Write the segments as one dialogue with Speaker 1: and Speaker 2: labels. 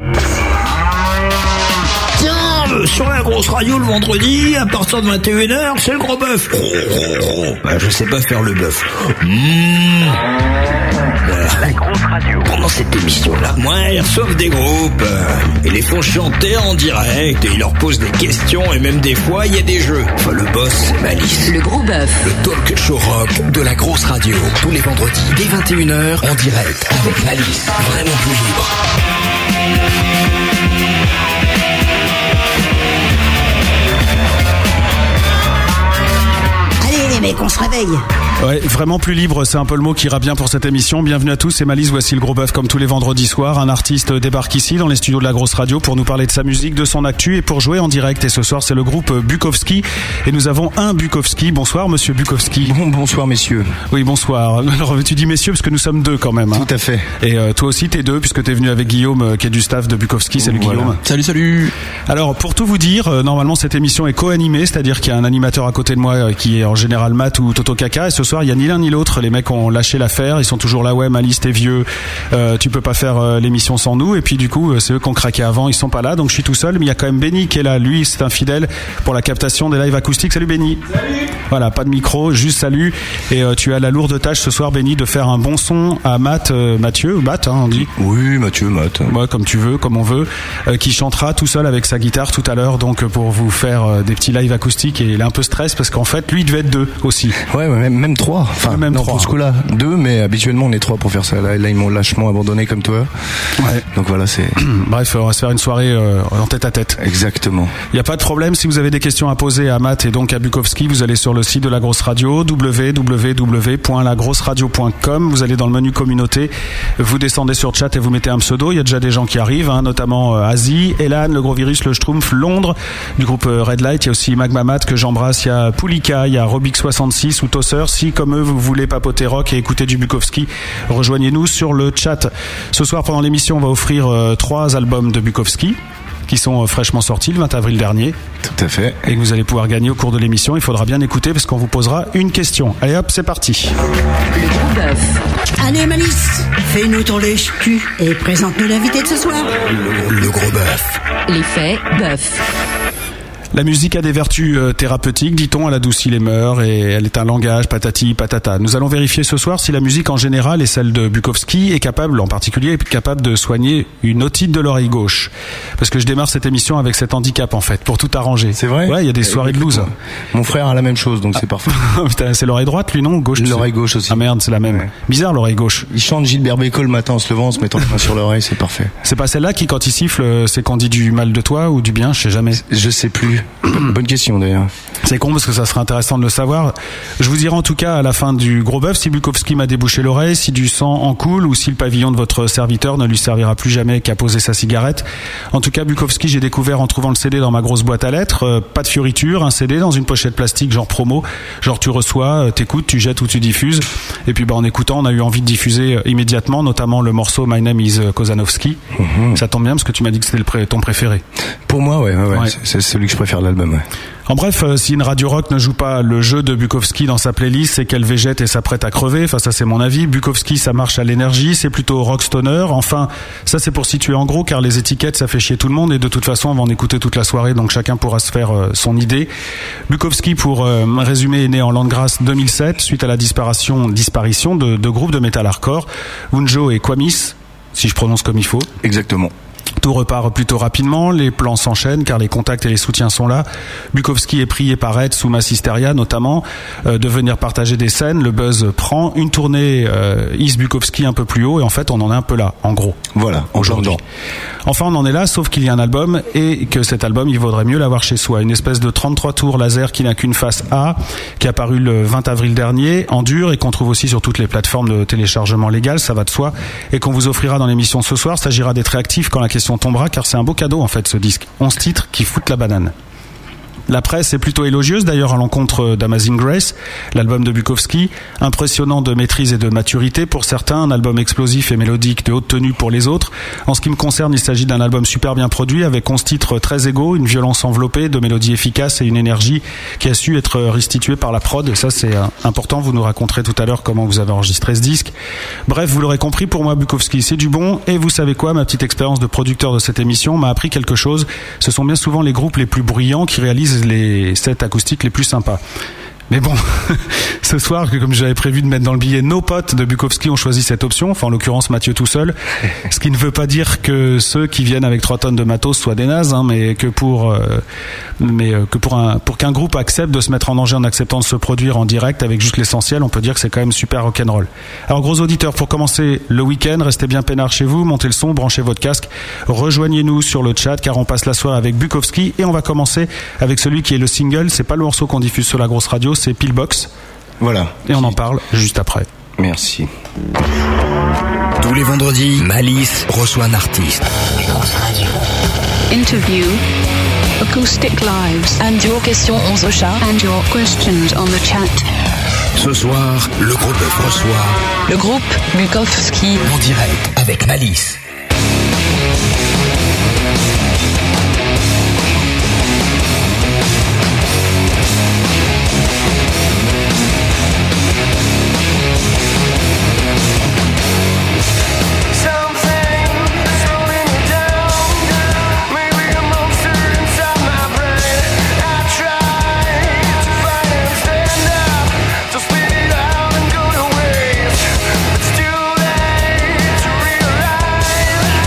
Speaker 1: euh, sur la grosse radio le vendredi, à partir de 21h, c'est le gros bœuf. Oh, Bah, je sais pas faire le bœuf. Mmh. Voilà.
Speaker 2: La grosse radio.
Speaker 1: Pendant cette émission-là, moi, ils reçoivent des groupes. euh, Ils les font chanter en direct et ils leur posent des questions et même des fois, il y a des jeux. Enfin, le boss, c'est Malice.
Speaker 3: Le gros bœuf.
Speaker 4: Le talk show rock de la grosse radio. Tous les vendredis dès 21h en direct avec Malice. Vraiment plus libre.
Speaker 3: Allez les mecs, on se réveille.
Speaker 5: Ouais, vraiment plus libre, c'est un peu le mot qui ira bien pour cette émission. Bienvenue à tous, c'est Malice, voici le gros bœuf comme tous les vendredis soirs. Un artiste débarque ici dans les studios de la grosse radio pour nous parler de sa musique, de son actu et pour jouer en direct. Et ce soir, c'est le groupe Bukowski et nous avons un Bukowski. Bonsoir, monsieur Bukowski.
Speaker 6: Bon, bonsoir messieurs.
Speaker 5: Oui, bonsoir. Alors, tu dis messieurs parce que nous sommes deux quand même. hein.
Speaker 6: Tout à fait.
Speaker 5: Et euh, toi aussi, t'es deux puisque t'es venu avec Guillaume euh, qui est du staff de Bukowski. Salut
Speaker 6: Voilà.
Speaker 5: Guillaume.
Speaker 6: Salut, salut.
Speaker 5: Alors pour tout vous dire, euh, normalement cette émission est co-animée, c'est-à-dire qu'il y a un animateur à côté de moi euh, qui est en général Matt ou Toto Kaka, et ce soir il y a ni l'un ni l'autre, les mecs ont lâché l'affaire, ils sont toujours là, ouais Malice t'es vieux, euh, tu peux pas faire euh, l'émission sans nous, et puis du coup euh, c'est eux qui ont craqué avant, ils sont pas là, donc je suis tout seul, mais il y a quand même Benny qui est là, lui c'est un fidèle pour la captation des lives acoustiques, salut Benny Voilà, pas de micro, juste salut, et euh, tu as la lourde tâche ce soir Benny de faire un bon son à Matt, euh, Mathieu, Matt hein, on dit
Speaker 6: Oui, Mathieu, Matt.
Speaker 5: Ouais, comme tu veux, comme on veut, euh, qui chantera tout seul avec sa guitare tout à l'heure, donc euh, pour vous faire euh, des petits lives acoustiques. Et il est un peu stress parce qu'en fait, lui, il devait être deux aussi.
Speaker 6: Ouais, ouais, même, même trois. Enfin,
Speaker 5: Même
Speaker 6: non,
Speaker 5: trois.
Speaker 6: pour ce coup-là, deux, mais habituellement on est trois pour faire ça. Là, là, ils m'ont lâchement abandonné comme toi.
Speaker 5: Ouais.
Speaker 6: Donc voilà, c'est
Speaker 5: Bref, on va se faire une soirée euh, en tête à tête.
Speaker 6: exactement.
Speaker 5: Il n'y a pas de problème si vous avez des questions à poser à Matt et donc à Bukowski, vous allez sur le site de la grosse radio www.lagrosseradio.com, vous allez dans le menu communauté, vous descendez sur chat et vous mettez un pseudo, il y a déjà des gens qui arrivent hein, notamment euh, Asie, Elan, le gros virus, le Schtroumpf, Londres du groupe euh, Red Light, il y a aussi Magma Matt que j'embrasse, il y a Poulika, il y a Robic 66 ou Tosser, si comme eux vous voulez papoter rock et écouter du Bukowski, rejoignez-nous sur le chat. Ce soir pendant l'émission, on va offrir euh, trois albums de Bukowski qui sont euh, fraîchement sortis le 20 avril dernier
Speaker 6: Tout à fait.
Speaker 5: et que vous allez pouvoir gagner au cours de l'émission. Il faudra bien écouter parce qu'on vous posera une question. Allez hop, c'est parti.
Speaker 3: Le gros bœuf. Allez Malice, fais-nous tourner le cul et présente-nous l'invité de ce soir.
Speaker 4: Le gros bœuf.
Speaker 3: L'effet bœuf.
Speaker 5: La musique a des vertus euh, thérapeutiques, dit-on, elle adoucit les mœurs et elle est un langage patati patata. Nous allons vérifier ce soir si la musique en général et celle de Bukowski est capable, en particulier, est capable de soigner une otite de l'oreille gauche. Parce que je démarre cette émission avec cet handicap en fait, pour tout arranger.
Speaker 6: C'est vrai Eh,
Speaker 5: Ouais, il y a des soirées de loose.
Speaker 6: Mon frère a la même chose, donc c'est parfait.
Speaker 5: Putain, c'est l'oreille droite lui non Gauche tu sais.
Speaker 6: L'oreille gauche aussi.
Speaker 5: Ah merde, c'est la même.
Speaker 6: Ouais.
Speaker 5: Bizarre l'oreille gauche.
Speaker 6: Il chante Gilbert Bécaud le matin en se levant, en se mettant la main sur l'oreille, c'est parfait.
Speaker 5: C'est pas celle-là qui, quand il siffle, euh, c'est qu'on dit du mal de toi ou du bien, je sais jamais.
Speaker 6: Je sais plus. Bonne question d'ailleurs.
Speaker 5: C'est con parce que ça serait intéressant de le savoir. Je vous dirai en tout cas à la fin du gros bœuf si Bukowski m'a débouché l'oreille, si du sang en coule ou si le pavillon de votre serviteur ne lui servira plus jamais qu'à poser sa cigarette. En tout cas, Bukowski, j'ai découvert en trouvant le CD dans ma grosse boîte à lettres. Euh, pas de fioriture, un CD dans une pochette plastique genre promo. Genre tu reçois, euh, t'écoutes, tu jettes ou tu diffuses. Et puis bah, en écoutant, on a eu envie de diffuser euh, immédiatement, notamment le morceau My Name is euh, Kozanowski. Ça tombe bien parce que tu m'as dit que c'était le pré- ton préféré.
Speaker 6: Pour moi, ouais, ouais, ouais.
Speaker 5: Ouais.
Speaker 6: C'est, c'est celui que je préfère de l'album. ouais.
Speaker 5: En bref, euh, si une radio rock ne joue pas le jeu de Bukowski dans sa playlist, c'est qu'elle végète et s'apprête à crever. Enfin, ça c'est mon avis. Bukowski, ça marche à l'énergie, c'est plutôt rock stoner. Enfin, ça c'est pour situer en gros, car les étiquettes, ça fait chier tout le monde. Et de toute façon, on va en écouter toute la soirée, donc chacun pourra se faire euh, son idée. Bukowski, pour euh, résumer, est né en Landgrasse 2007, suite à la disparition, disparition de deux groupes de metal hardcore, Unjo et Kwamis, si je prononce comme il faut.
Speaker 6: Exactement.
Speaker 5: Tout repart plutôt rapidement, les plans s'enchaînent car les contacts et les soutiens sont là. Bukowski est prié par Ed sous Massisteria notamment euh, de venir partager des scènes, le buzz prend une tournée euh, Is Bukowski un peu plus haut et en fait on en est un peu là en gros.
Speaker 6: Voilà,
Speaker 5: Aujourd'hui.
Speaker 6: aujourd'hui.
Speaker 5: Enfin, on en est là, sauf qu'il y a un album et que cet album, il vaudrait mieux l'avoir chez soi. Une espèce de 33 tours laser qui n'a qu'une face A, qui est apparu le 20 avril dernier, en dur, et qu'on trouve aussi sur toutes les plateformes de téléchargement légal, ça va de soi, et qu'on vous offrira dans l'émission ce soir. Il s'agira d'être réactif quand la question tombera, car c'est un beau cadeau, en fait, ce disque. 11 titres qui foutent la banane. La presse est plutôt élogieuse d'ailleurs à l'encontre d'Amazing Grace, l'album de Bukowski, impressionnant de maîtrise et de maturité pour certains, un album explosif et mélodique de haute tenue pour les autres. En ce qui me concerne, il s'agit d'un album super bien produit avec 11 titres très égaux, une violence enveloppée, de mélodies efficaces et une énergie qui a su être restituée par la prod. Et ça, c'est euh, important. Vous nous raconterez tout à l'heure comment vous avez enregistré ce disque. Bref, vous l'aurez compris, pour moi, Bukowski, c'est du bon. Et vous savez quoi, ma petite expérience de producteur de cette émission m'a appris quelque chose. Ce sont bien souvent les groupes les plus bruyants qui réalisent les sets acoustiques les plus sympas. Mais bon, ce soir, que comme j'avais prévu de mettre dans le billet, nos potes de Bukowski ont choisi cette option, enfin en l'occurrence Mathieu tout seul, ce qui ne veut pas dire que ceux qui viennent avec 3 tonnes de matos soient des nazes, hein, mais que pour, euh, mais euh, que pour un, pour qu'un groupe accepte de se mettre en danger en acceptant de se produire en direct avec juste l'essentiel, on peut dire que c'est quand même super rock'n'roll. Alors gros auditeurs, pour commencer le week-end, restez bien peinards chez vous, montez le son, branchez votre casque, rejoignez-nous sur le chat car on passe la soirée avec Bukowski et on va commencer avec celui qui est le single, c'est pas le morceau qu'on diffuse sur la grosse radio, c'est Pillbox.
Speaker 6: Voilà.
Speaker 5: Et on en parle juste après.
Speaker 6: Merci.
Speaker 4: Tous les vendredis, Malice reçoit un artiste.
Speaker 2: Interview. Acoustic lives and your questions on the chat and your questions on the chat.
Speaker 4: Ce soir, le groupe reçoit
Speaker 2: Le groupe Bukowski.
Speaker 4: en direct avec Malice.
Speaker 7: Just spit it out and go to waste. It's too late to rewrite. Oh.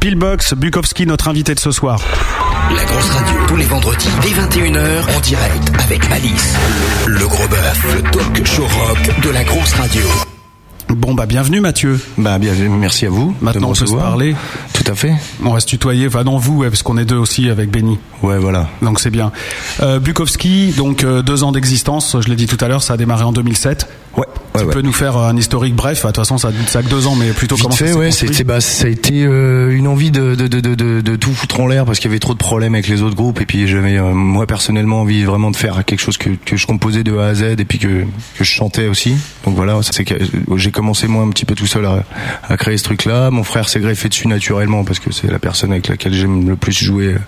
Speaker 5: Killbox, Bukowski, notre invité de ce soir.
Speaker 4: La grosse radio, tous les vendredis dès 21h en direct avec Malice. Le gros bœuf, le talk show rock de la grosse radio.
Speaker 5: Bon, bah, bienvenue, Mathieu.
Speaker 6: Bah, bien, merci à vous. de
Speaker 5: Maintenant,
Speaker 6: me
Speaker 5: on peut se
Speaker 6: recevoir.
Speaker 5: parler.
Speaker 6: Tout à fait.
Speaker 5: On reste tutoyé. Enfin, non, vous, ouais, parce qu'on est deux aussi avec Benny.
Speaker 6: Ouais, voilà.
Speaker 5: Donc c'est bien. Euh, Bukowski, donc euh, deux ans d'existence, je l'ai dit tout à l'heure, ça a démarré en 2007.
Speaker 6: Ouais, ouais,
Speaker 5: tu
Speaker 6: ouais.
Speaker 5: peux nous faire euh, un historique bref, de toute façon ça ça a que deux ans, mais plutôt comment
Speaker 6: Vite
Speaker 5: ça
Speaker 6: fait,
Speaker 5: s'est
Speaker 6: ouais,
Speaker 5: construit.
Speaker 6: c'était bah, ça a été euh, une envie de, de, de, de, de- de tout foutre en l'air parce qu'il y avait trop de problèmes avec les autres groupes et puis j'avais euh, moi personnellement envie vraiment de faire quelque chose que, que je composais de A à Z et puis que, que je chantais aussi. Donc voilà, ça c'est que- euh, j'ai commencé moi un petit peu tout seul à, à créer ce truc-là. Mon frère s'est greffé dessus naturellement parce que c'est la personne avec laquelle j'aime le plus jouer euh,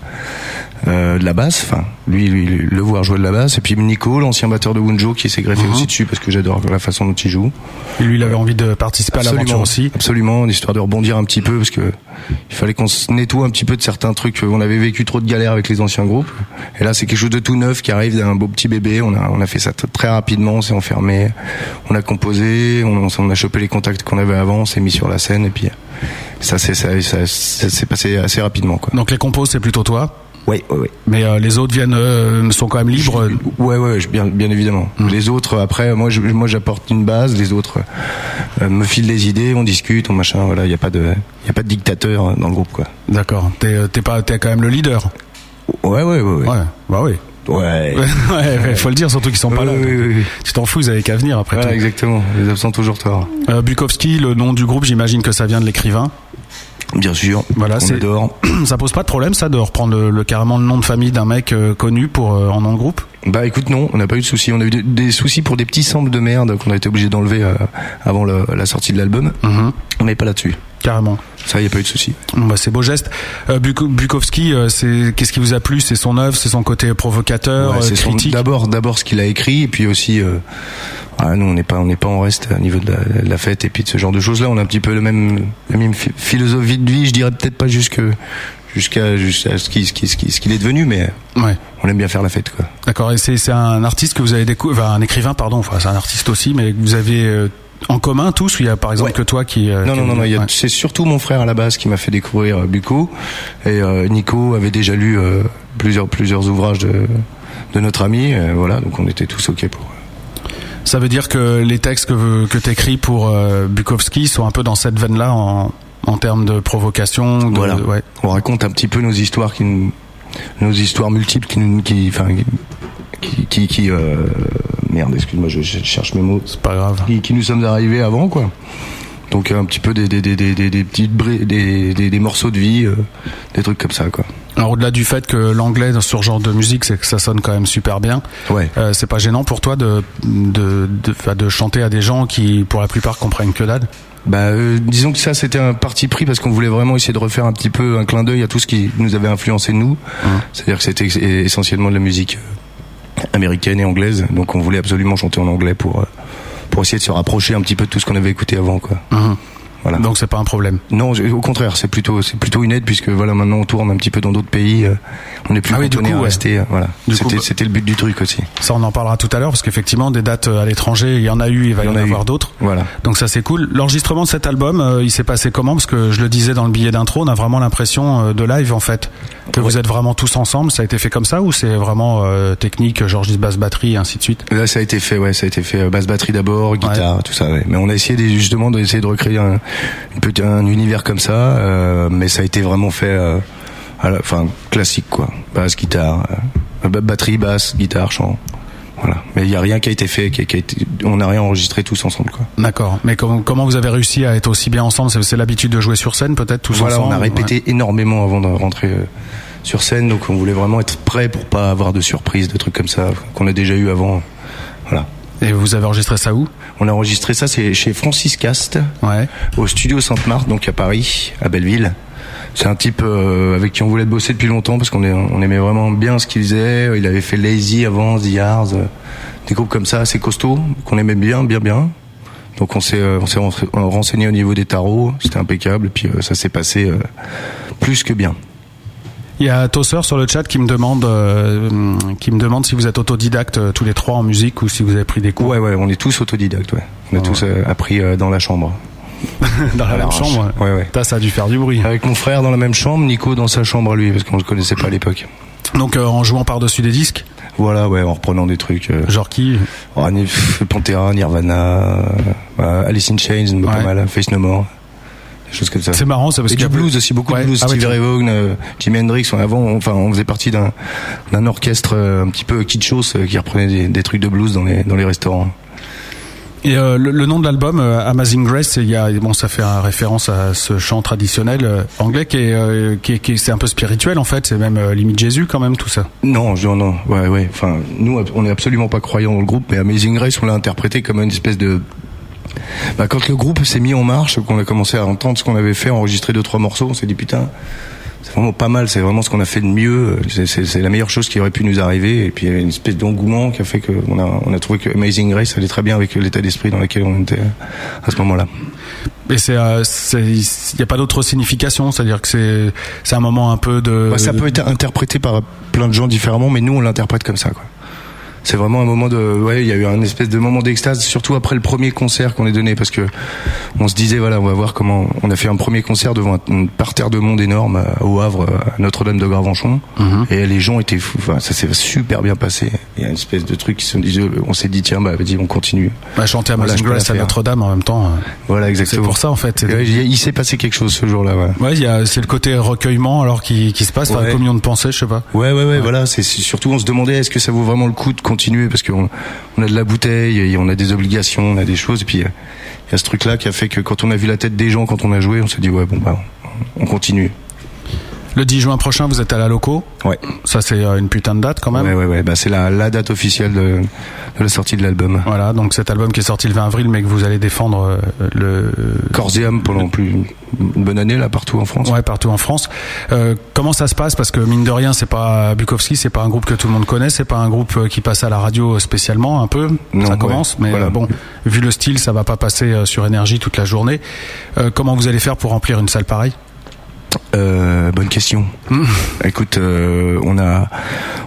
Speaker 6: euh, de la basse. Enfin, lui, lui, lui, le voir jouer de la basse et puis Nico, l'ancien batteur de Wunjo, qui s'est
Speaker 5: Mhm.
Speaker 6: greffé aussi dessus parce que j'adore la façon dont il joue.
Speaker 5: Et lui, il avait envie de participer à l'aventure aussi.
Speaker 6: Absolument, histoire de rebondir un petit peu parce que il fallait qu'on se nettoie un petit peu de certains trucs. On avait vécu trop de galères avec les anciens groupes. Et là, c'est quelque chose de tout neuf qui arrive d'un beau petit bébé. On a, on a fait ça t- très rapidement, on s'est enfermé, on a composé, on, on a chopé les contacts qu'on avait avant, on s'est mis sur la scène et puis ça s'est ça, ça- ça s'est passé assez rapidement quoi.
Speaker 5: Donc les compos, c'est plutôt toi,
Speaker 6: Oui, oui, oui.
Speaker 5: mais euh, les autres viennent euh, sont quand même libres.
Speaker 6: Ouais, ouais, je- bien, bien évidemment. Les autres, après, moi, je- moi, j'apporte une base. Les autres euh, me filent des idées, on discute, on machin. Voilà, il y a pas de, il y a pas de dictateur dans le groupe, quoi.
Speaker 5: D'accord. T'es euh, t'es pas t'es quand même le leader.
Speaker 6: Ouais, ouais, ouais, ouais.
Speaker 5: Ouais. Bah oui.
Speaker 6: Ouais. euh,
Speaker 5: Ouais, ouais, faut le dire, surtout qu'ils sont pas là.
Speaker 6: Oui, oui, oui.
Speaker 5: Tu t'en fous, ils avaient qu'à venir après
Speaker 6: Voilà,
Speaker 5: tout.
Speaker 6: exactement. Les absents toujours tort.
Speaker 5: Euh, Bukowski, le nom du groupe, j'imagine que ça vient de l'écrivain.
Speaker 6: Bien sûr.
Speaker 5: Voilà,
Speaker 6: on
Speaker 5: c'est-
Speaker 6: adore.
Speaker 5: ça pose pas de problème, ça, de reprendre le, le- carrément le nom de famille d'un mec euh, connu pour euh, en nom de groupe.
Speaker 6: Bah écoute non, on n'a pas eu de soucis. On a eu des, des soucis pour des petits samples de merde qu'on a été obligé d'enlever euh, avant le- la sortie de l'album. On n'est pas là-dessus.
Speaker 5: Carrément.
Speaker 6: Ça, il n'y a pas eu de soucis.
Speaker 5: Bon, bah, c'est beau geste. Euh, Buko- Bukowski, euh, c'est qu'est-ce qui vous a plu C'est son œuvre, c'est son côté provocateur,
Speaker 6: Ouais,
Speaker 5: euh,
Speaker 6: c'est son-
Speaker 5: critique.
Speaker 6: D'abord, d'abord ce qu'il a écrit, et puis aussi, euh, ah, nous on n'est pas, on n'est pas en reste au niveau de la, de la fête et puis de ce genre de choses là. On a un petit peu le même, la même phi- philosophie de vie. Je dirais peut-être pas jusque, jusqu'à, jusqu'à ce qu'il, ce qu'il, ce qu'il- ce qu'il est devenu, mais
Speaker 5: Ouais.
Speaker 6: on aime bien faire la fête quoi.
Speaker 5: D'accord. Et c'est c'est un artiste que vous avez découvert, un écrivain, pardon. Enfin, c'est un artiste aussi, mais que vous avez euh, en commun tous. ou Il y a par exemple
Speaker 6: Ouais.
Speaker 5: que toi qui. euh,
Speaker 6: Non,
Speaker 5: qui-
Speaker 6: non, non, non, il y a-
Speaker 5: Ouais.
Speaker 6: c'est surtout mon frère à la base qui m'a fait découvrir euh, Bucco. Et euh, Nico avait déjà lu euh, plusieurs, plusieurs ouvrages de, de notre ami. euh, voilà, donc on était tous OK pour.
Speaker 5: Ça veut dire que les textes que que t'écris pour euh, Bukowski sont un peu dans cette veine-là en en termes de provocation. de-
Speaker 6: Voilà.
Speaker 5: de- ouais.
Speaker 6: euh, On raconte un petit peu nos histoires qui nous, nos histoires multiples qui nous, qui, enfin, qui, qui, qui, euh, merde, excuse-moi, je, je cherche mes mots.
Speaker 5: C'est pas grave.
Speaker 6: Qui, qui nous sommes arrivés avant, quoi. Donc euh, un petit peu des, des, des, des, des, des petites bré- des, des, des morceaux de vie, euh, des trucs comme ça, quoi.
Speaker 5: Alors au-delà du fait que l'anglais dans ce genre de musique, c'est que ça sonne quand même super bien.
Speaker 6: Ouais.
Speaker 5: Euh, c'est pas gênant pour toi de de, de, 'fin, de chanter à des gens qui, pour la plupart, comprennent que dalle.
Speaker 6: Bah, euh, disons que ça, c'était un parti pris parce qu'on voulait vraiment essayer de refaire un petit peu un clin d'œil à tout ce qui nous avait influencé nous.
Speaker 5: Hein.
Speaker 6: C'est-à-dire que c'était ex- essentiellement de la musique euh, américaine et anglaise, donc on voulait absolument chanter en anglais pour euh, pour essayer de se rapprocher un petit peu de tout ce qu'on avait écouté avant, quoi.
Speaker 5: Hein.
Speaker 6: Voilà.
Speaker 5: Donc c'est pas un problème.
Speaker 6: Non, je- au contraire, c'est plutôt c'est plutôt une aide puisque voilà maintenant on tourne un petit peu dans d'autres pays, euh, on n'est plus
Speaker 5: Ah oui, du
Speaker 6: cantonné
Speaker 5: coup,
Speaker 6: à
Speaker 5: ouais.
Speaker 6: rester. euh, Voilà,
Speaker 5: Du coup,
Speaker 6: c'était
Speaker 5: bah-
Speaker 6: c'était le but du truc aussi.
Speaker 5: Ça, on en parlera tout à l'heure parce qu'effectivement, des dates euh, à l'étranger, il y en a eu, il va y
Speaker 6: Il y
Speaker 5: en,
Speaker 6: en a eu.
Speaker 5: avoir d'autres.
Speaker 6: Voilà.
Speaker 5: Donc ça c'est cool. L'enregistrement de cet album, euh, il s'est passé comment Parce que je le disais dans le billet d'intro, on a vraiment l'impression euh, de live en fait. Que vous êtes vraiment tous ensemble. Ça a été fait comme ça ou c'est vraiment euh, technique, genre juste basse batterie, et ainsi de suite
Speaker 6: Là, ça a été fait, ouais, ça a été fait euh, basse batterie d'abord, guitare, tout ça. ouais. Mais on a essayé de- justement d'essayer de recréer un, une petite- un univers comme ça, euh, mais ça a été vraiment fait, euh, à la- enfin classique quoi, basse guitare, euh, ba- batterie basse guitare chant, voilà. Mais il y a rien qui a été fait, qui a- qui a été- on n'a rien enregistré tous ensemble quoi.
Speaker 5: D'accord. Mais com- comment vous avez réussi à être aussi bien ensemble C'est c'est l'habitude de jouer sur scène peut-être tous
Speaker 6: Voilà,
Speaker 5: ensemble
Speaker 6: on a
Speaker 5: ouais.
Speaker 6: répété énormément avant de rentrer euh, sur scène, donc on voulait vraiment être prêt pour pas avoir de surprises, de trucs comme ça qu'on a déjà eu avant, voilà.
Speaker 5: Et vous avez enregistré ça où
Speaker 6: On a enregistré ça, c'est chez Francis Cast.
Speaker 5: Ouais.
Speaker 6: au studio Sainte-Marthe, donc à Paris, à Belleville. C'est un type euh, avec qui on voulait bosser depuis longtemps parce qu'on est- on aimait vraiment bien ce qu'il faisait. Il avait fait Lazy avant, The Yards, euh, des groupes comme ça assez costauds qu'on aimait bien, bien, bien. Donc on s'est euh, on s'est rense- on a renseigné au niveau des tarots, c'était impeccable. Puis euh, ça s'est passé euh, plus que bien.
Speaker 5: Il y a Tosser sur le chat qui me demande euh, hum, qui me demande si vous êtes autodidacte euh, tous les trois en musique ou si vous avez pris des cours.
Speaker 6: Ouais, ouais, on est tous autodidactes. Ouais, on a tous euh, appris euh, dans la chambre.
Speaker 5: dans la même
Speaker 6: Alors,
Speaker 5: chambre.
Speaker 6: ouais, ouais.
Speaker 5: T'as, ça a dû faire du bruit.
Speaker 6: Avec mon frère dans la même chambre, Nico dans sa chambre à lui, parce qu'on le connaissait pas à l'époque.
Speaker 5: Donc euh, en jouant par-dessus des disques,
Speaker 6: Voilà, ouais, en reprenant des trucs. euh,
Speaker 5: genre qui
Speaker 6: oh, Ni- pff, Pantera, Nirvana, euh, Alice in Chains, pas
Speaker 5: Ouais.
Speaker 6: mal, Face No More, des choses comme ça.
Speaker 5: C'est marrant, ça parce
Speaker 6: Et
Speaker 5: qu'il y
Speaker 6: du
Speaker 5: a
Speaker 6: blues
Speaker 5: plus-
Speaker 6: aussi, beaucoup
Speaker 5: Ouais.
Speaker 6: de blues.
Speaker 5: Ah ouais,
Speaker 6: Stevie
Speaker 5: tu-
Speaker 6: Ray Vaughan, euh, Jimi Hendrix. on- Avant, on- enfin, on faisait partie d'un d'un orchestre euh, un petit peu kitschos euh, qui reprenait des, des trucs de blues dans les dans les restaurants.
Speaker 5: Et euh, le, le nom de l'album, euh, Amazing Grace, c'est- il y a, bon, ça fait euh, référence à ce chant traditionnel euh, anglais qui est, euh, qui est, qui est- c'est un peu spirituel en fait, c'est même euh, limite Jésus quand même tout ça.
Speaker 6: Non, je, non, ouais, ouais. Enfin, nous, on n'est absolument pas croyants dans le groupe, mais Amazing Grace, on l'a interprété comme une espèce de. Bah, quand le groupe s'est mis en marche, qu'on a commencé à entendre ce qu'on avait fait, enregistrer deux trois morceaux, on s'est dit putain, c'est vraiment pas mal, c'est vraiment ce qu'on a fait de mieux, c'est- c'est c'est la meilleure chose qui aurait pu nous arriver. Et puis il y a une espèce d'engouement qui a fait qu'on a on a trouvé que Amazing Grace allait très bien avec l'état d'esprit dans lequel on était à ce moment-là.
Speaker 5: Et c'est, euh, c'est- il n'y a pas d'autre signification, c'est-à-dire que c'est, c'est un moment un peu de.
Speaker 6: Bah, ça peut être interprété par plein de gens différemment, mais nous on l'interprète comme ça. quoi. C'est vraiment un moment de, ouais, il y a eu un espèce de moment d'extase, surtout après le premier concert qu'on est donné, parce que on se disait voilà, on va voir comment. On a fait un premier concert devant un- un parterre de monde énorme euh, au Havre, euh, à Notre-Dame de Gravenchon,
Speaker 5: Mhm.
Speaker 6: et les gens étaient fous. Enfin, ça s'est super bien passé. Il y a une espèce de truc qui se disait, on s'est dit tiens bah vas-y on continue.
Speaker 5: Bah, chanter
Speaker 6: Voilà,
Speaker 5: Amazing
Speaker 6: je peux la
Speaker 5: Grace à
Speaker 6: faire.
Speaker 5: Notre-Dame en même temps. euh,
Speaker 6: Voilà
Speaker 5: C'est
Speaker 6: exactement.
Speaker 5: pour ça en fait.
Speaker 6: Et ouais, il y a- il s'est passé quelque chose ce jour-là. Ouais.
Speaker 5: Ouais, il y a, c'est le côté recueillement alors qui, qui se passe, enfin
Speaker 6: Ouais.
Speaker 5: communion de pensée, je sais pas.
Speaker 6: Ouais, ouais, ouais, voilà. C'est c'est surtout, on se demandait est-ce que ça vaut vraiment le coup de continuer parce qu'on on a de la bouteille, et on a des obligations, on a des choses. Et puis euh, il y a ce truc-là qui a fait que quand on a vu la tête des gens quand on a joué, on s'est dit ouais, bon bah, on continue.
Speaker 5: Le 10 juin prochain, vous êtes à la loco.
Speaker 6: Ouais.
Speaker 5: Ça, c'est euh, une putain de date quand même.
Speaker 6: Ouais, ouais, ouais. Bah c'est la, la date officielle de, de la sortie de l'album.
Speaker 5: Voilà, donc cet album qui est sorti le 20 avril, mais que vous allez défendre euh, le
Speaker 6: Corps et âme pendant plus une bonne année là partout en France.
Speaker 5: Ouais, partout en France. Euh, comment ça se passe Parce que mine de rien, c'est pas Bukowski, c'est pas un groupe que tout le monde connaît, c'est pas un groupe euh, qui passe à la radio spécialement un peu.
Speaker 6: Non,
Speaker 5: ça
Speaker 6: ouais,
Speaker 5: commence, mais
Speaker 6: voilà.
Speaker 5: euh, bon, vu le style, ça va pas passer euh, sur énergie toute la journée. Euh, comment vous allez faire pour remplir une salle pareille
Speaker 6: Euh, bonne question.
Speaker 5: Hmm.
Speaker 6: Écoute, euh, on a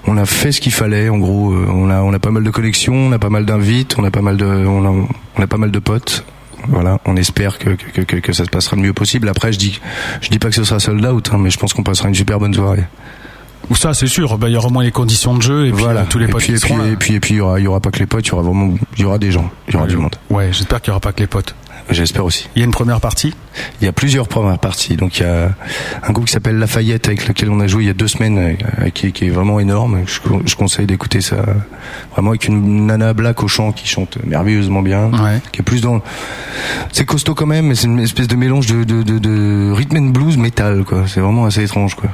Speaker 6: on a fait ce qu'il fallait. En gros, euh, on a on a pas mal de collections, on a pas mal d'invites, on a pas mal de on a, on a pas mal de potes. Voilà, on espère que, que, que, que ça se passera le mieux possible. Après, je dis je dis pas que ce sera sold out, hein, mais je pense qu'on passera une super bonne soirée.
Speaker 5: Ou ça, c'est sûr. Bah, il y aura au moins les conditions de jeu et puis
Speaker 6: voilà.
Speaker 5: euh, tous les
Speaker 6: et
Speaker 5: potes
Speaker 6: puis,
Speaker 5: qui
Speaker 6: et puis,
Speaker 5: seront là.
Speaker 6: et puis et puis il y aura il y aura pas que les potes, il y aura vraiment il y aura des gens, il y aura du monde.
Speaker 5: Ouais, j'espère qu'il y aura pas que les potes.
Speaker 6: J'espère aussi.
Speaker 5: Il y a une première partie.
Speaker 6: Il y a plusieurs premières parties. Donc il y a un groupe qui s'appelle Lafayette avec lequel on a joué il y a deux semaines, euh, qui, qui est vraiment énorme. Je, con- je conseille d'écouter ça vraiment avec une nana black au chant qui chante merveilleusement bien.
Speaker 5: Ouais.
Speaker 6: Qui est plus dans, c'est costaud quand même, mais c'est une espèce de mélange de, de, de, de rhythm and blues métal quoi. C'est vraiment assez étrange quoi.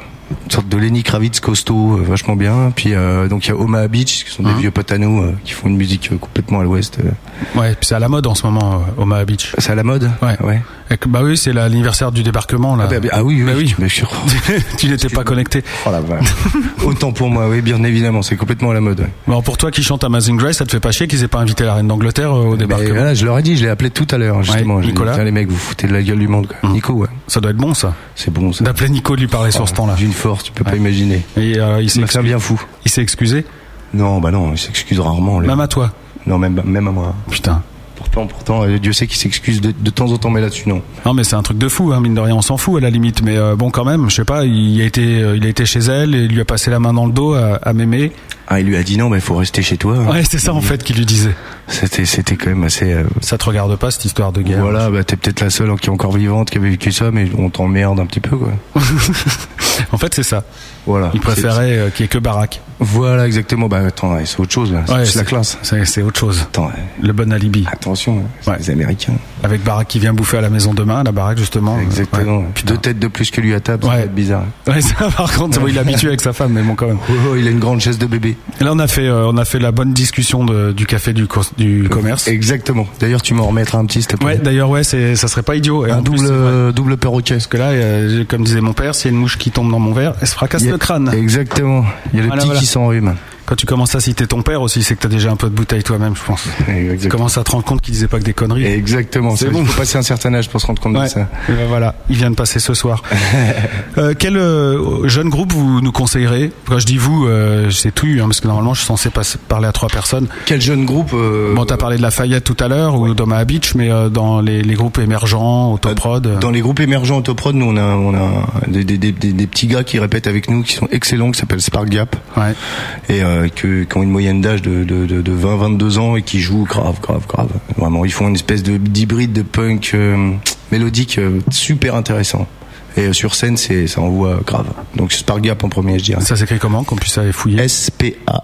Speaker 6: Une sorte de Lenny Kravitz costaud, euh, vachement bien. Puis euh, donc il y a Omaha Beach qui sont
Speaker 5: Mmh.
Speaker 6: des vieux potes à nous euh, qui font une musique euh, complètement à l'ouest. euh.
Speaker 5: Ouais, puis c'est à la mode en ce moment, euh, Omaha Beach.
Speaker 6: C'est à la mode.
Speaker 5: Ouais.
Speaker 6: ouais.
Speaker 5: Et que- bah oui, c'est la- l'anniversaire du débarquement là.
Speaker 6: Ah, bah, ah oui, oui,
Speaker 5: Bah oui.
Speaker 6: mais je suis-
Speaker 5: tu n'étais pas connecté.
Speaker 6: Oh la vache. Autant pour moi, oui, bien évidemment, c'est complètement à la mode. ouais.
Speaker 5: Bon, pour toi qui chante Amazing Grace, ça te fait pas chier qu'ils aient pas invité la reine d'Angleterre euh, au
Speaker 6: Mais
Speaker 5: débarquement
Speaker 6: voilà, je leur ai dit, je l'ai appelé tout à l'heure, justement.
Speaker 5: Ouais,
Speaker 6: J'ai dit,
Speaker 5: Nicolas.
Speaker 6: Tiens, les mecs, vous foutez de la gueule du monde, quoi. Nico, ouais.
Speaker 5: Ça doit être bon, ça.
Speaker 6: C'est bon, ça. Ah,
Speaker 5: D'appeler Nico, de lui parler sur ce temps-là.
Speaker 6: D'une force, tu peux pas
Speaker 5: Ouais.
Speaker 6: imaginer.
Speaker 5: Et euh, il s'est
Speaker 6: C'est un
Speaker 5: excusé.
Speaker 6: bien fou.
Speaker 5: Il s'est excusé.
Speaker 6: Non, bah non, il s'excuse rarement. lui.
Speaker 5: Même à toi.
Speaker 6: Non, même, même à moi.
Speaker 5: Putain.
Speaker 6: Pourtant, pourtant, euh, Dieu sait qu'il s'excuse de, de temps en temps, mais là-dessus, non.
Speaker 5: Non, mais c'est un truc de fou, hein, mine de rien, on s'en fout à la limite. Mais euh, bon, quand même, je sais pas, il a, été, euh, il a été chez elle et il lui a passé la main dans le dos à, à mémé.
Speaker 6: Ah, il lui a dit non, mais il faut rester chez toi. hein.
Speaker 5: Ouais, c'est ça en fait qu'il lui disait.
Speaker 6: C'était, c'était quand même assez. euh,
Speaker 5: Ça te regarde pas cette histoire de guerre
Speaker 6: Voilà, bah t'es peut-être la seule qui est encore vivante, qui avait vécu ça, mais on t'emmerde un petit peu, quoi.
Speaker 5: En fait, c'est ça.
Speaker 6: Voilà.
Speaker 5: Il préférait euh, qu'il y ait que baraque.
Speaker 6: C'est- Voilà, exactement. Bah attends, ouais, c'est autre chose, là.
Speaker 5: Ouais,
Speaker 6: c'est la classe.
Speaker 5: C'est c'est autre chose.
Speaker 6: Attends, ouais.
Speaker 5: Le bon alibi.
Speaker 6: Attention, hein, c'est
Speaker 5: Ouais.
Speaker 6: les Américains.
Speaker 5: Avec baraque qui vient bouffer à la maison demain, la baraque justement. euh,
Speaker 6: Exactement.
Speaker 5: ouais.
Speaker 6: Puis deux têtes de plus que lui à table, ça
Speaker 5: Ouais.
Speaker 6: va être bizarre. hein.
Speaker 5: Ouais, ça, par contre, bon, il est habitué avec sa femme, mais bon, quand même.
Speaker 6: Oh, oh, il a une grande chaise de bébé.
Speaker 5: Et là, on a fait, euh, on a fait la bonne discussion de- du café du, co- du commerce.
Speaker 6: Euh, Exactement. D'ailleurs, tu m'en remettras un petit, s'il te plaît.
Speaker 5: Ouais, d'ailleurs, ouais, c'est, ça serait pas idiot. Et
Speaker 6: un
Speaker 5: en plus,
Speaker 6: double,
Speaker 5: c'est vrai.
Speaker 6: euh, double perroquet.
Speaker 5: Parce que là, euh, comme disait mon père, s'il y a une mouche qui tombe dans mon verre, elle se fracasse
Speaker 6: Il y a-
Speaker 5: le crâne.
Speaker 6: Exactement. Il y a le
Speaker 5: Voilà,
Speaker 6: petit
Speaker 5: voilà.
Speaker 6: qui s'enrhume.
Speaker 5: Quand tu commences à citer ton père aussi, c'est que t'as déjà un peu de bouteille toi-même, je pense. Tu
Speaker 6: Exactement.
Speaker 5: commences à te rendre compte qu'il disait pas que des conneries.
Speaker 6: Exactement.
Speaker 5: C'est
Speaker 6: ça,
Speaker 5: bon.
Speaker 6: Il faut passer un certain âge pour se rendre compte
Speaker 5: Ouais.
Speaker 6: de ça.
Speaker 5: Eh ben voilà, il vient de passer ce soir. Euh, quel euh, jeune groupe vous nous conseillerez Quand je dis vous, euh, c'est tout, hein, parce que normalement je suis censé passer- parler à trois personnes.
Speaker 6: Quel jeune groupe euh,
Speaker 5: Bon, t'as parlé de Lafayette tout à l'heure ou d'Omaha Beach, mais euh, dans les, les groupes émergents, autoprod. euh,
Speaker 6: Dans les groupes émergents autoprod, nous on a, on a des, des, des, des- des petits gars qui répètent avec nous, qui sont excellents, qui s'appellent Spark Gap,
Speaker 5: Ouais.
Speaker 6: et euh, que, qui ont une moyenne d'âge de, de, de, 20-22 ans et qui jouent grave, grave, grave. Vraiment, ils font une espèce de d'hybride de punk euh, mélodique euh, super intéressant. Et euh, sur scène, c'est ça envoie grave. Donc Spark Gap en premier, je dirais.
Speaker 5: Ça s'écrit comment Qu'on puisse aller
Speaker 6: Eh.
Speaker 5: fouiller.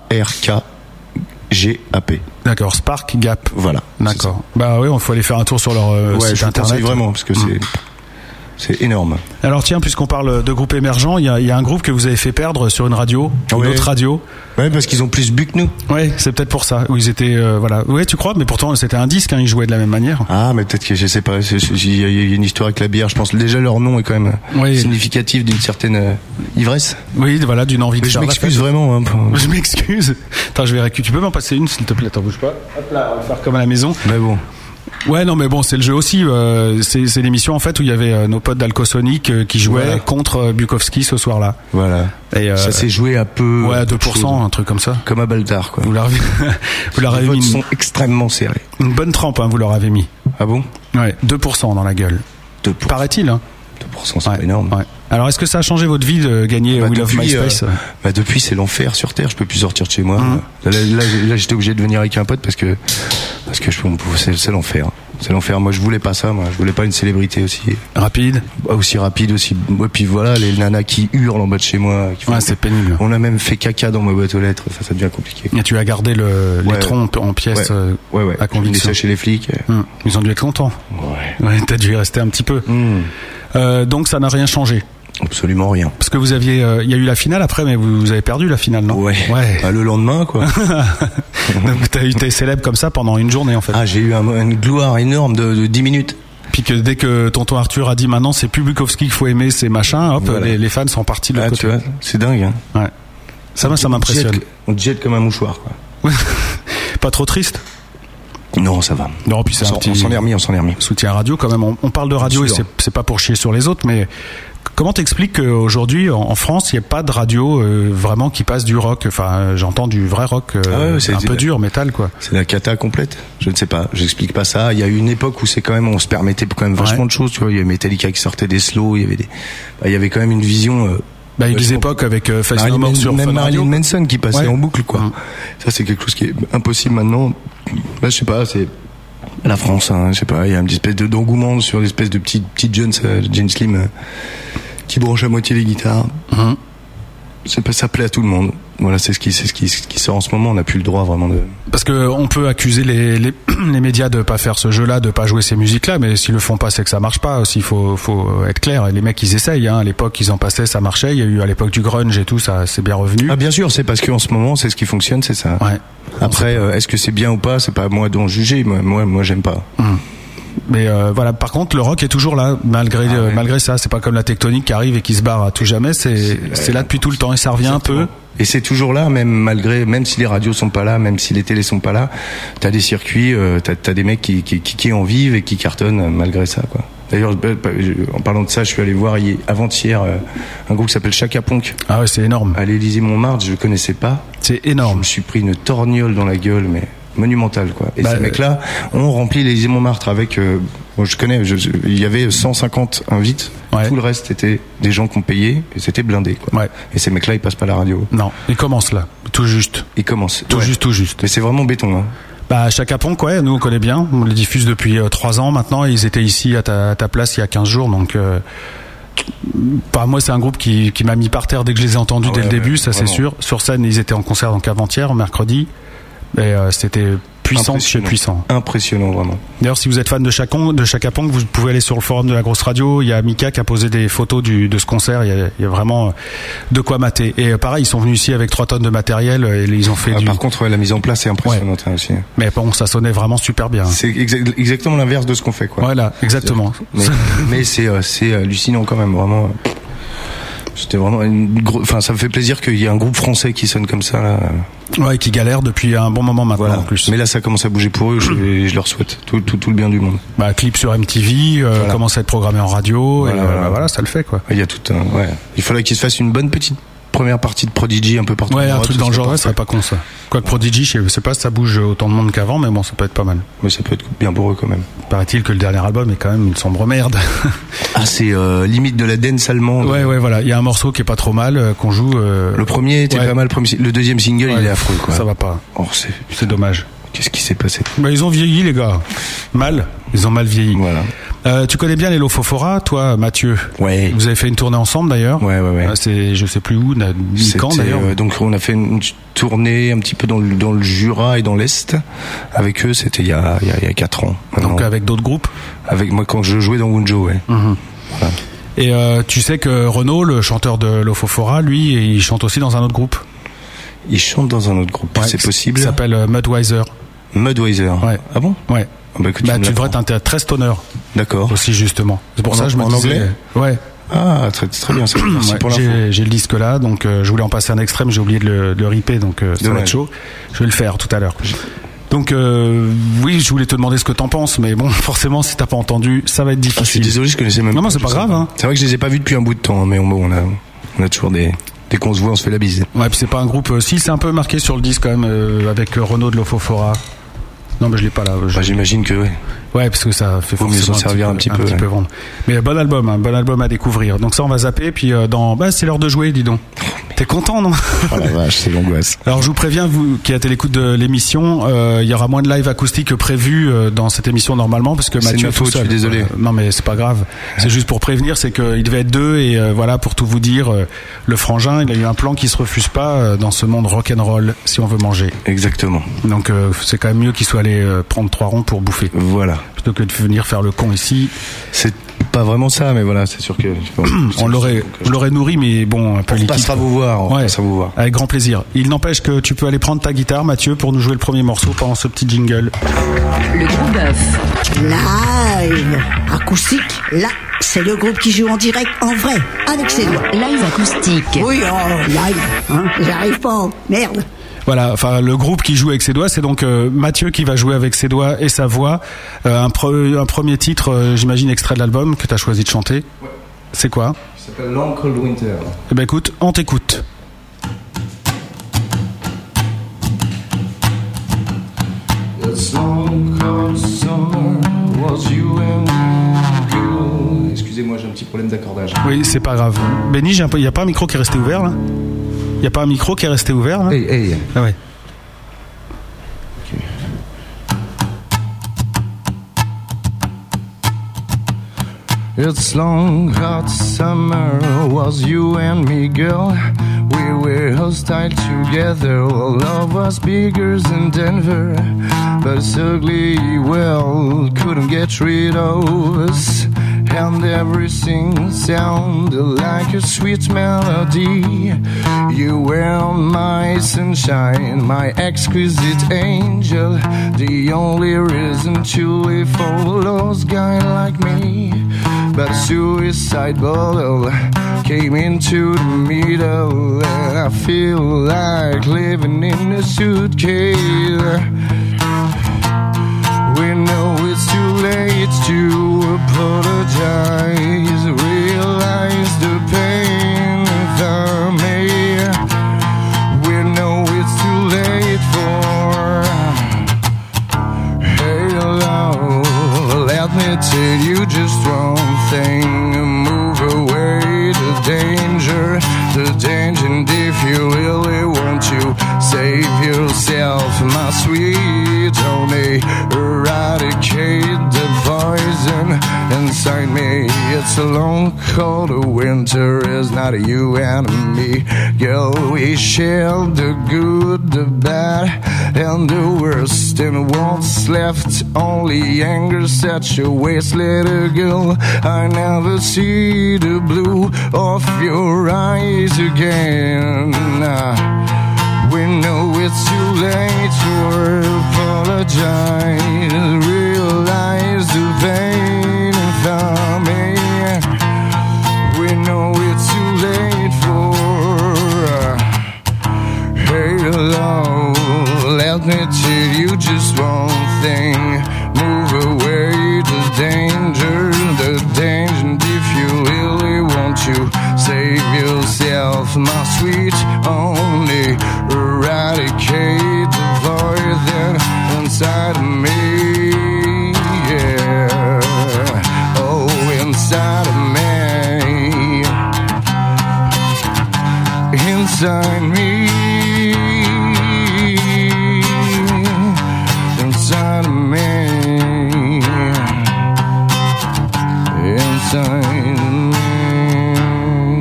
Speaker 6: S-P-A-R-K-G-A-P.
Speaker 5: D'accord, Spark Gap.
Speaker 6: Voilà.
Speaker 5: D'accord. Bah oui, on faut aller faire un tour sur leur euh,
Speaker 6: C'est ça. Ouais,
Speaker 5: site
Speaker 6: je vous
Speaker 5: internet.
Speaker 6: conseille vraiment parce que c'est c'est énorme.
Speaker 5: Alors tiens, puisqu'on parle de groupes émergents, il y a, il y a un groupe que vous avez fait perdre sur une radio, une
Speaker 6: Ouais.
Speaker 5: autre radio.
Speaker 6: Ouais, parce qu'ils ont plus bu que nous.
Speaker 5: Ouais, c'est peut-être pour ça. Où ils étaient, euh, voilà. Ouais, tu crois Mais pourtant, c'était un disque. Hein, ils jouaient de la même manière.
Speaker 6: Ah, mais peut-être que je sais pas. c'est- c'est- Il y a- il y a une histoire avec la bière. Je pense déjà leur nom est quand même
Speaker 5: Oui.
Speaker 6: significatif d'une certaine euh, ivresse.
Speaker 5: Oui, voilà, d'une envie de
Speaker 6: Mais je
Speaker 5: faire la
Speaker 6: m'excuse
Speaker 5: fête.
Speaker 6: vraiment. hein, pour-
Speaker 5: Je m'excuse. Attends, je vais récu- Tu peux m'en passer une, s'il te plaît. T'en bouge pas. Hop là, on va faire comme à la maison.
Speaker 6: Mais bon.
Speaker 5: Ouais, non, mais bon, c'est le jeu aussi. euh, c'est c'est l'émission en fait où il y avait euh, nos potes d'Alcosonic euh, qui jouaient
Speaker 6: Voilà.
Speaker 5: contre euh, Bukowski ce soir-là.
Speaker 6: Voilà.
Speaker 5: Et euh,
Speaker 6: ça s'est joué à peu.
Speaker 5: ouais, à 2%,
Speaker 6: chose.
Speaker 5: un truc comme ça.
Speaker 6: Comme à Baltar, quoi.
Speaker 5: Vous leur avez, vous leur
Speaker 6: Les
Speaker 5: avez
Speaker 6: votes
Speaker 5: mis une,
Speaker 6: sont extrêmement serrés.
Speaker 5: une bonne trempe, hein, vous leur avez mis.
Speaker 6: Ah bon
Speaker 5: Ouais, 2% dans la gueule.
Speaker 6: 2%,
Speaker 5: Paraît-il. Hein
Speaker 6: 2% c'est
Speaker 5: Ouais,
Speaker 6: pas énorme.
Speaker 5: ouais. Alors, est-ce que ça a changé votre vie de gagner
Speaker 6: Bah,
Speaker 5: We Love
Speaker 6: depuis,
Speaker 5: MySpace
Speaker 6: euh, bah, depuis, c'est l'enfer sur Terre. Je peux plus sortir de chez moi.
Speaker 5: Hum.
Speaker 6: Là, là, là, j'étais obligé de venir avec un pote parce que parce que je on pouvait- c'est c'est l'enfer. C'est l'enfer. Moi, je voulais pas ça. Moi, je voulais pas une célébrité aussi
Speaker 5: Rapide.
Speaker 6: aussi rapide aussi. Et puis voilà, les nanas qui hurlent en bas de chez moi. qui font-
Speaker 5: Ouais, c'est pénible.
Speaker 6: On a même fait caca dans ma boîte aux lettres. Ça, ça devient compliqué.
Speaker 5: Et tu as gardé le, les
Speaker 6: Ouais.
Speaker 5: troncs en pièces
Speaker 6: Ouais.
Speaker 5: euh,
Speaker 6: Ouais, ouais.
Speaker 5: à conviction.
Speaker 6: Je l'ai laissé chez les flics.
Speaker 5: Hmm. Ils ont dû être contents.
Speaker 6: Ouais. Hum.
Speaker 5: Ouais, t'as dû y rester un petit peu. Euh, donc ça n'a rien changé.
Speaker 6: Absolument rien.
Speaker 5: Parce que vous aviez, euh, il y a eu la finale après, mais vous, vous avez perdu la finale, non
Speaker 6: Ouais. Bah, le lendemain, quoi.
Speaker 5: Donc t'as eu été célèbre comme ça pendant une journée en fait.
Speaker 6: ah, j'ai eu un- une gloire énorme de, de 10 minutes.
Speaker 5: Puis que dès que tonton Arthur a dit maintenant c'est plus Bukowski qu'il faut aimer, c'est machin, hop,
Speaker 6: Voilà.
Speaker 5: les, les fans sont partis de l'autre
Speaker 6: Ah, tu
Speaker 5: côté.
Speaker 6: vois, c'est dingue. Hein.
Speaker 5: Ouais. Ça, moi, ça m'impressionne.
Speaker 6: On te jette- On te jette comme un mouchoir, quoi.
Speaker 5: Pas trop triste
Speaker 6: Non, ça va.
Speaker 5: Non, puis c'est
Speaker 6: On
Speaker 5: un
Speaker 6: s'en-
Speaker 5: petit
Speaker 6: on s'en est remis, on s'en est remis.
Speaker 5: soutien radio quand même. On, on parle de radio et
Speaker 6: Sûr.
Speaker 5: c'est c'est pas pour chier sur les autres, mais comment t'expliques qu'aujourd'hui en, en France il n'y a pas de radio euh, vraiment qui passe du rock Enfin, euh, j'entends du vrai rock, euh,
Speaker 6: Ah ouais, c'est-
Speaker 5: un peu dur, métal quoi.
Speaker 6: C'est la cata complète. Je ne sais pas. J'explique pas ça. Il y a eu une époque où c'est quand même, on se permettait quand même vachement
Speaker 5: Ouais.
Speaker 6: de choses. Tu vois, il y avait Metallica qui sortait des slows. Il y avait des, bah, il y avait quand même une vision. euh,
Speaker 5: Bah, il y a eu
Speaker 6: je
Speaker 5: des
Speaker 6: comprends.
Speaker 5: époques avec euh, Face No
Speaker 6: Marilyn,
Speaker 5: More sur
Speaker 6: même
Speaker 5: Fun
Speaker 6: Marilyn
Speaker 5: Radio.
Speaker 6: Manson qui passait
Speaker 5: Ouais.
Speaker 6: en boucle, quoi.
Speaker 5: Mm.
Speaker 6: Ça, c'est quelque chose qui est impossible maintenant. Bah, je sais pas. C'est la France. Hein, je sais pas. Il y a une espèce de d'engouement sur l'espèce de petite petite Jones, euh, Jane Slim, euh, qui branche à moitié les guitares.
Speaker 5: Mhm.
Speaker 6: C'est pas ça plaît à tout le monde. Voilà, c'est ce qui, c'est ce qui, ce qui sort en ce moment. On n'a plus le droit vraiment de.
Speaker 5: Parce que on peut accuser les, les, les médias de pas faire ce jeu-là, de pas jouer ces musiques-là, mais s'ils le font pas, c'est que ça marche pas. Aussi, faut faut être clair. Et les mecs, ils essayent. Hein. À l'époque, ils en passaient, ça marchait. Il y a eu à l'époque du grunge et tout, ça c'est bien revenu.
Speaker 6: Ah bien sûr, c'est parce qu'en ce moment, c'est ce qui fonctionne, c'est ça.
Speaker 5: Ouais.
Speaker 6: Ah. Après, euh, est-ce que c'est bien ou pas C'est pas à moi d'en juger. Moi, moi, moi, j'aime pas.
Speaker 5: Mais euh, voilà, par contre, le rock est toujours là, malgré euh,
Speaker 6: Ah ouais.
Speaker 5: malgré ça. C'est pas comme la tectonique qui arrive et qui se barre à tout jamais. C'est c'est là depuis tout le temps et ça revient un peu.
Speaker 6: Et c'est toujours là, même malgré, même si les radios sont pas là, même si les télés sont pas là, t'as des circuits, euh, t'as as des mecs qui, qui, qui, qui en vivent et qui cartonnent euh, malgré ça, quoi. D'ailleurs, euh, en parlant de ça, je suis allé voir hier- avant-hier euh, un groupe qui s'appelle Chaka Ponk
Speaker 5: Ah ouais, c'est énorme.
Speaker 6: à l'Élysée Montmartre. Je le connaissais pas.
Speaker 5: C'est
Speaker 6: Je
Speaker 5: énorme.
Speaker 6: me suis pris une torgnole dans la gueule, mais monumentale quoi. Et
Speaker 5: Bah,
Speaker 6: ces mecs-là ont rempli les Montmartre avec. euh, bon, je connais. je- je- il y avait 150 invites.
Speaker 5: Ouais.
Speaker 6: Tout le reste était des gens qui ont payé et c'était blindé quoi.
Speaker 5: Ouais.
Speaker 6: Et ces mecs-là, ils passent pas la radio.
Speaker 5: Non, il commence là, tout juste,
Speaker 6: Ils commencent.
Speaker 5: tout
Speaker 6: Ouais.
Speaker 5: juste, tout juste.
Speaker 6: Mais c'est vraiment béton. Hein.
Speaker 5: Bah, Chaka Ponk, ouais, nous on connaît bien. On les diffuse depuis euh, trois ans maintenant. Ils étaient ici à ta, à ta place il y a 15 jours. Donc, euh, bah, moi, c'est un groupe qui, qui m'a mis par terre dès que je les ai entendus
Speaker 6: Ah
Speaker 5: dès le
Speaker 6: ouais,
Speaker 5: début,
Speaker 6: ouais,
Speaker 5: ça c'est
Speaker 6: vraiment.
Speaker 5: sûr. Sur scène, ils étaient en concert donc avant-hier, mercredi. Et euh, c'était puissant de chez
Speaker 6: Impressionnant.
Speaker 5: puissant.
Speaker 6: Impressionnant vraiment.
Speaker 5: D'ailleurs, si vous êtes fan de Chacon, de Chaka Ponk, vous pouvez aller sur le forum de la grosse radio. Il y a Mika qui a posé des photos du, de ce concert. Il y, a, il y a vraiment euh, de quoi mater. Et euh, pareil, ils sont venus ici avec trois tonnes de matériel euh, et ils ont fait
Speaker 6: Ah,
Speaker 5: du.
Speaker 6: Par contre, ouais, la mise en place est impressionnante hein, aussi.
Speaker 5: Mais bon, ça sonnait vraiment super bien.
Speaker 6: C'est exa- exactement l'inverse de ce qu'on fait quoi.
Speaker 5: Voilà, exactement.
Speaker 6: euh, Mais, mais c'est euh, c'est hallucinant quand même vraiment. C'était vraiment une gro- Enfin, ça me fait plaisir qu'il y ait un groupe français qui sonne comme ça. Là.
Speaker 5: Ouais, qui galère depuis un bon moment maintenant
Speaker 6: Voilà.
Speaker 5: en plus.
Speaker 6: Mais là, ça commence à bouger pour eux. Je, et je leur souhaite tout, tout, tout le bien du monde.
Speaker 5: Bah, clip sur MTV, euh, commence à être programmé en radio,
Speaker 6: Voilà,
Speaker 5: et euh,
Speaker 6: voilà.
Speaker 5: bah, voilà, ça le fait quoi.
Speaker 6: Ah, Il y a tout. un- ouais. Il faudrait qu'ils se fassent une bonne petite première partie de Prodigy un peu partout.
Speaker 5: Ouais,
Speaker 6: en
Speaker 5: un
Speaker 6: Europe,
Speaker 5: truc
Speaker 6: ce
Speaker 5: dans le
Speaker 6: serait
Speaker 5: genre, ouais, ça serait
Speaker 6: parfait.
Speaker 5: pas con ça. Quoique Prodigy, je sais pas si ça bouge autant de monde qu'avant, mais bon, ça peut être pas mal.
Speaker 6: Mais ça peut être bien pour eux quand même.
Speaker 5: Paraît-il que le dernier album est quand même une sombre merde.
Speaker 6: Ah, c'est euh, limite de la dance allemande.
Speaker 5: ouais, ouais, voilà. Il y a un morceau qui est pas trop mal, euh, qu'on joue. euh,
Speaker 6: Le premier était
Speaker 5: Ouais.
Speaker 6: pas mal. le premier- Le deuxième single,
Speaker 5: ouais,
Speaker 6: il est affreux. Quoi.
Speaker 5: Ça va pas.
Speaker 6: Oh, c'est-
Speaker 5: C'est dommage.
Speaker 6: Qu'est-ce qui s'est passé
Speaker 5: Bah, ils ont vieilli, les gars. Mal. Ils ont mal vieilli.
Speaker 6: Voilà.
Speaker 5: Euh, tu connais bien les Lofofora, toi, Mathieu
Speaker 6: Ouais.
Speaker 5: Vous avez fait une tournée ensemble, d'ailleurs
Speaker 6: Ouais, ouais, ouais.
Speaker 5: Ah, C'est, je sais plus où, na- ni
Speaker 6: C'était,
Speaker 5: quand, d'ailleurs.
Speaker 6: euh, donc on a fait une tournée un petit peu dans le, dans le Jura et dans l'Est avec eux. C'était il y a il y a, il y a quatre ans.
Speaker 5: Donc, euh, Hum.
Speaker 6: maintenant.
Speaker 5: avec d'autres groupes.
Speaker 6: avec moi quand je jouais dans Wunjo, ouais.
Speaker 5: Et euh, tu sais que Renaud, le chanteur de Lofofora, lui, il chante aussi dans un autre groupe.
Speaker 6: Ils chantent dans un autre groupe.
Speaker 5: Ouais,
Speaker 6: c'est possible.
Speaker 5: Il s'appelle euh, Mudweiser.
Speaker 6: Mudweiser.
Speaker 5: Ouais.
Speaker 6: Ah bon
Speaker 5: Ouais.
Speaker 6: Ah bah, écoute, tu
Speaker 5: Bah,
Speaker 6: me
Speaker 5: tu devrais
Speaker 6: l'apprends.
Speaker 5: t'intéresser très stoner
Speaker 6: D'accord.
Speaker 5: aussi justement. C'est pour
Speaker 6: En-
Speaker 5: ça que je me
Speaker 6: en
Speaker 5: disais-
Speaker 6: anglais
Speaker 5: Ouais.
Speaker 6: Ah très très bien. Ça. Merci
Speaker 5: Ouais,
Speaker 6: pour l'info.
Speaker 5: j'ai, j'ai le disque là, donc euh, je voulais en passer un extrême, j'ai oublié de le, de le ripper, donc euh, ça va
Speaker 6: Dommage.
Speaker 5: être chaud. Je vais le faire tout à l'heure. Donc euh, oui, je voulais te demander ce que t'en penses, mais bon, forcément, si t'as pas entendu, ça va être
Speaker 6: Ah, je suis
Speaker 5: difficile.
Speaker 6: désolé, je connaissais même.
Speaker 5: Non, non, c'est pas
Speaker 6: tout ça.
Speaker 5: grave, hein.
Speaker 6: C'est vrai que je les ai pas vus depuis un bout de temps, hein, mais bon, on a on a toujours des dès qu'on se voit, on se fait la bise.
Speaker 5: Ouais, puis c'est pas un groupe. euh, si, c'est un peu marqué sur le disque quand même, euh, avec euh, Renaud de Lofofora. Non, mais je l'ai pas là. je-
Speaker 6: Bah, J'imagine que ouais.
Speaker 5: Ouais, parce que ça fait
Speaker 6: Vaut mieux
Speaker 5: forcément
Speaker 6: s'en servir un petit peu, ouais.
Speaker 5: vendre. Mais euh, bon album, un bon album à découvrir. Donc ça, on va zapper. Puis euh, dans, bah, c'est l'heure de jouer, dis donc. T'es content, non
Speaker 6: Oh la vache, c'est l'angoisse.
Speaker 5: Alors je vous préviens, vous qui êtes à l'écoute de l'émission, euh, il y aura moins de live acoustique que prévu euh, dans cette émission normalement parce que
Speaker 6: C'est de
Speaker 5: Mathieu
Speaker 6: ma
Speaker 5: est tout
Speaker 6: faute,
Speaker 5: seul. Euh,
Speaker 6: je suis désolé.
Speaker 5: non mais c'est pas grave. C'est juste pour prévenir, c'est qu'il devait être deux et euh, voilà pour tout vous dire, euh, le frangin, il a eu un plan qui se refuse pas euh, dans ce monde rock'n'roll si on veut manger.
Speaker 6: Exactement.
Speaker 5: Donc euh, c'est quand même mieux qu'il soit allé euh, prendre trois ronds pour bouffer
Speaker 6: Voilà.
Speaker 5: plutôt que de venir faire le con ici.
Speaker 6: C'est pas vraiment ça, mais voilà, c'est sûr que
Speaker 5: On l'aurait, on l'aurait nourri mais bon un peu
Speaker 6: On
Speaker 5: liquide.
Speaker 6: passera
Speaker 5: quoi.
Speaker 6: vous voir. On
Speaker 5: Ouais.
Speaker 6: passera vous voir.
Speaker 5: Avec grand plaisir. Il n'empêche que tu peux aller prendre ta guitare, Mathieu, pour nous jouer le premier morceau pendant ce petit jingle.
Speaker 3: Le gros bœuf.
Speaker 8: Live Acoustique
Speaker 3: Là, c'est le groupe qui joue en direct, en vrai, avec ses doigts.
Speaker 8: Live acoustique.
Speaker 3: Oui, oh, live, hein, j'arrive pas, merde.
Speaker 5: Voilà, enfin le groupe qui joue avec ses doigts, c'est donc euh, Mathieu qui va jouer avec ses doigts et sa voix. Euh, un, pre- un premier titre, euh, j'imagine, extrait de l'album que tu as choisi de chanter. C'est quoi
Speaker 6: Ça s'appelle Long Cold Winter.
Speaker 5: Eh ben écoute, on t'écoute.
Speaker 6: This long cold summer was you and you. Excusez-moi, j'ai un petit problème d'accordage.
Speaker 5: Oui, c'est pas grave. Benny, j'ai un peu- il n'y a pas un micro qui est resté ouvert là Il n'y a pas un micro qui est resté ouvert là
Speaker 6: Hey, hey.
Speaker 5: Ah ouais.
Speaker 6: It's long hot summer was you and me, girl. We were hostile together. Love was bigger than Denver, but this ugly well couldn't get rid of us. And everything sounded like a sweet melody. You were my sunshine, my exquisite angel. The only reason to live for a lost guy like me. But a suicide bottle came into the middle, and I feel like living in a suitcase. We know it's too late to apologize. Realize the pain of our may. We know it's too late for Hello, let me tell you just one thing. Move away the danger, the danger. And if you really want to save yourself, my sweet, only eradicate the poison inside me. It's a long, cold winter, it's not you and me. Girl, we share the good, the bad, and the worst. And what's left only anger, such a waste, little girl. I never see the blue of your eyes again. We know it's too late to apologize. Realize the pain and me. We know it's too late uh,
Speaker 7: you just one thing. Move away the danger, the danger. And if you really want to save yourself, my sweet, only eradicate the void that inside of me. Yeah. Oh, inside of me. Inside me. Inside of me. Inside me.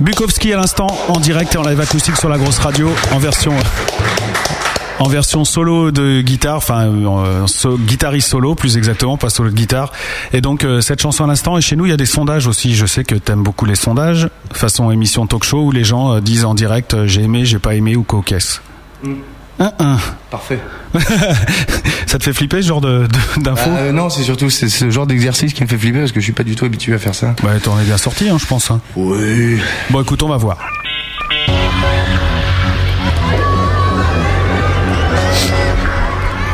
Speaker 5: Bukowski à l'instant en direct et en live acoustique sur la grosse radio en version en version solo de guitare, enfin euh, so- guitariste solo plus exactement, pas solo de guitare. Et donc euh, cette chanson à l'instant et chez nous il y a des sondages aussi. Je sais que t'aimes beaucoup les sondages, façon émission talk-show où les gens euh, disent en direct euh, j'ai aimé, j'ai pas aimé ou cocasse. Un, un.
Speaker 6: Parfait.
Speaker 5: Ça te fait flipper ce genre de de- d'infos
Speaker 6: Euh, non, c'est surtout c'est ce genre d'exercice qui me fait flipper parce que je suis pas du tout habitué à faire ça.
Speaker 5: Bah t'en es bien sorti hein, je pense. hein.
Speaker 6: Oui.
Speaker 5: Bon écoute on va voir.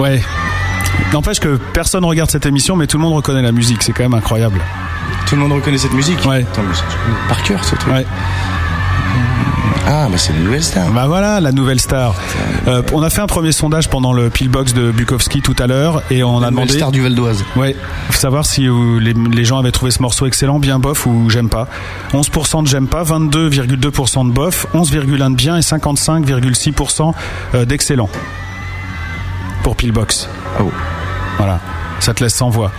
Speaker 5: Ouais. N'empêche que personne regarde cette émission, mais tout le monde reconnaît la musique. C'est quand même incroyable.
Speaker 6: Tout le monde reconnaît cette musique.
Speaker 5: Ouais.
Speaker 6: Attends, mais ça, je connais par cœur ce truc.
Speaker 5: Ouais.
Speaker 6: Ah, bah c'est une nouvelle star.
Speaker 5: Bah voilà, la nouvelle star. Euh, on a fait un premier sondage pendant le pillbox de Bukowski tout à l'heure, et on a
Speaker 6: la nouvelle
Speaker 5: demandé.
Speaker 6: star du Val d'Oise.
Speaker 5: Ouais, faut savoir si euh, les, les gens avaient trouvé ce morceau excellent, bien bof ou j'aime pas. 11% de j'aime pas, 22,2% de bof, 11,1% de bien et 55,6% euh, d'excellent. Pour Pillbox.
Speaker 6: Oh,
Speaker 5: Voilà. Ça te laisse sans voix.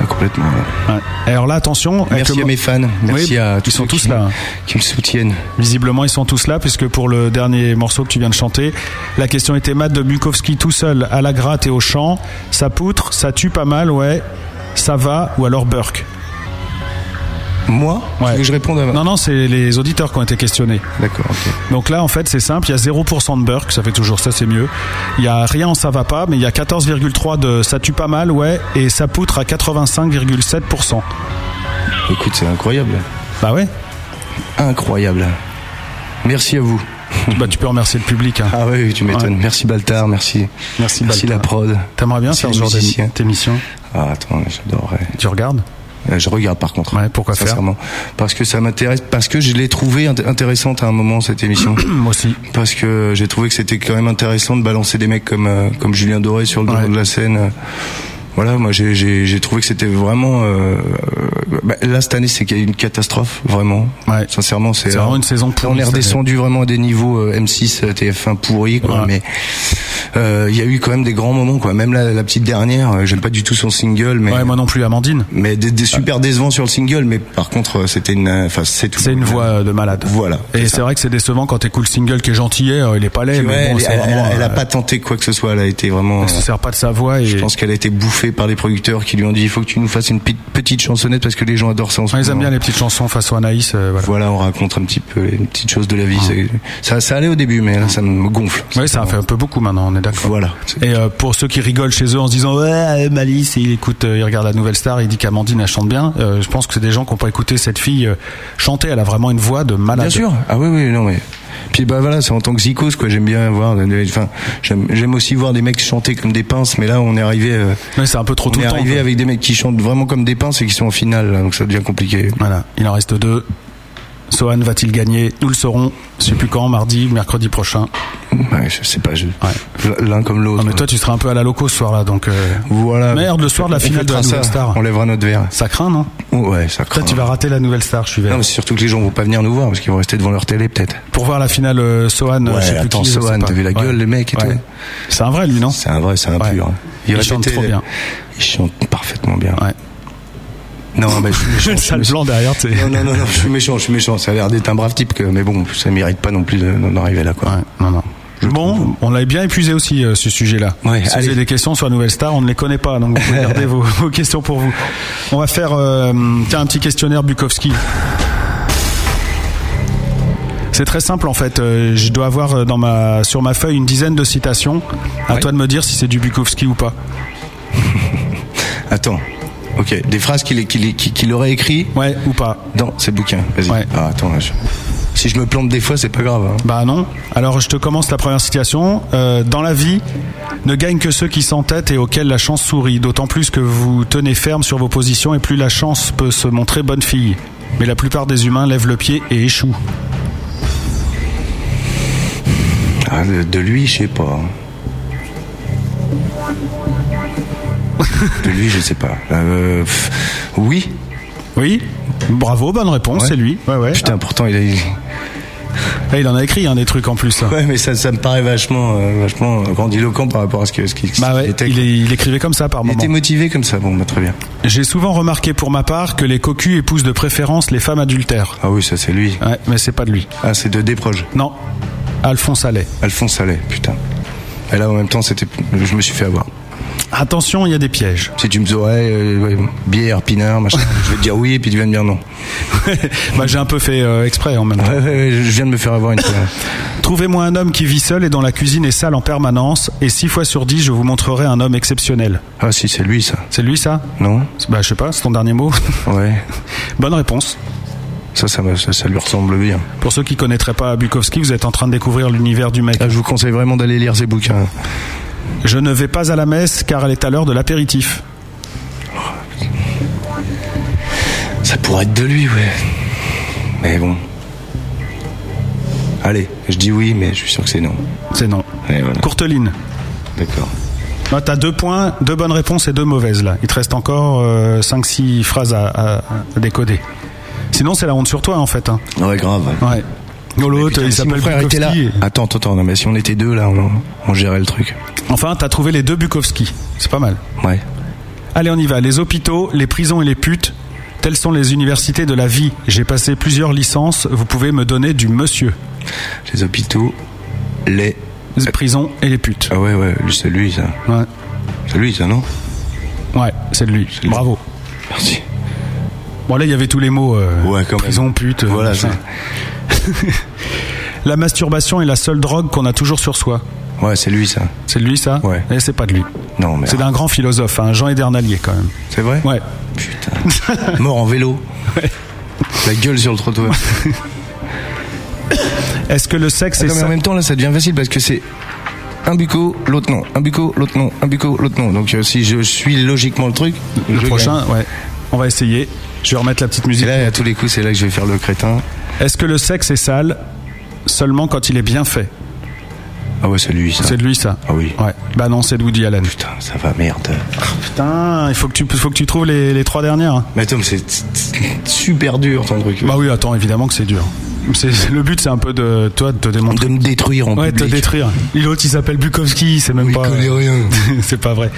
Speaker 6: ah, complètement. ouais.
Speaker 5: Ouais. Et Alors là, attention. avec
Speaker 6: Merci
Speaker 5: le-
Speaker 6: à mes fans. Merci
Speaker 5: Oui,
Speaker 6: à tous
Speaker 5: ils sont
Speaker 6: ceux
Speaker 5: tous
Speaker 6: qui-
Speaker 5: là.
Speaker 6: qui me soutiennent.
Speaker 5: Visiblement, ils sont tous là, puisque pour le dernier morceau que tu viens de chanter, la question était Matt de Bukowski tout seul, à la gratte et au chant. Ça poutre, ça tue pas mal, ouais. Ça va, ou alors Burke.
Speaker 6: Moi
Speaker 5: Ouais.
Speaker 6: Tu veux que je réponde à
Speaker 5: Non, non, c'est les auditeurs qui ont été questionnés.
Speaker 6: D'accord, ok.
Speaker 5: Donc là, en fait, c'est simple. Il y a 0% de Burke, ça fait toujours ça, c'est mieux. Il y a rien en ça va pas, mais il y a 14,3 de ça tue pas mal, ouais, et ça poutre à 85,7%.
Speaker 6: Écoute, c'est incroyable.
Speaker 5: Bah ouais.
Speaker 6: Incroyable. Merci à vous.
Speaker 5: Bah tu peux remercier le public. Hein.
Speaker 6: Hmm. Ah oui, tu m'étonnes.
Speaker 5: Ouais.
Speaker 6: Merci Baltar, merci.
Speaker 5: Merci,
Speaker 6: Merci
Speaker 5: Baltar.
Speaker 6: la prod.
Speaker 5: T'aimerais bien
Speaker 6: Merci
Speaker 5: faire
Speaker 6: les
Speaker 5: ce genre
Speaker 6: musiciens.
Speaker 5: d'émi- d'émission
Speaker 6: Ah, attends, j'adorerais.
Speaker 5: Tu regardes
Speaker 6: Euh, Je regarde par contre.
Speaker 5: Ouais, pourquoi faire
Speaker 6: sincèrement. Parce que ça m'intéresse, parce que je l'ai trouvée int- intéressante à un moment cette émission.
Speaker 5: Moi aussi.
Speaker 6: parce que j'ai trouvé que c'était quand même intéressant de balancer des mecs comme euh, comme Julien Doré sur le devant
Speaker 5: Ouais.
Speaker 6: de la scène. Voilà, moi j'ai j'ai j'ai trouvé que c'était vraiment euh, euh, bah, là cette année c'est qu'il y a eu une catastrophe vraiment.
Speaker 5: Ouais.
Speaker 6: Sincèrement, c'est
Speaker 5: C'est vraiment une saison pourrie,
Speaker 6: On est
Speaker 5: cette
Speaker 6: redescendu vraiment à des niveaux euh, M6 euh, TF1 pourris quoi,
Speaker 5: Ouais.
Speaker 6: mais euh, il y a eu quand même des grands moments quoi. Même la, la petite dernière, euh, j'aime pas du tout son single mais
Speaker 5: Ouais, moi non plus, Amandine.
Speaker 6: mais des, des super décevants sur le single mais par contre euh, c'était une euh, enfin c'est tout.
Speaker 5: C'est une voix euh, de malade.
Speaker 6: Voilà.
Speaker 5: Et
Speaker 6: C'est
Speaker 5: c'est vrai que c'est décevant quand t'écoutes le single qui est gentil, euh, il est pas laid,
Speaker 6: Ouais,
Speaker 5: mais
Speaker 6: elle,
Speaker 5: bon,
Speaker 6: elle-
Speaker 5: c'est
Speaker 6: elle-
Speaker 5: vraiment,
Speaker 6: elle a
Speaker 5: euh,
Speaker 6: pas tenté quoi que ce soit, elle a été vraiment.
Speaker 5: elle se sert pas de sa voix et
Speaker 6: Je pense qu'elle a été bouffée par les producteurs qui lui ont dit il faut que tu nous fasses une pe- petite chansonnette parce que les gens adorent ça en ce
Speaker 5: Ouais, ils
Speaker 6: moment.
Speaker 5: aiment bien les petites chansons façon Anaïs. euh, voilà.
Speaker 6: Voilà, on raconte un petit peu les petites choses de la
Speaker 5: Ah.
Speaker 6: vie. C'est- Ça, ça allait au début, mais là, ça me gonfle.
Speaker 5: Oui, ça en fait un peu beaucoup maintenant, on est d'accord.
Speaker 6: Voilà.
Speaker 5: Et euh, pour ceux qui rigolent chez eux en se disant ouais euh, Malice il écoute euh, il regarde la nouvelle star il dit qu'Amandine elle chante bien euh, je pense que c'est des gens qui ont pas écouté cette fille euh, chanter elle a vraiment une voix de malade
Speaker 6: Bien sûr. Ah oui, oui, non mais. Puis bah voilà, c'est en tant que zikos quoi. J'aime bien voir. euh, Enfin, j'aime j'aime aussi voir des mecs chanter comme des pinces, mais là, on est arrivé. euh,
Speaker 5: mais c'est un peu trop
Speaker 6: on
Speaker 5: tout
Speaker 6: est
Speaker 5: le temps
Speaker 6: arrivé
Speaker 5: quoi.
Speaker 6: avec des mecs qui chantent vraiment comme des pinces et qui sont en finale, là, donc ça devient compliqué.
Speaker 5: voilà il en reste deux Sohan va-t-il gagner nous le saurons je sais plus quand mardi mercredi prochain
Speaker 6: Ouais, je sais pas. Je... L'un comme l'autre.
Speaker 5: non Ah, mais toi tu seras un peu à la loco ce soir là donc euh,
Speaker 6: Voilà.
Speaker 5: Merde, le soir de la
Speaker 6: On
Speaker 5: finale de la
Speaker 6: fêtera
Speaker 5: Nouvelle
Speaker 6: ça.
Speaker 5: Star.
Speaker 6: On lèvera notre verre. Oh,
Speaker 5: ça craint non
Speaker 6: Ouais, ça craint.
Speaker 5: toi tu vas rater la nouvelle star je suis vert
Speaker 6: Non, mais c'est surtout que les gens vont pas venir nous voir parce qu'ils vont rester devant leur télé peut-être.
Speaker 5: pour voir la finale euh, Sohan euh,
Speaker 6: Ouais,
Speaker 5: je sais plus
Speaker 6: attends,
Speaker 5: qui, je sais
Speaker 6: Sohan,
Speaker 5: pas.
Speaker 6: t'as vu la gueule, les mecs, et tout.
Speaker 5: c'est un vrai lui non
Speaker 6: C'est un vrai, c'est un
Speaker 5: Ouais.
Speaker 6: pur. hein.
Speaker 5: Il
Speaker 6: aurait
Speaker 5: chante
Speaker 6: pété-
Speaker 5: trop bien.
Speaker 6: Il chante euh, parfaitement bien.
Speaker 5: ouais
Speaker 6: Non, mais je suis méchant.
Speaker 5: le
Speaker 6: je suis
Speaker 5: sale
Speaker 6: méchant.
Speaker 5: blanc derrière t'es
Speaker 6: Non, non, non, non, je suis méchant, je suis méchant. Ça a l'air d'être un brave type, que, mais bon, ça mérite pas non plus de- d'en arriver là, quoi.
Speaker 5: Ouais, non, non. Bon, on l'a bien épuisé aussi euh, ce sujet-là.
Speaker 6: Ouais,
Speaker 5: si vous
Speaker 6: allez.
Speaker 5: avez des questions sur la nouvelle star, on ne les connaît pas, donc vous pouvez garder vos, vos questions pour vous. On va faire euh, tiens, un petit questionnaire Bukowski. C'est très simple en fait. Euh, je dois avoir euh, dans ma, sur ma feuille une dizaine de citations. À toi de me dire si c'est du Bukowski ou pas.
Speaker 6: Attends. Ok, des phrases qu'il qu'il qu'il qu'il aurait écrit
Speaker 5: Ouais, ou pas.
Speaker 6: dans ses bouquins. Vas-y.
Speaker 5: Ouais.
Speaker 6: Ah, attends, là, je- Si je me plante des fois, c'est pas grave. hein.
Speaker 5: Bah non. Alors je te commence la première citation. Euh, dans la vie, ne gagnent que ceux qui s'entêtent et auxquels la chance sourit. D'autant plus que vous tenez ferme sur vos positions et plus la chance peut se montrer bonne fille. Mais la plupart des humains lèvent le pied et échouent.
Speaker 6: Ah, de, de lui, je sais pas. de lui, je sais pas. Euh, pff, oui.
Speaker 5: Oui. Bravo, bonne réponse,
Speaker 6: Ouais.
Speaker 5: c'est lui. Ouais, ouais.
Speaker 6: Putain, pourtant il a. il-
Speaker 5: Ah, il en a écrit un des trucs en plus. là.
Speaker 6: Ouais, mais ça, ça me paraît vachement, euh, vachement grandiloquent par rapport à ce que- ce qu'il
Speaker 5: Bah ouais,
Speaker 6: il était.
Speaker 5: il, est- il écrivait comme ça par
Speaker 6: il
Speaker 5: moment.
Speaker 6: était motivé comme ça. Bon, bah, très bien.
Speaker 5: J'ai souvent remarqué pour ma part que les cocus épousent de préférence les femmes adultères.
Speaker 6: Ah oui, ça c'est lui.
Speaker 5: Ouais, mais c'est pas de lui.
Speaker 6: Ah, c'est de Desproges.
Speaker 5: Non. Alphonse Allais.
Speaker 6: Alphonse Allais, putain. Et là, en même temps, c'était, je me suis fait avoir.
Speaker 5: Attention, il y a des pièges.
Speaker 6: Si tu me dis, ouais, euh, ouais, bière, pinard, machin, je vais te dire oui, et puis tu viens de me dire non.
Speaker 5: bah, j'ai un peu fait euh, exprès en même temps.
Speaker 6: Ouais, ouais, ouais, je viens de me faire avoir une fois.
Speaker 5: Trouvez-moi un homme qui vit seul et dont la cuisine est sale en permanence, et six fois sur dix, je vous montrerai un homme exceptionnel.
Speaker 6: Ah, si, c'est lui, ça.
Speaker 5: C'est lui ça
Speaker 6: Non
Speaker 5: C'est- Bah je sais pas, c'est ton dernier mot.
Speaker 6: Ouais.
Speaker 5: Bonne réponse.
Speaker 6: Ça, ça, me- ça, ça lui ressemble bien.
Speaker 5: Pour ceux qui connaîtraient pas Bukowski, vous êtes en train de découvrir l'univers du mec.
Speaker 6: Ah, je vous conseille vraiment d'aller lire ses bouquins.
Speaker 5: Je ne vais pas à la messe car elle est à l'heure de l'apéritif.
Speaker 6: Ça pourrait être de lui, ouais. Mais bon. Allez, je dis oui, mais je suis sûr que c'est non.
Speaker 5: C'est non.
Speaker 6: Ouais, voilà.
Speaker 5: Courteline.
Speaker 6: D'accord.
Speaker 5: Ah, T'as deux points, deux bonnes réponses et deux mauvaises là. Il te reste encore 5-6 phrases à, à- à décoder. Sinon c'est la honte sur toi en fait. hein.
Speaker 6: Ouais, grave.
Speaker 5: Ouais. Non,
Speaker 6: Mais
Speaker 5: L'autre,
Speaker 6: putain,
Speaker 5: il
Speaker 6: si
Speaker 5: s'appelle
Speaker 6: mon frère était là.
Speaker 5: Bukowski.
Speaker 6: Attends, attends, attends, non, mais si on était deux là, on, on gérait le truc.
Speaker 5: Enfin, t'as trouvé les deux Bukowski. C'est pas mal.
Speaker 6: Ouais.
Speaker 5: Allez, on y va. Les hôpitaux, les prisons et les putes, telles sont les universités de la vie. J'ai passé plusieurs licences, vous pouvez me donner du monsieur.
Speaker 6: Les hôpitaux, les.
Speaker 5: Les prisons et les putes.
Speaker 6: Ah ouais, ouais, lui, c'est lui ça.
Speaker 5: Ouais,
Speaker 6: C'est lui ça, non
Speaker 5: ouais c'est de lui.
Speaker 6: lui.
Speaker 5: Bravo.
Speaker 6: Merci.
Speaker 5: Bon, là, il y avait tous les mots. euh,
Speaker 6: Ouais, quand même.
Speaker 5: prison, pute. euh,
Speaker 6: Voilà,
Speaker 5: machin. la masturbation est la seule drogue qu'on a toujours sur soi.
Speaker 6: Ouais, c'est lui ça.
Speaker 5: C'est de lui, ça
Speaker 6: Ouais. Ah.
Speaker 5: Et c'est pas de lui.
Speaker 6: Non, mais.
Speaker 5: C'est d'un grand philosophe, hein, Jean Edernalier, quand même.
Speaker 6: C'est vrai
Speaker 5: Ouais.
Speaker 6: Putain. Mort en vélo. La gueule sur le trottoir.
Speaker 5: Est-ce que le sexe est.
Speaker 6: Attends, mais
Speaker 5: sa-
Speaker 6: en même temps, là, ça devient facile parce que c'est un buco, l'autre non, un buco, l'autre non, un buco, l'autre non. Donc euh, si je suis logiquement le truc,
Speaker 5: Le
Speaker 6: je
Speaker 5: prochain,
Speaker 6: gagne.
Speaker 5: ouais. On va essayer. Je vais remettre la petite
Speaker 6: Et
Speaker 5: musique.
Speaker 6: là, à tous les coups, c'est là que je vais faire le crétin.
Speaker 5: Est-ce que le sexe est sale seulement quand il est bien fait
Speaker 6: Ah ouais, c'est lui, ça.
Speaker 5: C'est de lui ça
Speaker 6: Ah oui.
Speaker 5: Ouais. Bah non, c'est de Woody Allen.
Speaker 6: Putain, ça va, merde.
Speaker 5: Putain, il faut que tu, faut que tu trouves les, les trois dernières. hein.
Speaker 6: Mais attends, mais c'est c'est super dur ton truc.
Speaker 5: Bah oui, attends, évidemment que c'est dur. C'est- c'est- le but, c'est un peu de toi de te démontrer.
Speaker 6: de me détruire en
Speaker 5: Ouais, de te
Speaker 6: public.
Speaker 5: détruire. Et L'autre, il s'appelle Bukowski, c'est même
Speaker 6: Il
Speaker 5: pas.
Speaker 6: connaît rien.
Speaker 5: c'est pas vrai.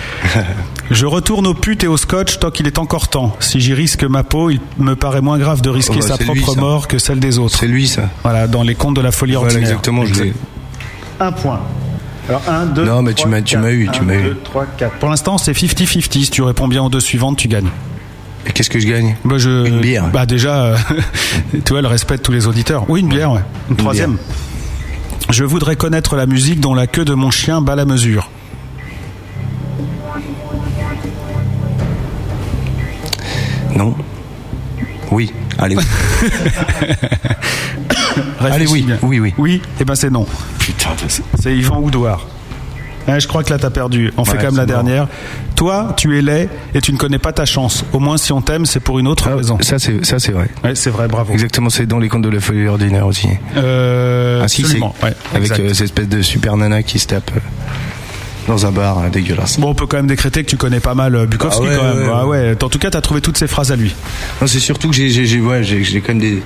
Speaker 5: Je retourne aux putes et au scotch tant qu'il est encore temps. Si j'y risque ma peau, il me paraît moins grave de risquer
Speaker 6: Oh, bah,
Speaker 5: sa
Speaker 6: c'est lui,
Speaker 5: propre
Speaker 6: ça.
Speaker 5: mort que celle des autres.
Speaker 6: C'est lui ça.
Speaker 5: Voilà, dans les contes de la folie
Speaker 6: Voilà,
Speaker 5: ordinaire.
Speaker 6: exactement. Je l'ai.
Speaker 5: Un point. Alors, un, deux,
Speaker 6: Non, mais tu
Speaker 5: trois,
Speaker 6: m'as- tu
Speaker 5: quatre.
Speaker 6: m'as eu, tu
Speaker 5: Un,
Speaker 6: m'as eu.
Speaker 5: deux, trois, quatre. Pour l'instant, c'est 50-50. Si tu réponds bien aux deux suivantes, tu gagnes.
Speaker 6: Et qu'est-ce que je gagne
Speaker 5: Bah, je...
Speaker 6: Une bière.
Speaker 5: Bah, déjà, euh, tu vois, le respect de tous les auditeurs. Oui, une bière, ouais. Une, troisième. Je voudrais connaître la musique dont la queue de mon chien bat la mesure.
Speaker 6: Non. Oui. Allez. oui.
Speaker 5: Réfléchis
Speaker 6: oui,
Speaker 5: bien.
Speaker 6: oui, oui.
Speaker 5: Oui, et ben c'est non.
Speaker 6: Putain. de-
Speaker 5: C'est Yvan Houdoir. Hein, je crois que là, t'as perdu. On fait
Speaker 6: Ouais,
Speaker 5: quand même la
Speaker 6: c'est bon.
Speaker 5: dernière. Toi, tu es laid et tu ne connais pas ta chance. Au moins, si on t'aime, c'est pour une autre
Speaker 6: Ah,
Speaker 5: raison.
Speaker 6: ça c'est ça c'est vrai.
Speaker 5: Ouais, c'est vrai, bravo.
Speaker 6: Exactement, c'est dans les contes de la folie ordinaire aussi.
Speaker 5: Euh,
Speaker 6: Ah si, c'est
Speaker 5: absolument, ouais,
Speaker 6: avec
Speaker 5: exact.
Speaker 6: euh, cette espèce de super nana qui se tape euh, dans un bar euh, dégueulasse.
Speaker 5: Bon, on peut quand même décréter que tu connais pas mal euh, Bukowski
Speaker 6: Ah ouais,
Speaker 5: quand même.
Speaker 6: ouais, ouais.
Speaker 5: Ah ouais. En tout cas, t'as trouvé toutes ces phrases à lui.
Speaker 6: Non, c'est surtout que j'ai j'ai j'ai- ouais, j'ai j'ai quand même des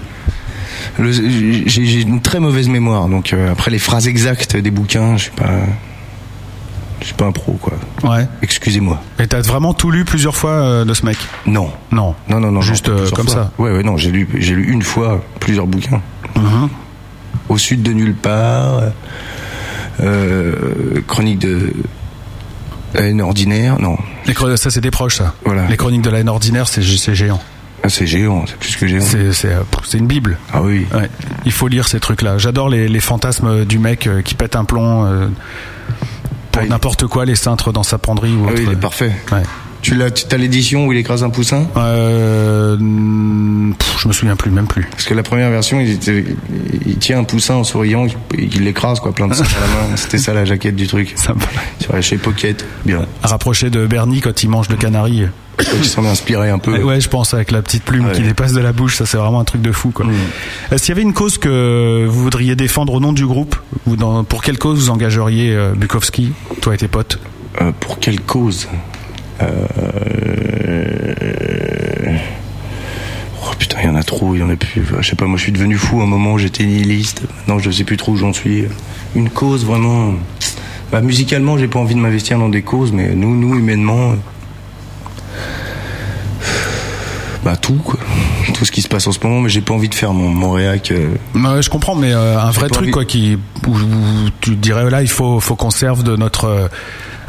Speaker 6: le- j'ai j'ai une très mauvaise mémoire. Donc euh, après les phrases exactes des bouquins, je suis pas je suis pas un pro quoi.
Speaker 5: Ouais.
Speaker 6: Excusez-moi.
Speaker 5: Et t'as vraiment tout lu plusieurs fois euh, de ce mec
Speaker 6: Non.
Speaker 5: Non.
Speaker 6: Non non non.
Speaker 5: Juste,
Speaker 6: j'en ai
Speaker 5: euh,
Speaker 6: plusieurs
Speaker 5: comme
Speaker 6: fois.
Speaker 5: ça.
Speaker 6: Ouais ouais non, j'ai lu j'ai lu une fois plusieurs bouquins.
Speaker 5: Mm-hmm.
Speaker 6: Au sud de nulle part. euh, euh, chronique de haine ordinaire. Non.
Speaker 5: Les chron- ça, c'est des proches, ça.
Speaker 6: Voilà.
Speaker 5: Les chroniques de la haine ordinaire, c'est gé- c'est géant.
Speaker 6: Ah, c'est géant, c'est plus que géant.
Speaker 5: C'est c'est, euh, pff, c'est une bible.
Speaker 6: Ah oui.
Speaker 5: Ouais. Il faut lire ces trucs-là. J'adore les, les fantasmes du mec euh, qui pète un plomb euh, pour
Speaker 6: Ah, il-
Speaker 5: n'importe quoi, les cintres dans sa penderie ou
Speaker 6: Ah
Speaker 5: autre.
Speaker 6: oui, il est parfait.
Speaker 5: Ouais.
Speaker 6: Tu l'as, tu as l'édition où il écrase un poussin
Speaker 5: Euh, pff, je me souviens plus, même plus.
Speaker 6: Parce que la première version, il, était- il tient un poussin en souriant, il il l'écrase quoi, plein de sang dans la main. C'était ça la jaquette du truc.
Speaker 5: Sympa. Ah.
Speaker 6: Sur chez Pocket, bien.
Speaker 5: Rapproché de Bernie quand il mange le canari.
Speaker 6: Ils s'en inspiré un peu.
Speaker 5: Ouais, ouais, je pense avec la petite plume
Speaker 6: Ah Ouais. Mm.
Speaker 5: qui dépasse de la bouche, ça c'est vraiment un truc de fou quoi. Euh, S'il y avait une cause que vous voudriez défendre au nom du groupe, ou dans, pour quelle cause vous engageriez euh, Bukowski, toi et tes potes
Speaker 6: Euh, pour quelle cause Euh, Oh putain, il y en a trop, il y en a plus. Enfin, Je sais pas, moi je suis devenu fou à un moment, j'étais nihiliste. Maintenant, je sais plus trop où j'en suis. Une cause vraiment. Bah, musicalement, j'ai pas envie de m'investir dans des causes, mais nous, nous, humainement. euh, Bah, tout, quoi. Tout ce qui se passe en ce moment, mais j'ai pas envie de faire mon, mon réac. euh,
Speaker 5: Ouais, je comprends, mais euh, un vrai
Speaker 6: pas
Speaker 5: truc
Speaker 6: envie.
Speaker 5: quoi, qui où, où tu te dirais là, il faut faut qu'on serve de notre euh,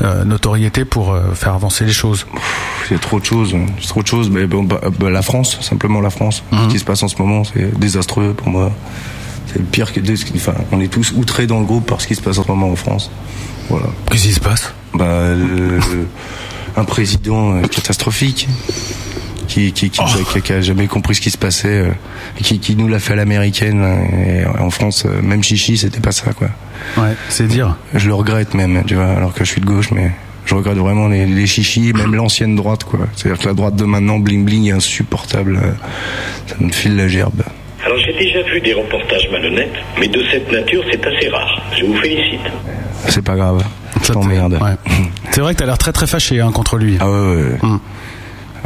Speaker 5: euh, notoriété pour euh, faire avancer les choses.
Speaker 6: Pff, Il y a trop de choses, hein. c'est trop de choses. Mais bon, bah, bah, la France, simplement la France, ce qui se passe en ce moment, c'est désastreux pour moi. C'est le pire que. Enfin, on est tous outrés dans le groupe par ce qui se passe en ce moment en France. Voilà.
Speaker 5: Qu'est-ce qui se passe
Speaker 6: Bah, le- le- un président euh, catastrophique qui qui, qui, qui- qui a jamais compris ce qui se passait, euh, et qui, qui nous l'a fait à l'américaine. hein, Et en France, euh, même Chichi, c'était pas ça, quoi.
Speaker 5: Ouais, c'est dire.
Speaker 6: Je le regrette même, tu vois, alors que je suis de gauche, mais je regrette vraiment les, les chichis, même l'ancienne droite, quoi. C'est-à-dire que la droite de maintenant, bling bling, est insupportable. Euh, Ça me file la gerbe.
Speaker 9: Alors j'ai déjà vu des reportages malhonnêtes, mais de cette nature, c'est assez rare. Je vous félicite.
Speaker 6: C'est pas grave. Je t'emmerde.
Speaker 5: Ouais. C'est vrai que t'as l'air très très fâché hein, contre lui.
Speaker 6: Ah ouais, ouais, ouais.
Speaker 5: Mm.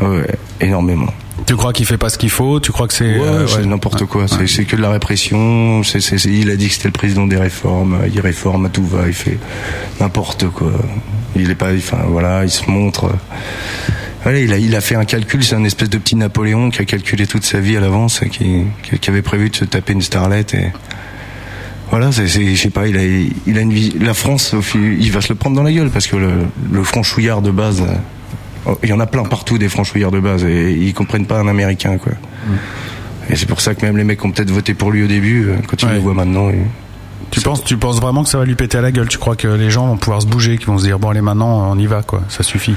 Speaker 6: Ah ouais, ouais, énormément.
Speaker 5: Tu crois qu'il fait pas ce qu'il faut Tu crois que c'est
Speaker 6: Ouais,
Speaker 5: euh,
Speaker 6: c'est
Speaker 5: ouais.
Speaker 6: n'importe quoi. C'est- C'est que de la répression. C'est, c'est- c'est- il a dit que c'était le président des réformes. Il réforme à tout va. Il fait n'importe quoi. Il est pas. Enfin voilà, il se montre. Allez, il a, il a fait un calcul. C'est un espèce de petit Napoléon qui a calculé toute sa vie à l'avance, qui, qui, qui avait prévu de se taper une starlette et. Voilà, c'est, c'est- je sais pas, il a, il a une vie. La France, au fil- il va se le prendre dans la gueule parce que le, le franchouillard de base, euh, il y en a plein partout des franchouillards de base et ils comprennent pas un Américain quoi. Et c'est pour ça que même les mecs qui ont peut-être voté pour lui au début, euh, quand ils
Speaker 5: Ouais.
Speaker 6: le voient maintenant, ils-
Speaker 5: Tu penses, tu penses vraiment que ça va lui péter à la gueule Tu crois que les gens vont pouvoir se bouger, qu'ils vont se dire bon allez maintenant on y va quoi, ça suffit.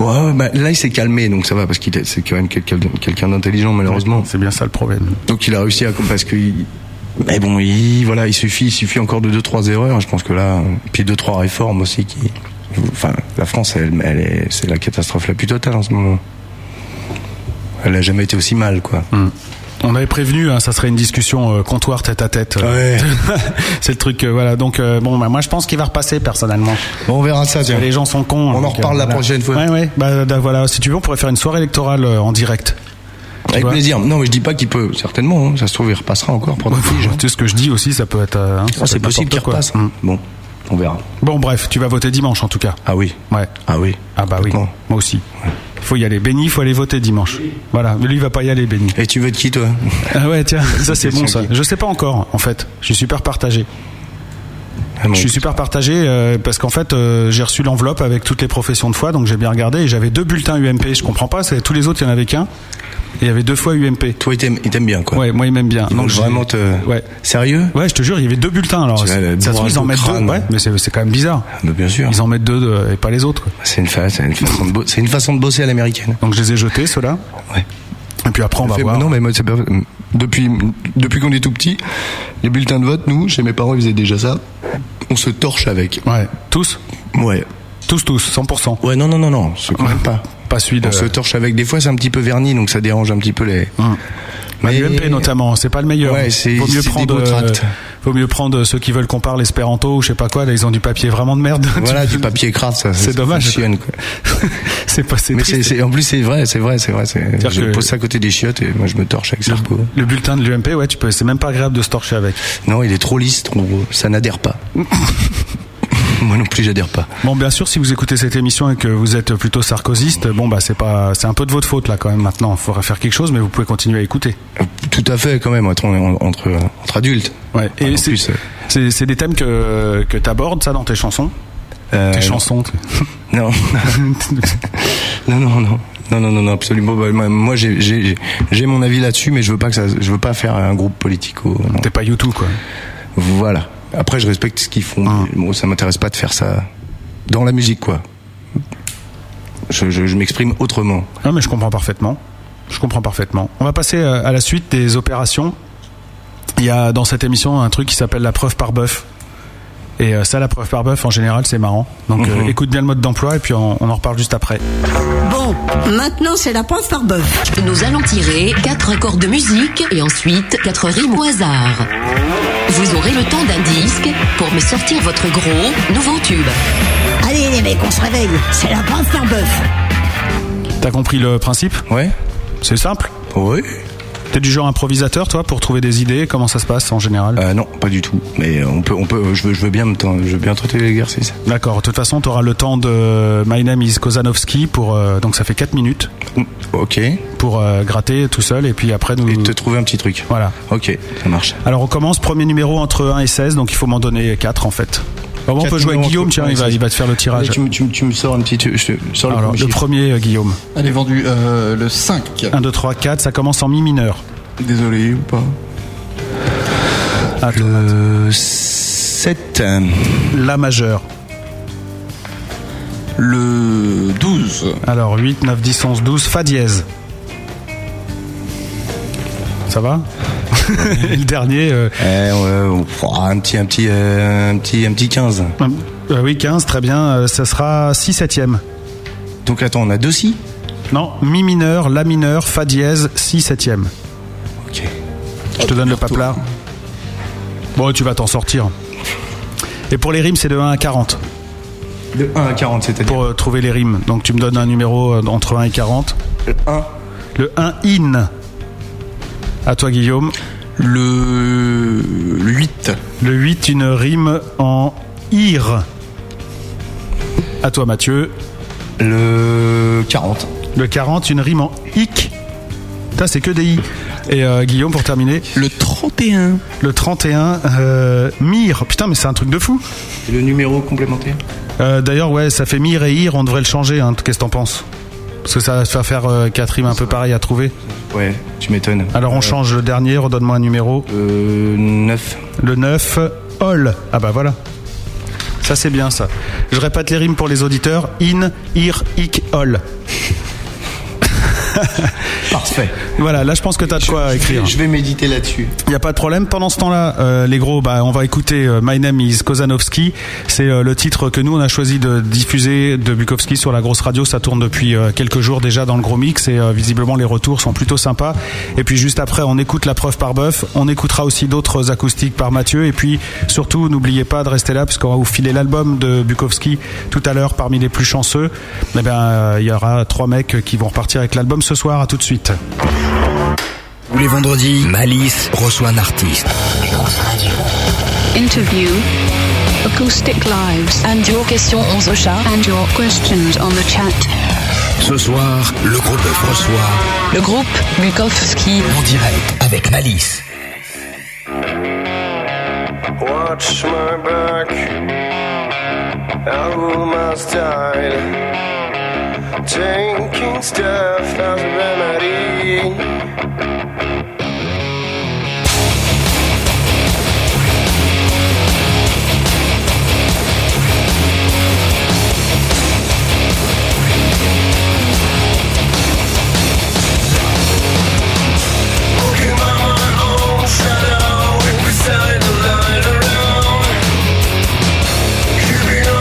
Speaker 6: ouais, bah, là il s'est calmé donc ça va parce qu'il est- c'est quand même quelqu'un quelqu'un d'intelligent malheureusement.
Speaker 5: c'est bien ça le problème.
Speaker 6: Donc il a réussi à parce que il- mais bon, il, voilà, il suffit, il suffit encore de deux trois erreurs. Je pense que là, puis deux trois réformes aussi qui, enfin, la France, elle, elle est, c'est la catastrophe la plus totale en ce moment. Elle a jamais été aussi mal, quoi.
Speaker 5: Hmm. On avait prévenu, hein, ça serait une discussion euh, comptoir tête à tête.
Speaker 6: Ah Ouais.
Speaker 5: c'est le truc, euh, voilà. Donc euh, bon, bah, moi je pense qu'il va repasser personnellement.
Speaker 6: Bon, on verra ça. Tiens.
Speaker 5: Les gens sont cons.
Speaker 6: On en
Speaker 5: donc, euh,
Speaker 6: reparle la
Speaker 5: voilà.
Speaker 6: prochaine fois.
Speaker 5: Ouais, ouais. Bah, da- voilà, si tu veux, on pourrait faire une soirée électorale euh, en direct.
Speaker 6: Avec
Speaker 5: vois.
Speaker 6: plaisir. Non, mais je dis pas qu'il peut. Certainement, hein. ça se trouve, il repassera encore pour d'autres figes.
Speaker 5: Tu sais ce que je dis aussi, ça peut être. euh, hein, ça
Speaker 6: Ah,
Speaker 5: peut
Speaker 6: c'est
Speaker 5: être
Speaker 6: possible
Speaker 5: n'importe
Speaker 6: qu'il
Speaker 5: quoi.
Speaker 6: repasse.
Speaker 5: Mm.
Speaker 6: Bon, on verra.
Speaker 5: Bon, bref, tu vas voter dimanche en tout cas.
Speaker 6: Ah oui.
Speaker 5: Ouais.
Speaker 6: Ah oui.
Speaker 5: Ah bah oui.
Speaker 6: Complètement.
Speaker 5: Moi aussi. Faut y aller. Benny, faut aller voter dimanche. Voilà. Mais lui, il va pas y aller, Benny.
Speaker 6: Et tu veux de qui, toi
Speaker 5: Ah ouais, tiens, ça c'est bon
Speaker 6: question
Speaker 5: ça.
Speaker 6: qui-
Speaker 5: Je sais pas encore, en fait. Je suis super partagé.
Speaker 6: Ah, mon
Speaker 5: Je suis super partagé euh, parce qu'en fait euh, j'ai reçu l'enveloppe avec toutes les professions de foi, donc j'ai bien regardé et j'avais deux bulletins UMP. Je comprends pas, c'est tous les autres il y en avait qu'un. Et il y avait deux fois UMP.
Speaker 6: Toi, il t'aime il t'aime bien, quoi.
Speaker 5: Ouais, moi ils m'aiment bien.
Speaker 6: Ils
Speaker 5: Donc
Speaker 6: veulent
Speaker 5: j'ai-
Speaker 6: vraiment te.
Speaker 5: Ouais.
Speaker 6: Sérieux
Speaker 5: Ouais, je te jure, il y avait deux bulletins alors.
Speaker 6: Tu vois, le
Speaker 5: Ça se trouve ils en
Speaker 6: bourrin
Speaker 5: mettent
Speaker 6: de
Speaker 5: deux.
Speaker 6: crâne.
Speaker 5: Ouais, mais c'est c'est quand même bizarre.
Speaker 6: Mais Ah, bah, bien sûr.
Speaker 5: Ils en mettent deux de- et pas les autres. quoi.
Speaker 6: C'est une, fa- c'est une façon de bo- c'est une façon de bosser à l'américaine.
Speaker 5: Donc je les ai jetés ceux-là.
Speaker 6: Ouais.
Speaker 5: Et puis après on va
Speaker 6: Fait-
Speaker 5: voir.
Speaker 6: Non, mais moi, c'est pas- depuis, depuis qu'on est tout petit, les bulletins de vote, nous, chez mes parents, ils faisaient déjà ça. On se torche avec.
Speaker 5: Ouais, tous,
Speaker 6: Ouais.
Speaker 5: tous, tous, 100%.
Speaker 6: Ouais, non, non, non, non, c'est quand même pas.
Speaker 5: Pas celui de.
Speaker 6: On se torche avec. Des fois, c'est un petit peu verni, donc ça dérange un petit peu les.
Speaker 5: Hum. Bah, l'UMP notamment, c'est pas le meilleur.
Speaker 6: Ouais, c'est-
Speaker 5: Vaut mieux
Speaker 6: c'est
Speaker 5: prendre, euh,
Speaker 6: des beaux tracts.
Speaker 5: vaut mieux prendre euh, ceux qui veulent qu'on parle espéranto ou je sais pas quoi. Là, ils ont du papier vraiment de merde.
Speaker 6: Voilà, du papier craft, ça.
Speaker 5: C'est
Speaker 6: ça
Speaker 5: dommage.
Speaker 6: fonctionne, quoi.
Speaker 5: c'est pas, c'est
Speaker 6: Mais
Speaker 5: triste.
Speaker 6: c'est, c'est- en plus, c'est vrai, c'est vrai, c'est vrai. c'est-
Speaker 5: C'est-à-dire
Speaker 6: Je
Speaker 5: que-
Speaker 6: pose ça à côté des chiottes et moi, je me torche avec ça. quoi.
Speaker 5: Le bulletin de l'UMP, ouais, tu peux. C'est même pas agréable de se torcher avec.
Speaker 6: Non, il est trop lisse, trop gros. Ça n'adhère pas. moi non plus, j'adhère pas.
Speaker 5: Bon, bien sûr, si vous écoutez cette émission et que vous êtes plutôt sarkozyste, bon bah c'est pas, c'est un peu de votre faute là quand même. Maintenant, faudra faire quelque chose, mais vous pouvez continuer à écouter.
Speaker 6: Tout à fait, quand même, entre, entre, entre adultes.
Speaker 5: Ouais.
Speaker 6: Ah,
Speaker 5: Et
Speaker 6: en
Speaker 5: c'est,
Speaker 6: plus, euh,
Speaker 5: c'est, c'est des thèmes que que t'abordes ça dans tes chansons.
Speaker 6: euh,
Speaker 5: tes chansons.
Speaker 6: Non. non, non, non. Non, non, non, non, absolument. pas. Moi, moi, j'ai- j'ai j'ai mon avis là-dessus, mais je veux pas que ça, je veux pas faire un groupe politico. non.
Speaker 5: T'es pas YouTube quoi.
Speaker 6: Voilà. Après, je respecte ce qu'ils font.
Speaker 5: Ah.
Speaker 6: mais Bon, ça m'intéresse pas de faire ça dans la musique, quoi. Je, je- je m'exprime autrement.
Speaker 5: Non, mais je comprends parfaitement. Je comprends parfaitement. On va passer euh, à la suite des opérations. Il y a dans cette émission un truc qui s'appelle la preuve par bœuf. Et euh, ça, la preuve par bœuf, en général, c'est marrant. Donc euh,
Speaker 6: Mhm.
Speaker 5: écoute bien le mode d'emploi et puis on, on en reparle juste après.
Speaker 3: Bon, maintenant c'est la preuve par bœuf.
Speaker 10: Nous allons tirer quatre accords de musique et ensuite quatre rimes au hasard. Vous aurez le temps d'un disque pour me sortir votre gros nouveau tube.
Speaker 8: Allez les mecs, on se réveille. C'est la preuve par bœuf.
Speaker 5: T'as compris le principe
Speaker 6: Ouais.
Speaker 5: C'est simple
Speaker 6: Oui.
Speaker 5: T'es du genre improvisateur, toi, pour trouver des idées Comment ça se passe en général
Speaker 6: Euh, non, pas du tout. Mais on peut, on peut. Je veux, je veux bien me, ten- je veux bien traiter l'exercice.
Speaker 5: D'accord, de toute façon, tu auras le temps de My Name is Kozanowski pour. euh, donc ça fait 4 minutes
Speaker 6: Mm, Ok. Et
Speaker 5: pour euh, gratter tout seul et puis après nous.
Speaker 6: te trouver un petit truc.
Speaker 5: Hmm. Voilà.
Speaker 6: Ok, ça marche.
Speaker 5: Alors on commence, premier numéro entre 1 et 16, donc il faut m'en donner 4 en fait. Bon, on
Speaker 6: Quatre
Speaker 5: peut jouer avec Guillaume,
Speaker 6: numéros entre
Speaker 5: tiens,
Speaker 6: un et
Speaker 5: il va,
Speaker 6: seize.
Speaker 5: il va te faire le
Speaker 6: Allez,
Speaker 5: tirage.
Speaker 6: tu, me- tu me- tu me sors un petit. tu- Je, je sors le
Speaker 5: Alors,
Speaker 6: premier
Speaker 5: le
Speaker 6: chiffre.
Speaker 5: premier, euh, Guillaume.
Speaker 7: Elle est vendue euh, le 5.
Speaker 5: 1, 2, 3, 4, ça commence en mi mineur.
Speaker 7: Désolé ou pas
Speaker 5: Attends,
Speaker 6: Le 7.
Speaker 5: La majeure.
Speaker 7: Le 12.
Speaker 5: Alors 8, 9, 10, 11, 12, Fa dièse. Ça va Et le dernier, euh,
Speaker 6: Eh, ouais, on fera un petit, un petit, euh, un petit, un petit 15.
Speaker 5: euh, oui, 15, très bien, euh, ça sera 6 septième.
Speaker 6: Donc attends, on a deux si.
Speaker 5: Non, mi mineur, la mineur, fa dièse, si septième.
Speaker 6: Ok.
Speaker 5: Je te donne le paplard. Bon, tu vas t'en sortir. Et pour les rimes, c'est de 1 à 40
Speaker 6: De 1 à 40, c'est-à-dire.
Speaker 5: pour euh, trouver les rimes. Donc tu me donnes un numéro euh, entre 1 et 40.
Speaker 6: 1.
Speaker 5: Le 1 in. À toi Guillaume.
Speaker 7: Le, le 8.
Speaker 5: Le 8, une rime en ir. À toi Mathieu.
Speaker 6: Le 40.
Speaker 5: Le 40, une rime en ic. Ça, c'est que des i. Et euh, Guillaume, pour terminer,
Speaker 7: Le 31.
Speaker 5: le 31, euh, mire. Putain, mais c'est un truc de fou.
Speaker 6: Et le numéro complémentaire
Speaker 5: Euh, D'ailleurs, ouais, ça fait mire et ir, on devrait le changer. Hein. Qu'est-ce que t'en penses Parce que ça va se faire faire euh, quatre rimes un peu pareilles à trouver.
Speaker 6: Ouais, tu m'étonnes.
Speaker 5: Alors on change le dernier, redonne-moi un numéro.
Speaker 6: Euh, 9.
Speaker 5: Le 9, all. Ah bah voilà. Ça c'est bien ça. Je répète les rimes pour les auditeurs. In, ir, ic, all.
Speaker 6: Parfait.
Speaker 5: Voilà, là je pense que t'as de quoi écrire.
Speaker 6: Je vais méditer là-dessus.
Speaker 5: Il n'y a pas de problème. Pendant ce temps-là, euh, les gros, bah, on va écouter euh, My Name is Kozanowski. C'est euh, le titre que nous, on a choisi de diffuser de Bukowski sur la grosse radio. Ça tourne depuis euh, quelques jours déjà dans le gros mix et euh, visiblement les retours sont plutôt sympas. Et puis juste après, on écoute la preuve par bœuf. On écoutera aussi d'autres acoustiques par Mathieu. Et puis surtout, n'oubliez pas de rester là parce qu'on va vous filer l'album de Bukowski tout à l'heure parmi les plus chanceux. Eh ben, euh, il y aura trois mecs qui vont repartir avec l'album ce soir. À tout de suite.
Speaker 4: Tous les vendredis, Malice reçoit un artiste.
Speaker 2: Interview. Acoustic lives and your questions on the chat and your questions on the chat.
Speaker 4: Ce soir, le gros bœuf reçoit
Speaker 10: Le groupe Bukowski.
Speaker 4: en direct avec Malice.
Speaker 7: Watch my back. I rule my style. Taking stuff as a remedy.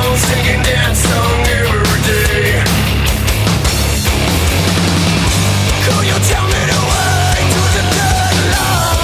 Speaker 11: Could you tell me the way to the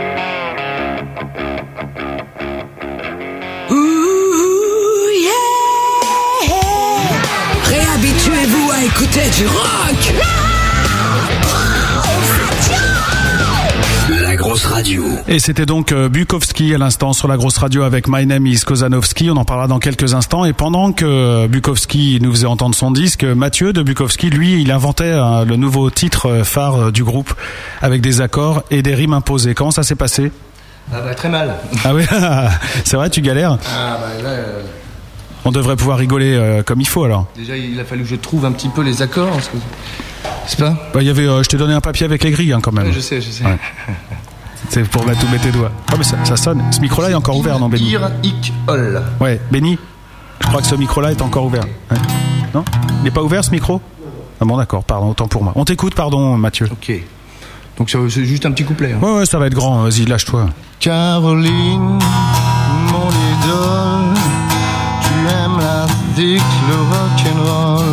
Speaker 1: Oh, C'était du rock La grosse radio.
Speaker 5: Et c'était donc euh, Bukowski à l'instant sur la grosse radio avec My Name is Kozanowski. On en parlera dans quelques instants. Et pendant que euh, Bukowski nous faisait entendre son disque, euh, Mathieu de Bukowski, lui, il inventait euh, le nouveau titre euh, phare euh, du groupe avec des accords et des rimes imposées. Comment ça s'est passé
Speaker 6: Ah bah, très mal.
Speaker 5: Ah oui, c'est vrai, tu galères.
Speaker 6: Ah bah là, euh,
Speaker 5: On devrait pouvoir rigoler euh, comme il faut alors.
Speaker 6: déjà il a fallu que je trouve un petit peu les accords. parce que- C'est pas
Speaker 5: Bah, il y avait, euh, je t'ai donné un papier avec les grilles hein, quand même.
Speaker 6: Ouais, Je sais, je sais.
Speaker 5: Ouais. C'est pour mettre tout mettre tes doigts. Ah mais ça, ça sonne. Ce micro-là est encore ouvert, non, Benny
Speaker 6: Ir, hic, ol.
Speaker 5: Ouais, Benny, je crois que ce micro-là est encore ouvert. Ouais. Non Il n'est pas ouvert ce micro Ah bon, d'accord, pardon, autant pour moi. On t'écoute, pardon, Mathieu.
Speaker 6: Ok. Donc ça- c'est juste un petit couplet. hein.
Speaker 5: Ouais, ouais, ça va être grand, vas-y, lâche-toi.
Speaker 7: Caroline, mon idole, tu aimes la dick, le rock'n'roll.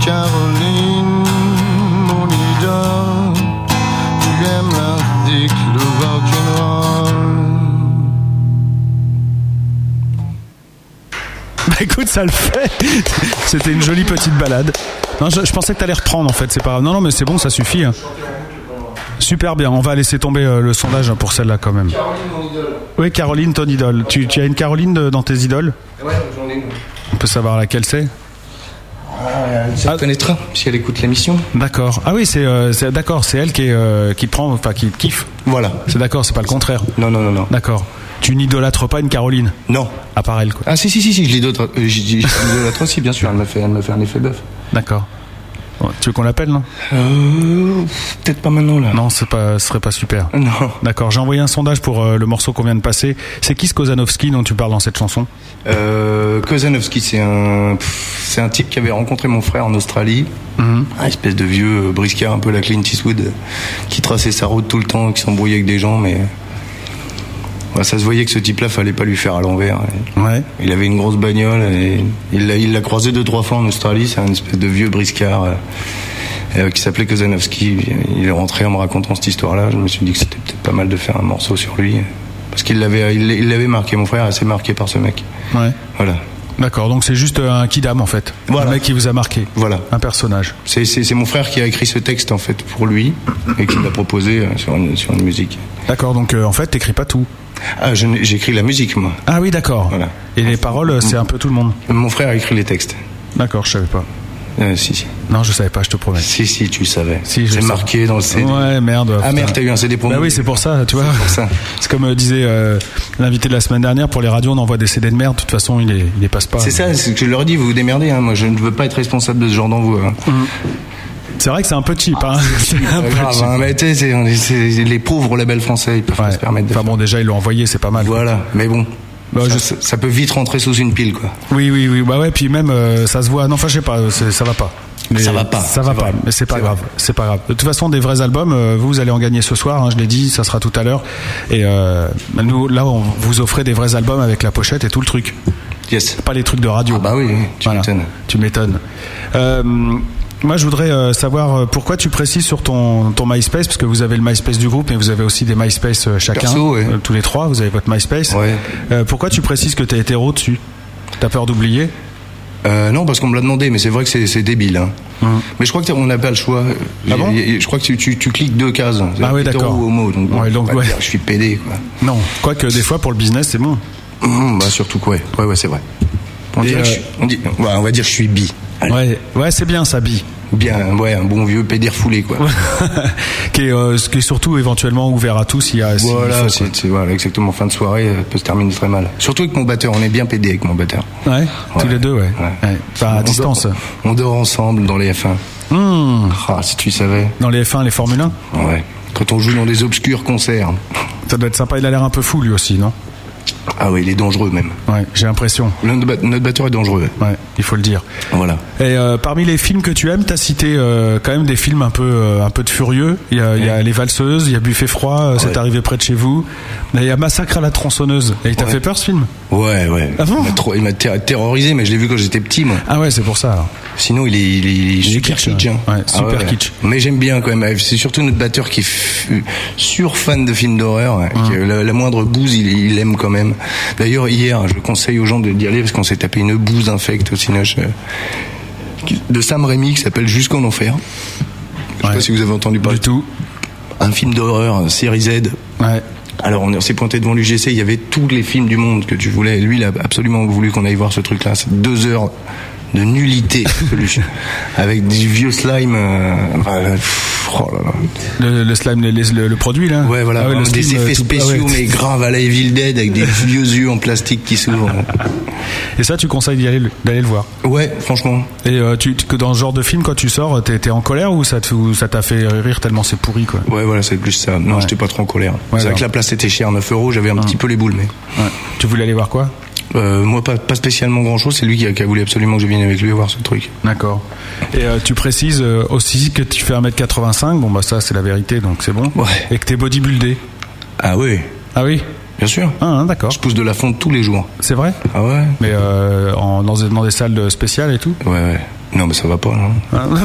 Speaker 7: Caroline, mon idole, tu aimes la dick, le rock'n'roll.
Speaker 5: Bah écoute, ça le fait C'était une jolie petite balade. Non, je, je pensais que t'allais reprendre en fait, c'est pas grave. Non, non, mais c'est bon, ça suffit. hein. Super bien, on va laisser tomber euh, le sondage hein, pour celle-là quand même. Oui, Caroline, ton idole. Tu, tu as une Caroline de- dans tes idoles
Speaker 6: Ouais, j'en ai une.
Speaker 5: On peut savoir laquelle c'est
Speaker 6: elle se connaîtra si elle écoute l'émission.
Speaker 5: D'accord. Ah oui, c'est euh, c'est- d'accord, c'est elle qui, est, euh, qui prend, enfin qui kiffe.
Speaker 6: Voilà.
Speaker 5: C'est d'accord, c'est pas le contraire.
Speaker 6: Non, non, non, non.
Speaker 5: D'accord. Tu n'idolâtres pas une Caroline
Speaker 6: Non.
Speaker 5: À part elle, quoi.
Speaker 6: Ah si, si, si, si je l'ai d'autres. euh, Je je- je l'idolâtre aussi, bien sûr. Elle m'a fait, elle m'a fait un effet bœuf.
Speaker 5: D'accord. Bon, tu veux qu'on l'appelle, non
Speaker 6: Euh, Peut-être pas maintenant, là.
Speaker 5: Non, c'est pas, ce serait pas super.
Speaker 6: Non.
Speaker 5: D'accord, j'ai envoyé un sondage pour euh, le morceau qu'on vient de passer. C'est qui ce Kozanowski dont tu parles dans cette chanson
Speaker 6: Euh, Kozanowski, c'est un, pff, c'est un type qui avait rencontré mon frère en Australie. Un espèce de vieux euh, briscard, un peu la Clint Eastwood, euh, qui traçait sa route tout le temps, qui s'embrouillait avec des gens, mais euh, ouais, ça se voyait que ce type-là, fallait pas lui faire à l'envers. hein.
Speaker 5: Ouais.
Speaker 6: Il avait une grosse bagnole et il l'a, il l'a croisé deux trois fois en Australie. C'est un espèce de vieux briscard euh, euh, qui s'appelait Kozanowski. Il est rentré en me racontant cette histoire-là. Je me suis dit que c'était peut-être pas mal de faire un morceau sur lui euh, parce qu'il l'avait, il, il l'avait marqué. Mon frère est assez marqué par ce mec.
Speaker 5: Ouais.
Speaker 6: Voilà,
Speaker 5: D'accord, donc c'est juste euh, un kidam en fait.
Speaker 6: Voilà.
Speaker 5: Un mec qui vous a marqué.
Speaker 6: voilà.
Speaker 5: Un personnage.
Speaker 6: C'est, c'est, c'est mon frère qui a écrit ce texte en fait pour lui et qui l'a proposé euh, sur une, sur une musique.
Speaker 5: D'accord, donc euh, en fait, t'écris pas tout.
Speaker 6: Ah, je n'ai- j'écris la musique moi.
Speaker 5: Ah oui, d'accord.
Speaker 6: Voilà.
Speaker 5: Et les paroles, euh, c'est un peu tout le monde.
Speaker 6: Mon frère a écrit les textes.
Speaker 5: D'accord, je savais pas.
Speaker 6: Euh, si, si.
Speaker 5: Non, je savais pas, je te promets.
Speaker 6: Si, si, tu savais.
Speaker 5: Si, je
Speaker 6: c'est
Speaker 5: sais.
Speaker 6: marqué dans le CD.
Speaker 5: Ouais, merde.
Speaker 6: Ah merde,
Speaker 5: putain.
Speaker 6: t'as eu un CD pour
Speaker 5: Bah
Speaker 6: nous.
Speaker 5: oui, c'est pour ça, tu vois.
Speaker 6: pour ça.
Speaker 5: C'est comme euh, disait euh, l'invité de la semaine dernière, pour les radios, on envoie des CD de merde, de toute façon, il les, il les passe pas.
Speaker 6: C'est ça, c'est ce que je leur dis, vous vous démerdez, hein. moi je ne veux pas être responsable de ce genre d'envoi. Hein.
Speaker 5: Mmh. C'est vrai que c'est un peu cheap,
Speaker 6: Ah,
Speaker 5: hein. C'est un
Speaker 6: Pas
Speaker 5: peu
Speaker 6: grave,
Speaker 5: cheap.
Speaker 6: hein. mais tu sais, c'est- on est- c'est- les pauvres labels français, ils peuvent pas
Speaker 5: Ouais.
Speaker 6: se permettre de
Speaker 5: Enfin bon, déjà, ils l'ont envoyé, c'est pas mal.
Speaker 6: Voilà, mais bon,
Speaker 5: Bah,
Speaker 6: ça,
Speaker 5: je-
Speaker 6: ça- ça peut vite rentrer sous une pile quoi.
Speaker 5: Oui, oui, oui. Bah ouais, puis même, euh, ça se voit. Non, enfin, je sais pas, c'est- ça va pas.
Speaker 6: Ça va pas,
Speaker 5: Ça va
Speaker 6: c'est
Speaker 5: pas,
Speaker 6: vrai.
Speaker 5: mais c'est pas
Speaker 6: C'est
Speaker 5: grave.
Speaker 6: vrai.
Speaker 5: C'est pas grave. De toute façon, des vrais albums, euh, vous allez en gagner ce soir, hein, je l'ai dit, ça sera tout à l'heure. Et euh, nous, là, on vous offrait des vrais albums avec la pochette et tout le truc.
Speaker 6: Yes.
Speaker 5: pas les trucs de radio.
Speaker 6: Ah bah oui, oui, tu m'étonnes.
Speaker 5: Tu m'étonnes. Euh, moi, je voudrais euh, savoir euh, pourquoi tu précises sur ton, ton MySpace, parce que vous avez le MySpace du groupe, mais vous avez aussi des MySpace euh, chacun.
Speaker 6: Perso, ouais.
Speaker 5: Euh, tous les trois, vous avez votre MySpace.
Speaker 6: Ouais.
Speaker 5: Euh, pourquoi tu précises que t'es hétéro dessus T'as peur d'oublier
Speaker 6: Euh, non, parce qu'on me l'a demandé, mais c'est vrai que c'est c'est débile. Hein. Mais je crois qu'on n'a pas le choix.
Speaker 5: Mmh. Ah bon
Speaker 6: Il y a- je crois que tu, tu, tu cliques deux cases.
Speaker 5: Ah oui,
Speaker 6: Hétéro
Speaker 5: d'accord.
Speaker 6: ou homo, donc, bon,
Speaker 5: Ouais, donc,
Speaker 6: on va
Speaker 5: ouais.
Speaker 6: dire, je suis pédé quoi.
Speaker 5: Non. Quoique, des fois, pour le business, c'est bon.
Speaker 6: Hum, bah surtout quoi, ouais, ouais, ouais, c'est vrai. On,
Speaker 5: Et,
Speaker 6: dirait que
Speaker 5: euh,
Speaker 6: je suis- on dit- ouais, on va dire je suis bi. Allez.
Speaker 5: Ouais, ouais c'est bien, ça, Bi.
Speaker 6: Bien, ouais, un bon vieux pédé refoulé, quoi.
Speaker 5: qui, est, euh, ce qui est surtout éventuellement ouvert à tous. Il y a, s'il
Speaker 6: Voilà,
Speaker 5: faut,
Speaker 6: c'est c'est- voilà, exactement. Fin de soirée, euh, peut se terminer très mal. Surtout avec mon batteur, on est bien pédé avec mon batteur.
Speaker 5: quoi. Ouais, tous
Speaker 6: Ouais,
Speaker 5: les deux, ouais.
Speaker 6: ouais.
Speaker 5: Ouais. Enfin,
Speaker 6: On
Speaker 5: à
Speaker 6: dort-
Speaker 5: distance. Mmh.
Speaker 6: on dort ensemble dans les F1. Ah, si tu savais.
Speaker 5: Dans les F1, les Formule 1.
Speaker 6: Ouais. Quand on joue dans des obscurs concerts.
Speaker 5: Ça doit être sympa. Il a l'air un peu fou, lui aussi, non
Speaker 6: Ah ouais, il est dangereux même.
Speaker 5: Ouais, j'ai l'impression.
Speaker 6: Notre bat- notre batteur est dangereux.
Speaker 5: Ouais, il faut le dire.
Speaker 6: Voilà.
Speaker 5: Et euh, parmi les films que tu aimes, t'as cité euh, quand même des films un peu euh, un peu de furieux. Il y a, il y a Les Valseuses, il y a Buffet froid, euh, c'est
Speaker 6: Ah Ouais.
Speaker 5: arrivé près de chez vous. Et il y a Massacre à la tronçonneuse. Et il t'a
Speaker 6: Ouais.
Speaker 5: fait peur ce film
Speaker 6: Ouais, ouais.
Speaker 5: Ah bon
Speaker 6: il m'a trop- il m'a ter- terrorisé, mais je l'ai vu quand j'étais petit, moi.
Speaker 5: Ah ouais, c'est pour ça. alors.
Speaker 6: Sinon, il est, il est- il est
Speaker 5: Il est
Speaker 6: super
Speaker 5: kitsch,
Speaker 6: kitsch.
Speaker 5: ouais.
Speaker 6: hein.
Speaker 5: Ouais, super kitsch.
Speaker 6: Mais j'aime bien quand même. C'est surtout notre batteur qui est f- sur fan de films d'horreur. hein,
Speaker 5: Hum.
Speaker 6: qui, euh, la, la moindre bouse, il, il aime quand même. D'ailleurs, hier, je conseille aux gens de d'y aller parce qu'on s'est tapé une bouse infecte au Cinoche. euh, de Sam Raimi qui s'appelle Jusqu'en enfer. Je sais pas si vous avez entendu parler.
Speaker 5: Du tout.
Speaker 6: Un film d'horreur, euh, série Z.
Speaker 5: Ouais.
Speaker 6: Alors on s'est pointé devant l'UGC, il y avait tous les films du monde que tu voulais. Lui, il a absolument voulu qu'on aille voir ce truc-là. C'est deux heures de nullité absolue. avec du vieux slime. euh, enfin, euh, pff, oh là là.
Speaker 5: Le, le slime, les- les- le, le produit là
Speaker 6: Ouais, voilà,
Speaker 5: Ah le
Speaker 6: vraiment des
Speaker 5: slime,
Speaker 6: effets
Speaker 5: euh, tout- ah
Speaker 6: spéciaux
Speaker 5: ouais.
Speaker 6: mais grave à la Evil Dead avec des vieux yeux en plastique qui s'ouvrent.
Speaker 5: Et ça, tu conseilles d'y aller, le- d'aller le voir
Speaker 6: Ouais, franchement.
Speaker 5: Et euh, tu, que dans ce genre de film, quand tu sors, t'es t'es en colère ou ça te- ou ça t'a fait rire tellement c'est pourri quoi
Speaker 6: Ouais, Hum. voilà, c'est plus ça. Non, j'étais pas trop en colère. c'est vrai
Speaker 5: alors.
Speaker 6: que la place était chère, 9 euros, j'avais un petit peu les boules, mais. euh,
Speaker 5: Tu voulais aller voir quoi
Speaker 6: Moi, pas, pas spécialement grand chose, c'est lui qui a, qui a voulu absolument que je vienne avec lui voir ce truc.
Speaker 5: D'accord. Et euh, tu précises euh, aussi que tu fais 1m85, bon bah ça c'est la vérité donc c'est bon. Et que t'es bodybuildé.
Speaker 6: Ah oui
Speaker 5: Ah oui
Speaker 6: Bien sûr.
Speaker 5: Ah, hein, d'accord.
Speaker 6: Je pousse de la fonte tous les jours.
Speaker 5: C'est vrai
Speaker 6: Ah ouais
Speaker 5: Mais euh, en, dans, des- dans des salles de- spéciales et tout
Speaker 6: Ouais, ouais. Non, mais ça va pas, non
Speaker 5: Ah, non,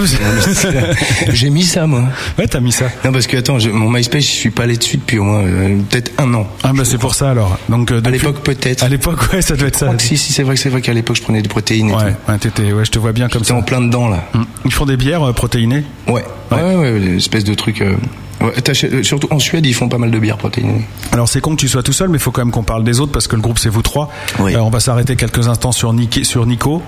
Speaker 5: mais-
Speaker 6: J'ai mis ça, moi.
Speaker 5: Ouais, t'as mis ça.
Speaker 6: Non, parce que attends, je- mon MySpace, je suis pas allé dessus depuis au moins euh, peut-être un an.
Speaker 5: Ah bah c'est pour ça alors. Donc
Speaker 6: À l'époque, peut-être.
Speaker 5: À l'époque, ouais, ça devait être ça.
Speaker 6: crois que si, si, c'est vrai que c'est vrai qu'à l'époque, je prenais des protéines. Et
Speaker 5: Ouais, ouais, t'étais- ouais, je te vois bien comme
Speaker 6: J'étais
Speaker 5: ça.
Speaker 6: en plein dedans, là.
Speaker 5: Mm. Ils font des bières euh, protéinées.
Speaker 6: tout. Ouais. Ouais, ouais, ouais, une espèce de truc. euh, ouais, t'achètes- euh, surtout en Suède, ils font pas mal de bières protéinées.
Speaker 5: Alors c'est con que tu sois tout seul, mais il faut quand même qu'on parle des autres parce que le groupe c'est vous trois. Euh, on va s'arrêter quelques instants sur, Niki- sur Nico,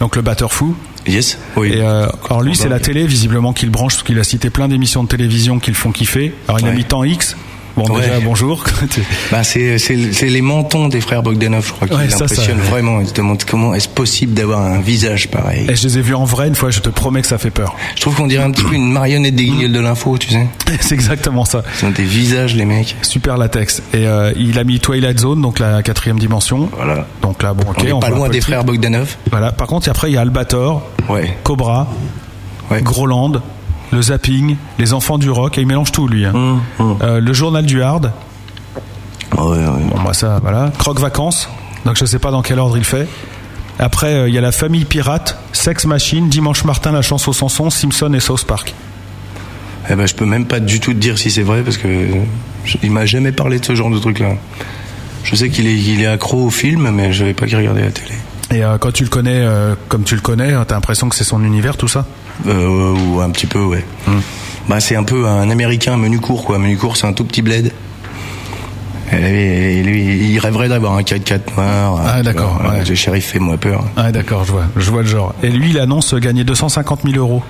Speaker 5: donc le batteur fou.
Speaker 6: Yes. Oui.
Speaker 5: Et euh, alors lui c'est la télé visiblement qu'il branche parce qu'il a cité plein d'émissions de télévision qui le font kiffer. Alors il a
Speaker 6: Ouais.
Speaker 5: mis temps X. Bon
Speaker 6: Ouais.
Speaker 5: déjà bonjour. T'es-
Speaker 6: Bah, c'est c'est- c'est les mentons des frères Bogdanov, je crois, qui
Speaker 5: Ouais, ça, ça,
Speaker 6: l'impressionnent
Speaker 5: ouais.
Speaker 6: vraiment. Ils se demandent comment est-ce possible d'avoir un visage pareil.
Speaker 5: Et je les ai vus en vrai une fois, je te promets que ça fait peur.
Speaker 6: Je trouve qu'on dirait un petit peu une marionnette des guignols de l'info, tu sais.
Speaker 5: c'est exactement ça.
Speaker 6: Ils ont des visages, les mecs.
Speaker 5: Super latex. Et euh, il a mis Twilight Zone, donc la quatrième dimension.
Speaker 6: Voilà.
Speaker 5: Donc là bon ok.
Speaker 6: on est pas
Speaker 5: voit un
Speaker 6: loin
Speaker 5: peu
Speaker 6: des
Speaker 5: le
Speaker 6: frères
Speaker 5: truc.
Speaker 6: Bogdanov.
Speaker 5: Voilà. Par contre après il y a Albator,
Speaker 6: Ouais.
Speaker 5: Cobra,
Speaker 6: Ouais.
Speaker 5: Groland, le zapping, les enfants du rock, et il mélange tout lui. hein.
Speaker 6: Hum,
Speaker 5: Euh, le journal du hard,
Speaker 6: Ouais, ouais.
Speaker 5: bon bah ça voilà, Croque Vacances, donc je sais pas dans quel ordre il fait. Après euh, il y a la famille pirate, Sex Machine, Dimanche Martin, La Chance au Sanson, Simpson et South Park.
Speaker 6: Eh ben, je peux même pas du tout te dire si c'est vrai parce que je- il m'a jamais parlé de ce genre de truc-là. Je sais qu'il est, il est accro au film, mais je vais pas qu'il regardait la télé.
Speaker 5: Et euh, quand tu le connais, euh, comme tu le connais, euh, t'as l'impression que c'est son univers tout ça.
Speaker 6: Euh, ou un petit peu, ouais.
Speaker 5: Hmm.
Speaker 6: Bah, c'est un peu un américain menu court, quoi. Menu court, c'est un tout petit bled. Et lui, et lui, il rêverait d'avoir un 4x4 noir.
Speaker 5: Ah,
Speaker 6: tu
Speaker 5: d'accord,
Speaker 6: vois.
Speaker 5: ouais.
Speaker 6: Le shérif fait moi peur.
Speaker 5: Ah d'accord, je vois, je vois le genre. Et lui il annonce gagner 250 000 euros.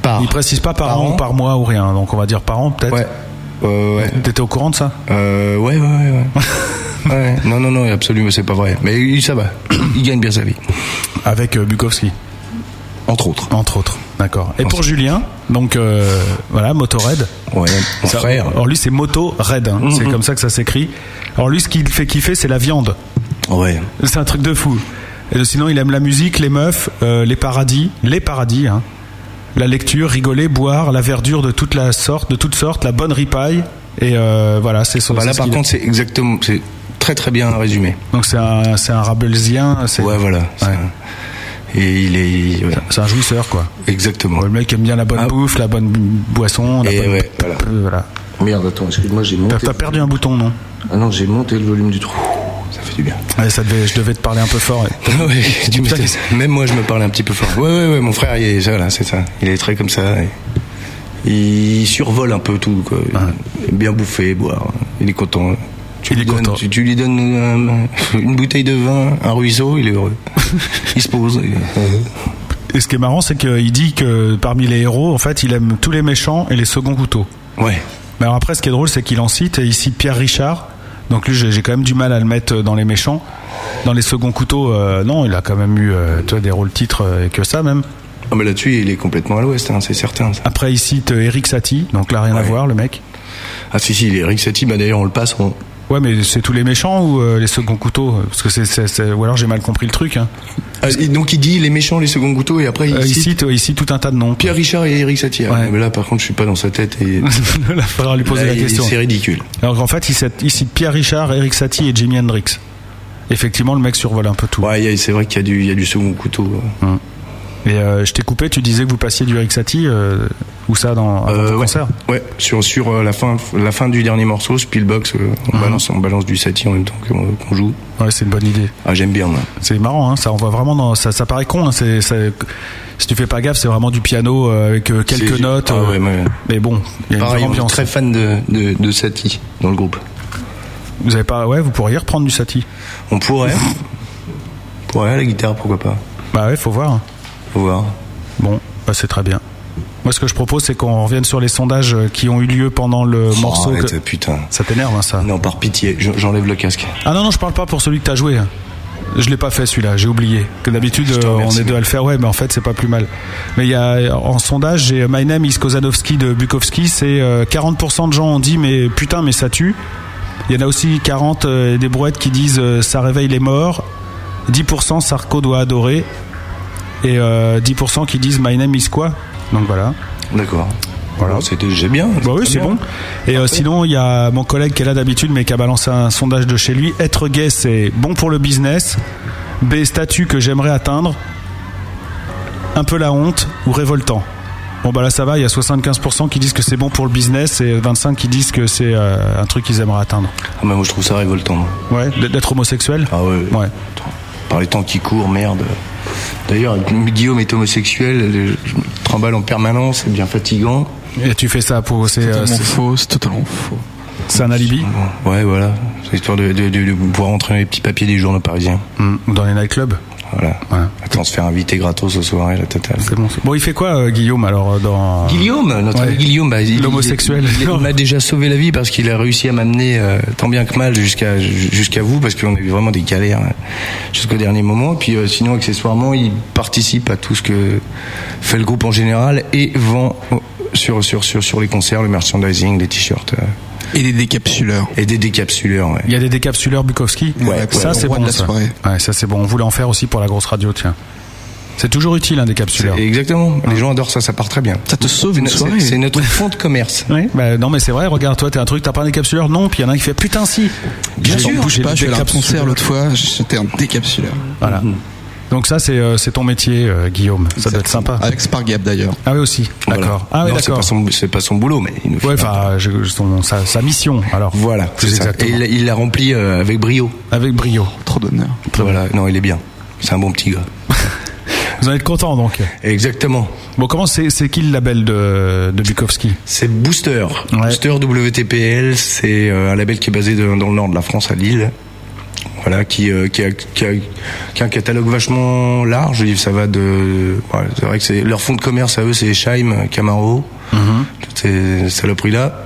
Speaker 6: Par.
Speaker 5: Il précise pas par,
Speaker 6: Par
Speaker 5: an,
Speaker 6: an
Speaker 5: ou par mois ou rien, donc on va dire par an peut-être.
Speaker 6: Ouais. Euh, ouais.
Speaker 5: T'étais au courant de ça
Speaker 6: Euh, ouais, ouais, ouais. ouais. ouais. Non, non, non, absolument, c'est pas vrai. Mais il- ça va. Il gagne bien sa vie.
Speaker 5: Avec euh, Bukowski.
Speaker 6: Entre autres.
Speaker 5: Entre autres, d'accord. Et
Speaker 6: Entre
Speaker 5: pour
Speaker 6: autres.
Speaker 5: Julien, donc euh, voilà, Motorhead.
Speaker 6: Ouais, mon
Speaker 5: Ça-
Speaker 6: frère. Mhm.
Speaker 5: Alors lui, c'est Motorhead, hein. c'est comme ça que ça s'écrit. Alors lui, ce qui le fait kiffer, c'est la viande.
Speaker 6: Ouais.
Speaker 5: C'est un truc de fou. Et sinon, il aime la musique, les meufs, euh, les paradis, les paradis, hein. la lecture, rigoler, boire, la verdure de toute la sorte, de toutes sortes, la bonne ripaille. Et euh, voilà, c'est son.
Speaker 6: Bah
Speaker 5: c'est
Speaker 6: là,
Speaker 5: ce
Speaker 6: par
Speaker 5: qu'il-
Speaker 6: contre, c'est exactement, c'est très très bien résumé.
Speaker 5: donc c'est un, c'est un rabelsien. C'est
Speaker 6: Ouais, voilà. C'est un- Et il est, ouais,
Speaker 5: c'est un jouisseur, quoi.
Speaker 6: exactement.
Speaker 5: Ouais, le mec aime bien la bonne
Speaker 6: Ah.
Speaker 5: bouffe, la bonne boisson, la
Speaker 6: Et
Speaker 5: bonne-
Speaker 6: ouais, voilà.
Speaker 5: Euh, voilà.
Speaker 11: Merde, attends, excuse-moi, j'ai
Speaker 5: T'as-
Speaker 11: monté.
Speaker 5: T'as perdu un bouton, non
Speaker 11: Ah non, j'ai monté le volume du trou.
Speaker 6: Ça fait du bien.
Speaker 5: Ouais, ça devait, je devais te parler un peu fort. Ah ouais.
Speaker 6: Ouais, tu
Speaker 5: Putain,
Speaker 6: m'étonnes.
Speaker 5: qu'est-ce-
Speaker 6: Même moi, je me parle un petit peu fort. Ouais, ouais, ouais, mon frère, il est, voilà, c'est ça. Il est très comme ça. et- Il survole un peu tout, quoi. Bien bouffé, boire. Il est content. Tu
Speaker 5: Ah. Il
Speaker 6: lui
Speaker 5: est
Speaker 6: donnes-
Speaker 5: content.
Speaker 6: Tu, tu lui donnes euh, une bouteille de vin, un ruisseau, il est heureux. il se pose. euh, il est-
Speaker 5: Et ce qui est marrant, c'est qu'il dit que parmi les héros, en fait, il aime tous les méchants et les seconds couteaux.
Speaker 6: Ouais.
Speaker 5: Mais alors après, ce qui est drôle, c'est qu'il en cite, et il cite Pierre Richard. Donc lui, j'ai j'ai quand même du mal à le mettre dans les méchants. Dans les seconds couteaux, euh, non, il a quand même eu euh, tu vois, des rôles titres euh, et que ça même.
Speaker 6: Ah, mais là-dessus, il est complètement à l'ouest, hein, c'est certain. ça.
Speaker 5: Après, il cite euh, Eric Satie, donc là, rien à
Speaker 6: Ouais.
Speaker 5: voir, le mec.
Speaker 6: Ah, si, si, il est Eric Satie, bah d'ailleurs, on le passe. on-
Speaker 5: Ouais, mais c'est tous les méchants ou euh, les seconds couteaux Parce que c'est, c'est- c'est- ou alors j'ai mal compris le truc. Hein.
Speaker 6: Ah, et donc, il dit les méchants, les seconds couteaux, et après, il
Speaker 5: Euh, il
Speaker 6: cite
Speaker 5: cite, ouais, il cite tout un tas de noms.
Speaker 6: Pierre Richard et Eric Satie. Ah,
Speaker 5: Ouais.
Speaker 6: Mais là, par contre, je suis pas dans sa tête. Et...
Speaker 5: Il faudra lui poser
Speaker 6: Là,
Speaker 5: la
Speaker 6: il-
Speaker 5: question.
Speaker 6: C'est ridicule.
Speaker 5: Alors qu'en fait, il cite, il cite Pierre Richard, Eric Satie et Jimi Hendrix. Effectivement, le mec survole un peu tout.
Speaker 6: Bah, Ouais, il y a- c'est vrai qu'il y a du, il y a du second couteau. euh.
Speaker 5: Et euh, je t'ai coupé, tu disais que vous passiez du Rick Satie, euh, ou ça dans avant
Speaker 6: Euh,
Speaker 5: ton
Speaker 6: ouais.
Speaker 5: concert
Speaker 6: Ouais, sur, sur euh, la, fin, la fin du dernier morceau, Spielbox, euh, on, balance, on balance du Satie en même temps qu'on qu'on joue.
Speaker 5: Ouais, c'est une bonne idée.
Speaker 6: Ah, j'aime bien, moi.
Speaker 5: C'est marrant, hein, ça envoie vraiment dans. Ça, ça paraît con, hein, c'est, ça- si tu fais pas gaffe, c'est vraiment du piano euh, avec euh, quelques
Speaker 6: C'est-
Speaker 5: notes.
Speaker 6: ah
Speaker 5: euh,
Speaker 6: ouais, ouais.
Speaker 5: Mais bon, il y a une
Speaker 6: Pareil,
Speaker 5: vraie
Speaker 6: on est
Speaker 5: ambiance.
Speaker 6: très fan de, de, de Satie dans le groupe.
Speaker 5: Vous avez pas, ouais, vous pourriez reprendre du Satie.
Speaker 6: On pourrait. on pourrait, la guitare, pourquoi pas.
Speaker 5: Bah ouais, faut voir.
Speaker 6: Faut voir.
Speaker 5: Bon, bah c'est très bien. Moi, ce que je propose, c'est qu'on revienne sur les sondages euh, qui ont eu lieu pendant le
Speaker 6: Oh,
Speaker 5: morceau. que-
Speaker 6: arrête, putain.
Speaker 5: Ça t'énerve, hein, ça
Speaker 6: Non, par pitié, je- j'enlève le casque.
Speaker 5: Ah non, non, je parle pas pour celui que t'as joué. hein. Je l'ai pas fait celui-là, j'ai oublié. Que d'habitude, euh, on
Speaker 6: remercie.
Speaker 5: est deux à le faire, ouais, mais en fait, c'est pas plus mal. Mais il y a, en sondage, j'ai euh, My Name is Kozanowski de Bukowski, c'est euh, 40% de gens ont dit, mais putain, mais ça tue. Il y en a aussi 40 euh, et des brouettes qui disent, euh, ça réveille les morts. 10% Sarko doit adorer. Et euh, 10% qui disent, My Name is quoi Donc voilà.
Speaker 6: D'accord.
Speaker 5: Voilà.
Speaker 6: Bon, C'était j'ai bien.
Speaker 5: Bah oui, c'est bon. Et euh, sinon, il y a mon collègue qui est là d'habitude, mais qui a balancé un sondage de chez lui. Être gay, c'est bon pour le business. B, statut que j'aimerais atteindre. Un peu la honte ou révoltant. Bon, bah là, ça va. Il y a 75% qui disent que c'est bon pour le business et 25% qui disent que c'est euh, un truc qu'ils aimeraient atteindre.
Speaker 6: Ah, mais moi, je trouve ça révoltant. moi.
Speaker 5: Ouais, d- d'être homosexuel.
Speaker 6: Ah ouais.
Speaker 5: Ouais.
Speaker 6: Par les temps qui courent, merde. D'ailleurs, Guillaume est homosexuel, euh, je me trimballe en permanence, c'est bien fatigant.
Speaker 5: Et tu fais ça pour. C'est euh,
Speaker 12: totalement
Speaker 5: c'est-
Speaker 12: faux, c'est totalement faux.
Speaker 5: c'est un alibi
Speaker 6: Ouais, voilà. C'est histoire de, de- de- de pouvoir rentrer dans les petits papiers des journaux parisiens.
Speaker 5: Mm, Ou dans les nightclubs.
Speaker 6: Voilà. Attends, se faire inviter gratos aux soirées, la totale.
Speaker 5: C'est bon. c'est- Bon, il fait quoi, euh, Guillaume, alors, euh, dans.
Speaker 6: Guillaume, notre
Speaker 5: Ouais.
Speaker 6: ami Guillaume, bah, il-
Speaker 5: L'homosexuel.
Speaker 6: il- il- il m'a déjà sauvé la vie parce qu'il a réussi à m'amener euh, tant bien que mal jusqu'à jusqu'à vous parce qu'on a eu vraiment des galères hein, jusqu'au dernier moment. Puis euh, sinon, accessoirement, il participe à tout ce que fait le groupe en général et vend euh, sur sur sur sur les concerts, le merchandising, les t-shirts euh,
Speaker 12: Et des décapsuleurs.
Speaker 6: et des décapsuleurs. Ouais.
Speaker 5: Il y a des décapsuleurs Bukowski
Speaker 6: Ouais,
Speaker 5: ça
Speaker 6: ouais,
Speaker 5: c'est
Speaker 12: le roi
Speaker 5: bon.
Speaker 12: de la
Speaker 5: ça.
Speaker 12: soirée.
Speaker 5: Ouais, ça c'est bon. On voulait en faire aussi pour la grosse radio, tiens. C'est toujours utile un décapsuleur.
Speaker 6: Exactement. Les gens adorent ça, ça part très bien.
Speaker 12: Ça te sauve une
Speaker 6: C'est-
Speaker 12: soirée.
Speaker 6: C'est notre fond de commerce.
Speaker 5: Ouais. Bah, non mais c'est vrai. Regarde toi, t'es un truc, t'as pas un décapsuleur Non. Puis il y en a un qui fait putain si.
Speaker 12: Bien
Speaker 5: J'ai
Speaker 12: sûr, je
Speaker 5: bouger
Speaker 12: sais pas,
Speaker 5: le
Speaker 12: je suis allé à un concert
Speaker 5: décapsuleur.
Speaker 12: l'autre fois, j'étais un décapsuleur.
Speaker 5: Voilà. Donc ça c'est euh, c'est ton métier, euh, Guillaume. Ça doit être sympa.
Speaker 12: Avec Spargap d'ailleurs.
Speaker 5: Ah oui aussi. D'accord. Ah oui
Speaker 6: Non, c'est
Speaker 5: d'accord.
Speaker 6: pas son- C'est pas son boulot, mais il nous fait
Speaker 5: Ouais,
Speaker 6: un-
Speaker 5: enfin, je- son- sa, sa mission. Alors
Speaker 6: Voilà,
Speaker 5: Plus
Speaker 6: c'est ça. Et
Speaker 5: exactement.
Speaker 6: il, il l'a rempli euh, avec brio.
Speaker 5: Avec brio.
Speaker 12: Trop d'honneur.
Speaker 6: Voilà, non, il est bien. C'est un bon petit gars.
Speaker 5: Vous en êtes content donc.
Speaker 6: Exactement.
Speaker 5: Bon, comment c'est c'est qui le label de, de Bukowski
Speaker 6: C'est Booster.
Speaker 5: Ouais.
Speaker 6: Booster WTPL, c'est euh, un label qui est basé de- dans le nord de la France, à Lille. Voilà, qui, euh, qui, a, qui, a, qui a un catalogue vachement large. Ça va de. voilà, c'est vrai que c'est leur fonds de commerce à eux, c'est Scheim, Camaro, toutes ces saloperies-là.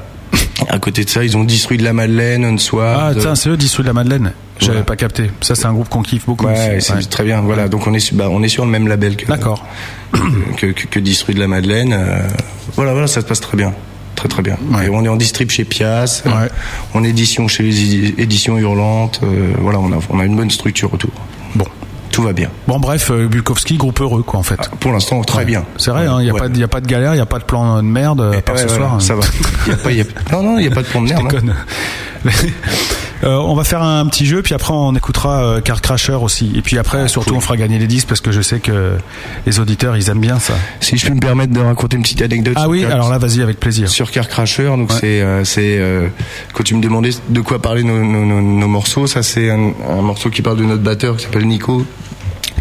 Speaker 6: À côté de ça, ils ont détruit de la Madeleine,
Speaker 5: Ah,
Speaker 6: Unswag.
Speaker 5: tiens, c'est eux, Dissous de la Madeleine. J'avais
Speaker 6: Ouais.
Speaker 5: pas capté. Ça, c'est un groupe qu'on kiffe beaucoup.
Speaker 6: Ouais,
Speaker 5: aussi.
Speaker 6: c'est
Speaker 5: Ouais.
Speaker 6: très bien. Voilà, donc on est, sur- bah, on est sur le même label que,
Speaker 5: D'accord.
Speaker 6: que, que, que Distrui de la Madeleine. euh, voilà, voilà, ça se passe très bien. Très très bien.
Speaker 5: Ouais.
Speaker 6: Et on est en distrib chez Pias,
Speaker 5: Ouais.
Speaker 6: on édition chez les édi- éditions hurlantes. euh, voilà, on a, on a une bonne structure autour.
Speaker 5: Bon.
Speaker 6: Tout va bien.
Speaker 5: Bon, bref, euh, Bukowski, groupe heureux, quoi, en fait.
Speaker 6: Pour l'instant, Ah, très
Speaker 5: Ouais.
Speaker 6: bien.
Speaker 5: C'est vrai, il n'y a,
Speaker 6: Ouais. Eh,
Speaker 5: pas de- y a pas de galère, il n'y a pas de plan de merde, euh, à part
Speaker 6: Ouais,
Speaker 5: ce
Speaker 6: ouais,
Speaker 5: soir.
Speaker 6: ouais, ça
Speaker 5: hein.
Speaker 6: va. Y a pas, y a- Non, non, il n'y a pas de plan de
Speaker 5: Je
Speaker 6: merde. hein.
Speaker 5: déconne. Euh, on va faire un petit jeu, puis après on écoutera euh, Car Crasher aussi. Et puis après, surtout,
Speaker 6: Ah, cool.
Speaker 5: on fera gagner les 10 parce que je sais que les auditeurs, ils aiment bien ça.
Speaker 6: Si je peux me permettre de raconter une petite anecdote.
Speaker 5: Ah
Speaker 6: sur
Speaker 5: oui,
Speaker 6: Kirk-
Speaker 5: alors là, vas-y, avec plaisir.
Speaker 6: Sur Car Crasher, donc
Speaker 5: Ouais.
Speaker 6: c'est euh, c'est euh, quand tu me demandais de quoi parler nos, nos, nos- nos morceaux, ça c'est un, un morceau qui parle de notre batteur qui s'appelle Nico,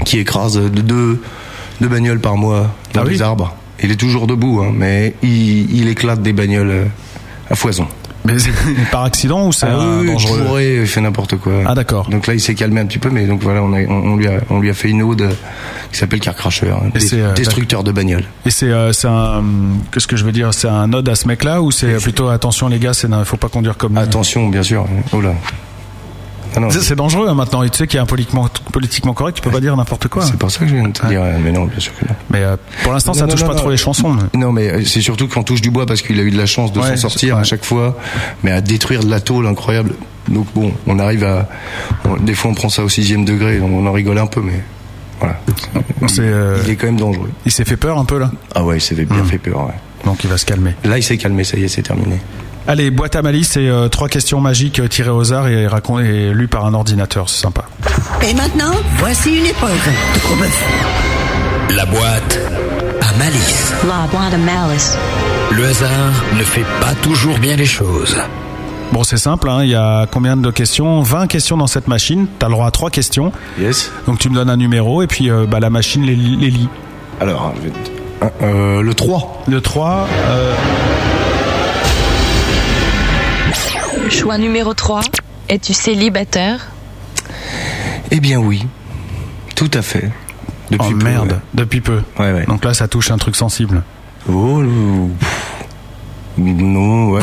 Speaker 6: qui écrase de deux deux bagnoles par mois dans
Speaker 5: Ah
Speaker 6: les
Speaker 5: oui
Speaker 6: arbres. Il est toujours debout, hein, mais il, il éclate des bagnoles euh, à foison.
Speaker 5: Mais par accident ou c'est
Speaker 6: Ah
Speaker 5: euh,
Speaker 6: oui, oui,
Speaker 5: dangereux
Speaker 6: bourré, il fait n'importe quoi.
Speaker 5: Ah, d'accord.
Speaker 6: Donc là, il s'est calmé un petit peu, mais donc voilà, on, a- on, on lui, a, on lui a fait une ode euh, qui s'appelle Car Crasher, hein,
Speaker 5: Et
Speaker 6: dé-
Speaker 5: c'est, euh,
Speaker 6: destructeur de bagnoles.
Speaker 5: Et c'est euh, c'est un. Qu'est-ce que je veux dire C'est un ode à ce mec-là ou c'est plutôt attention les gars, il faut pas conduire comme. euh,
Speaker 6: Attention, bien sûr. Oh là. Ah non,
Speaker 5: C'est c'est dangereux hein, maintenant. Et tu sais qu'il y a un politiquement, politiquement correct, tu peux pas dire n'importe quoi.
Speaker 6: C'est pour ça que je viens de te dire, euh, mais non, bien sûr que non.
Speaker 5: Mais euh, pour l'instant, ça
Speaker 6: Non, non,
Speaker 5: touche
Speaker 6: non,
Speaker 5: pas
Speaker 6: non.
Speaker 5: trop les chansons. mais-
Speaker 6: Non, mais euh, c'est surtout qu'on touche du bois parce qu'il a eu de la chance de
Speaker 5: Ouais,
Speaker 6: s'en sortir
Speaker 5: ouais.
Speaker 6: à chaque fois, mais à détruire de la tôle incroyable. Donc bon, on arrive à. on- des fois, on prend ça au sixième degré, donc on en rigole un peu, mais voilà.
Speaker 5: C'est, euh,
Speaker 6: Il est quand même dangereux.
Speaker 5: Il s'est fait peur un peu là,
Speaker 6: Ah ouais, il s'est bien fait peur. ouais.
Speaker 5: donc il va se calmer.
Speaker 6: Là, il s'est calmé, ça y est, c'est terminé.
Speaker 5: Allez, boîte à malice et euh, trois questions magiques euh, tirées au hasard et racontées et lues par un ordinateur, c'est sympa.
Speaker 8: Et maintenant, voici une épreuve de Gros Bœuf.
Speaker 4: La boîte à malice.
Speaker 2: La boîte à malice.
Speaker 4: Le hasard ne fait pas toujours bien les choses.
Speaker 5: Bon, c'est simple, hein, il y a combien de questions 20 questions dans cette machine, t'as le droit à 3 questions.
Speaker 6: Yes.
Speaker 5: Donc tu me donnes un numéro et puis euh, bah, la machine les, les lit.
Speaker 6: Alors, je vais te- Ah, euh, le 3.
Speaker 5: Le 3, euh,
Speaker 2: Choix numéro 3. Es-tu célibataire
Speaker 6: Eh bien oui, tout à fait. Depuis
Speaker 5: oh
Speaker 6: peu,
Speaker 5: merde,
Speaker 6: ouais.
Speaker 5: depuis peu.
Speaker 6: Ouais, ouais.
Speaker 5: Donc là, ça touche un truc sensible.
Speaker 6: Oh, le- pff. non, ouais.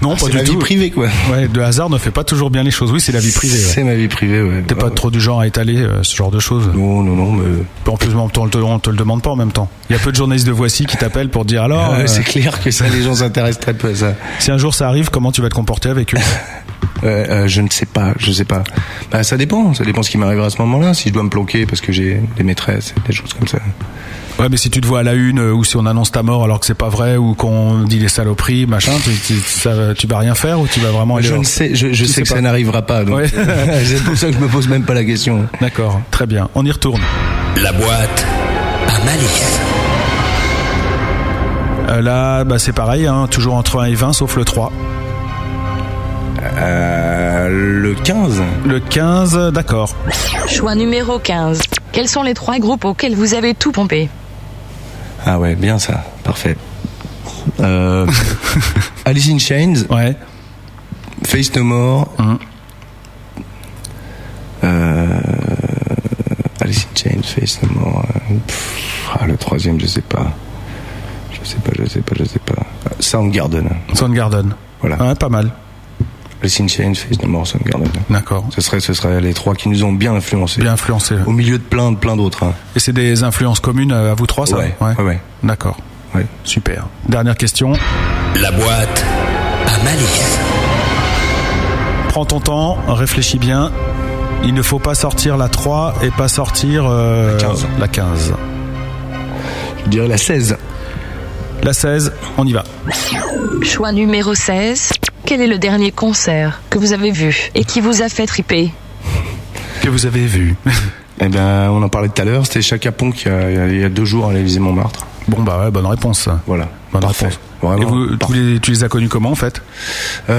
Speaker 5: non,
Speaker 6: Ah,
Speaker 5: pas
Speaker 6: c'est
Speaker 5: du
Speaker 6: la
Speaker 5: tout.
Speaker 6: vie privée, quoi.
Speaker 5: Ouais, le hasard ne fait pas toujours bien les choses. Oui, c'est la vie privée. ouais.
Speaker 6: C'est ma vie privée, ouais.
Speaker 5: T'es pas trop du genre à étaler euh, ce genre de choses.
Speaker 6: Non, non, non, mais.
Speaker 5: Puis En plus, en même temps, on te, on te le demande pas en même temps. Il y a peu de journalistes de Voici qui t'appellent pour dire alors.
Speaker 6: Ah ouais,
Speaker 5: euh,
Speaker 6: c'est clair que ça, les gens s'intéressent très peu à ça.
Speaker 5: Si un jour ça arrive, comment tu vas te comporter avec eux
Speaker 6: Euh, euh, je ne sais pas, je sais pas. Bah, ça dépend, ça dépend ce qui m'arrivera à ce moment-là. Si je dois me planquer parce que j'ai des maîtresses, des choses comme ça.
Speaker 5: Ouais, mais si tu te vois à la une euh, ou si on annonce ta mort alors que c'est pas vrai ou qu'on dit des saloperies, machin, tu, tu, ça- tu vas rien faire ou tu vas vraiment aller
Speaker 6: je
Speaker 5: hors-
Speaker 6: ne sais, je, je
Speaker 5: Tu
Speaker 6: sais que
Speaker 5: pas.
Speaker 6: ça n'arrivera pas. donc, euh,
Speaker 5: Ouais.
Speaker 6: c'est pour ça que je me pose même pas la question.
Speaker 5: D'accord, très bien. On y retourne.
Speaker 4: La boîte à malice.
Speaker 5: Euh, là, bah, c'est pareil, hein, toujours entre 1 et 20, sauf le 3.
Speaker 6: Euh, le 15.
Speaker 5: Le 15, d'accord.
Speaker 2: Choix numéro 15. Quels sont les trois groupes auxquels vous avez tout pompé
Speaker 6: Ah ouais, bien ça, parfait. Euh, Alice in Chains,
Speaker 5: Ouais.
Speaker 6: Face No More.
Speaker 5: Mm.
Speaker 6: Euh, Alice in Chains, Face No More. euh, pff, ah, le troisième, je sais pas. Je sais pas, je sais pas, je sais pas. Ah, Soundgarden.
Speaker 5: Soundgarden.
Speaker 6: Voilà.
Speaker 5: Ouais, pas mal.
Speaker 6: Alice in Chains, Face No More, Soundgarden.
Speaker 5: D'accord.
Speaker 6: Ce serait, ce serait les trois qui nous ont bien influencés.
Speaker 5: Bien influencé.
Speaker 6: Au milieu de plein, de plein d'autres. hein.
Speaker 5: Et c'est des influences communes euh, à vous trois, ça
Speaker 6: Ouais, ouais, ouais.
Speaker 5: D'accord.
Speaker 6: Ouais.
Speaker 5: Super. Dernière question.
Speaker 4: La boîte à malice.
Speaker 5: Prends ton temps, réfléchis bien. Il ne faut pas sortir la 3 et pas sortir euh,
Speaker 6: La 15.
Speaker 5: la 15.
Speaker 6: Je dirais la 16.
Speaker 5: La 16, on y va.
Speaker 2: Choix numéro 16. Quel est le dernier concert que vous avez vu et qui vous a fait triper
Speaker 5: Que vous avez vu.
Speaker 6: Eh ben, on en parlait tout à l'heure, c'était Chaka Ponk il y a, il y a- il y a deux jours à l'Élysée Montmartre.
Speaker 5: bon, bah ouais, bonne réponse.
Speaker 6: Voilà.
Speaker 5: Bonne
Speaker 6: Parfait.
Speaker 5: réponse.
Speaker 6: Vraiment.
Speaker 5: Et vous, tu,
Speaker 6: parfait.
Speaker 5: les, tu les as connus comment en fait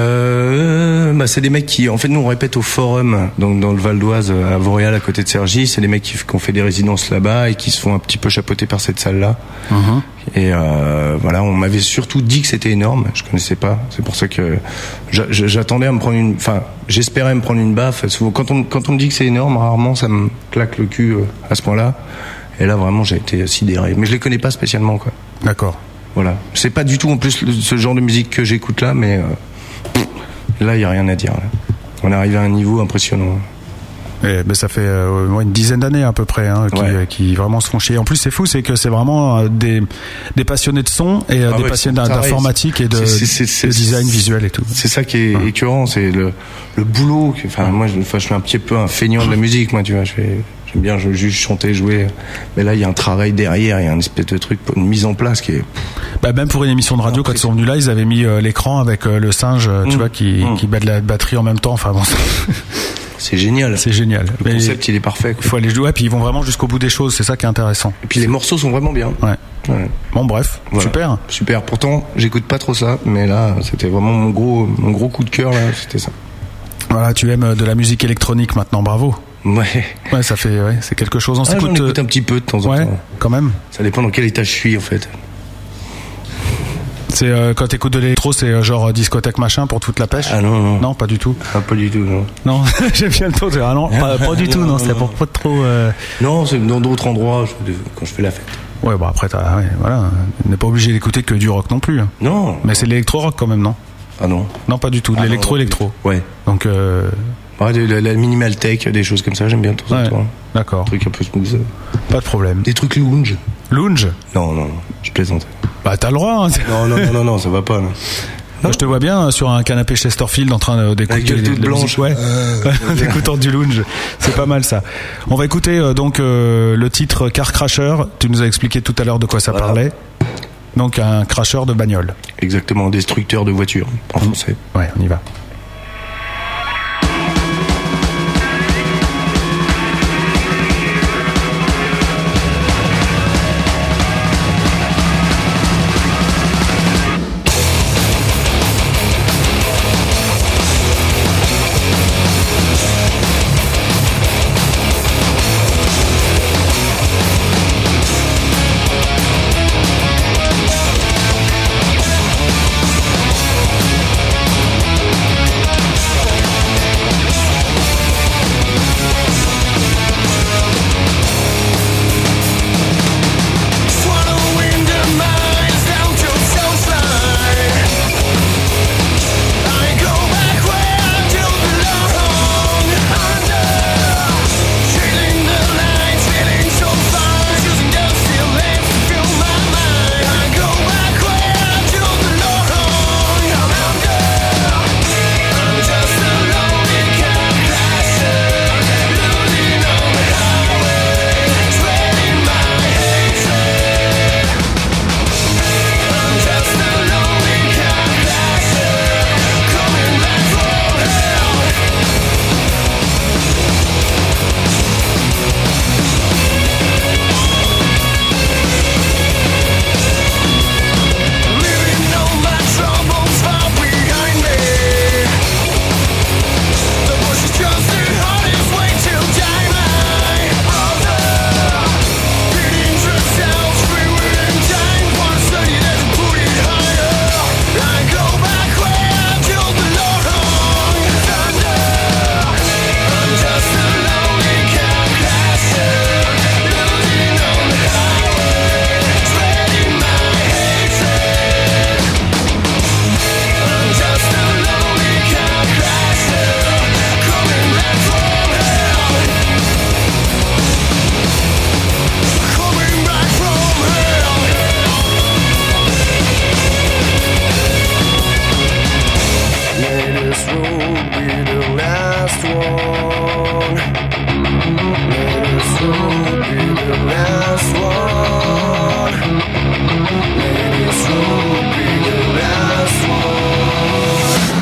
Speaker 6: Euh, bah, c'est des mecs qui, en fait, nous on répète au Forum, donc dans le Val d'Oise, à Vauréal, à côté de Cergy. C'est des mecs qui, f- qui ont fait des résidences là-bas et qui se font un petit peu chapeauter par cette salle-là. Et euh, voilà, on m'avait surtout dit que c'était énorme. Je connaissais pas. C'est pour ça que j'a- j'a- j'attendais à me prendre une, enfin, j'espérais me prendre une baffe. Souvent, Quand on quand on me dit que c'est énorme, rarement ça me claque le cul euh, à ce point-là. Et là, vraiment, j'ai été sidéré. Mais je les connais pas spécialement, quoi.
Speaker 5: D'accord.
Speaker 6: Voilà. C'est pas du tout en plus le- ce genre de musique que j'écoute là, mais euh, pff, là, il n'y a rien à dire. là. On est arrivé à un niveau impressionnant.
Speaker 5: Eh ben, ça fait euh, ouais, une dizaine d'années à peu près hein, qui,
Speaker 6: Ouais.
Speaker 5: euh, qui vraiment se font chier. En plus, c'est fou, c'est que c'est vraiment euh, des, des passionnés de son et euh,
Speaker 6: Ah
Speaker 5: des
Speaker 6: ouais,
Speaker 5: passionnés
Speaker 6: c'est
Speaker 5: d'in-
Speaker 6: taré.
Speaker 5: d'informatique et de,
Speaker 6: C'est- c'est- c'est-
Speaker 5: de
Speaker 6: c'est-
Speaker 5: design visuel et tout.
Speaker 6: C'est ça qui
Speaker 5: Hein.
Speaker 6: est écœurant, c'est le, le boulot. que- Enfin, moi, je, enfin, je suis un petit peu un feignant de la musique, moi, tu vois. Je fais- J'aime bien je, juste chanter, jouer. Mais là, il y a un travail derrière, il y a une espèce de truc, une mise en place qui est.
Speaker 5: Bah, même pour une émission de radio, quand ils sont venus là, ils avaient mis euh, l'écran avec euh, le singe, euh,
Speaker 6: Mmh.
Speaker 5: tu vois, qui, qui bat de la batterie en même temps. Enfin bon,
Speaker 6: C'est génial.
Speaker 5: c'est génial.
Speaker 6: Le
Speaker 5: Mais
Speaker 6: concept, il est parfait. quoi.
Speaker 5: il faut aller jouer, puis ils vont vraiment jusqu'au bout des choses. C'est ça qui est intéressant.
Speaker 6: Et puis les morceaux sont vraiment bien.
Speaker 5: Ouais.
Speaker 6: Ouais.
Speaker 5: Bon, bref,
Speaker 6: Voilà.
Speaker 5: super.
Speaker 6: Super. Pourtant, j'écoute pas trop ça, mais là, c'était vraiment mon gros, mon gros coup de cœur là. C'était ça.
Speaker 5: Voilà, tu aimes euh, de la musique électronique maintenant, bravo.
Speaker 6: Ouais.
Speaker 5: Ouais, ça fait, ouais, c'est quelque chose. On
Speaker 6: Ah, j'en
Speaker 5: s'écoute.
Speaker 6: écoute
Speaker 5: euh,
Speaker 6: un petit peu de temps en
Speaker 5: Ouais,
Speaker 6: temps.
Speaker 5: quand même.
Speaker 6: Ça dépend dans quel état je suis en fait.
Speaker 5: C'est euh, quand t'écoutes de l'électro, c'est euh, genre euh, discothèque machin pour toute la pêche.
Speaker 6: Ah non, non.
Speaker 5: Non, pas du tout.
Speaker 6: Ah, pas du tout, non.
Speaker 5: Non, j'aime bien le tour de. Ah non, pas, pas du
Speaker 6: Non,
Speaker 5: tout. Non,
Speaker 6: non,
Speaker 5: c'est
Speaker 6: non.
Speaker 5: pour pas trop. euh,
Speaker 6: Non, c'est dans d'autres endroits je- de- quand je fais la fête.
Speaker 5: Ouais, bon après, t'as, ouais, voilà, on n'est pas obligé d'écouter que du rock non plus. hein.
Speaker 6: Non.
Speaker 5: Mais c'est de l'électro rock quand même, non
Speaker 6: Ah non.
Speaker 5: Non, pas du tout. De
Speaker 6: Ah, non,
Speaker 5: l'électro
Speaker 6: non,
Speaker 5: électro.
Speaker 6: non. Ouais.
Speaker 5: Donc, euh,
Speaker 6: Ouais, de la, la minimal tech, des choses comme ça, j'aime bien de temps en
Speaker 5: ouais,
Speaker 6: temps.
Speaker 5: d'accord,
Speaker 6: Des trucs un peu smooth.
Speaker 5: pas de problème.
Speaker 6: Des trucs lounge.
Speaker 5: Lounge,
Speaker 6: Non, non, non, je plaisante.
Speaker 5: bah t'as le droit. hein.
Speaker 6: Non, non, non, non, non, ça va pas là.
Speaker 5: Moi, je te vois bien euh, sur un canapé Chesterfield en train euh,
Speaker 6: La
Speaker 5: d'écouter
Speaker 6: gueule
Speaker 5: de
Speaker 6: toute
Speaker 5: la
Speaker 6: blanche.
Speaker 5: musique, ouais. En écoutant du lounge. C'est pas mal ça. On va écouter euh, donc euh, le titre Car Crasher. Tu nous as expliqué tout à l'heure de quoi ça
Speaker 6: Voilà.
Speaker 5: parlait. Donc un crasheur de bagnole.
Speaker 6: Exactement, destructeur de voitures
Speaker 5: Ah
Speaker 6: en français.
Speaker 5: Ouais, on y va.
Speaker 13: Car
Speaker 7: one. May this road be the last one. May this road be the last one.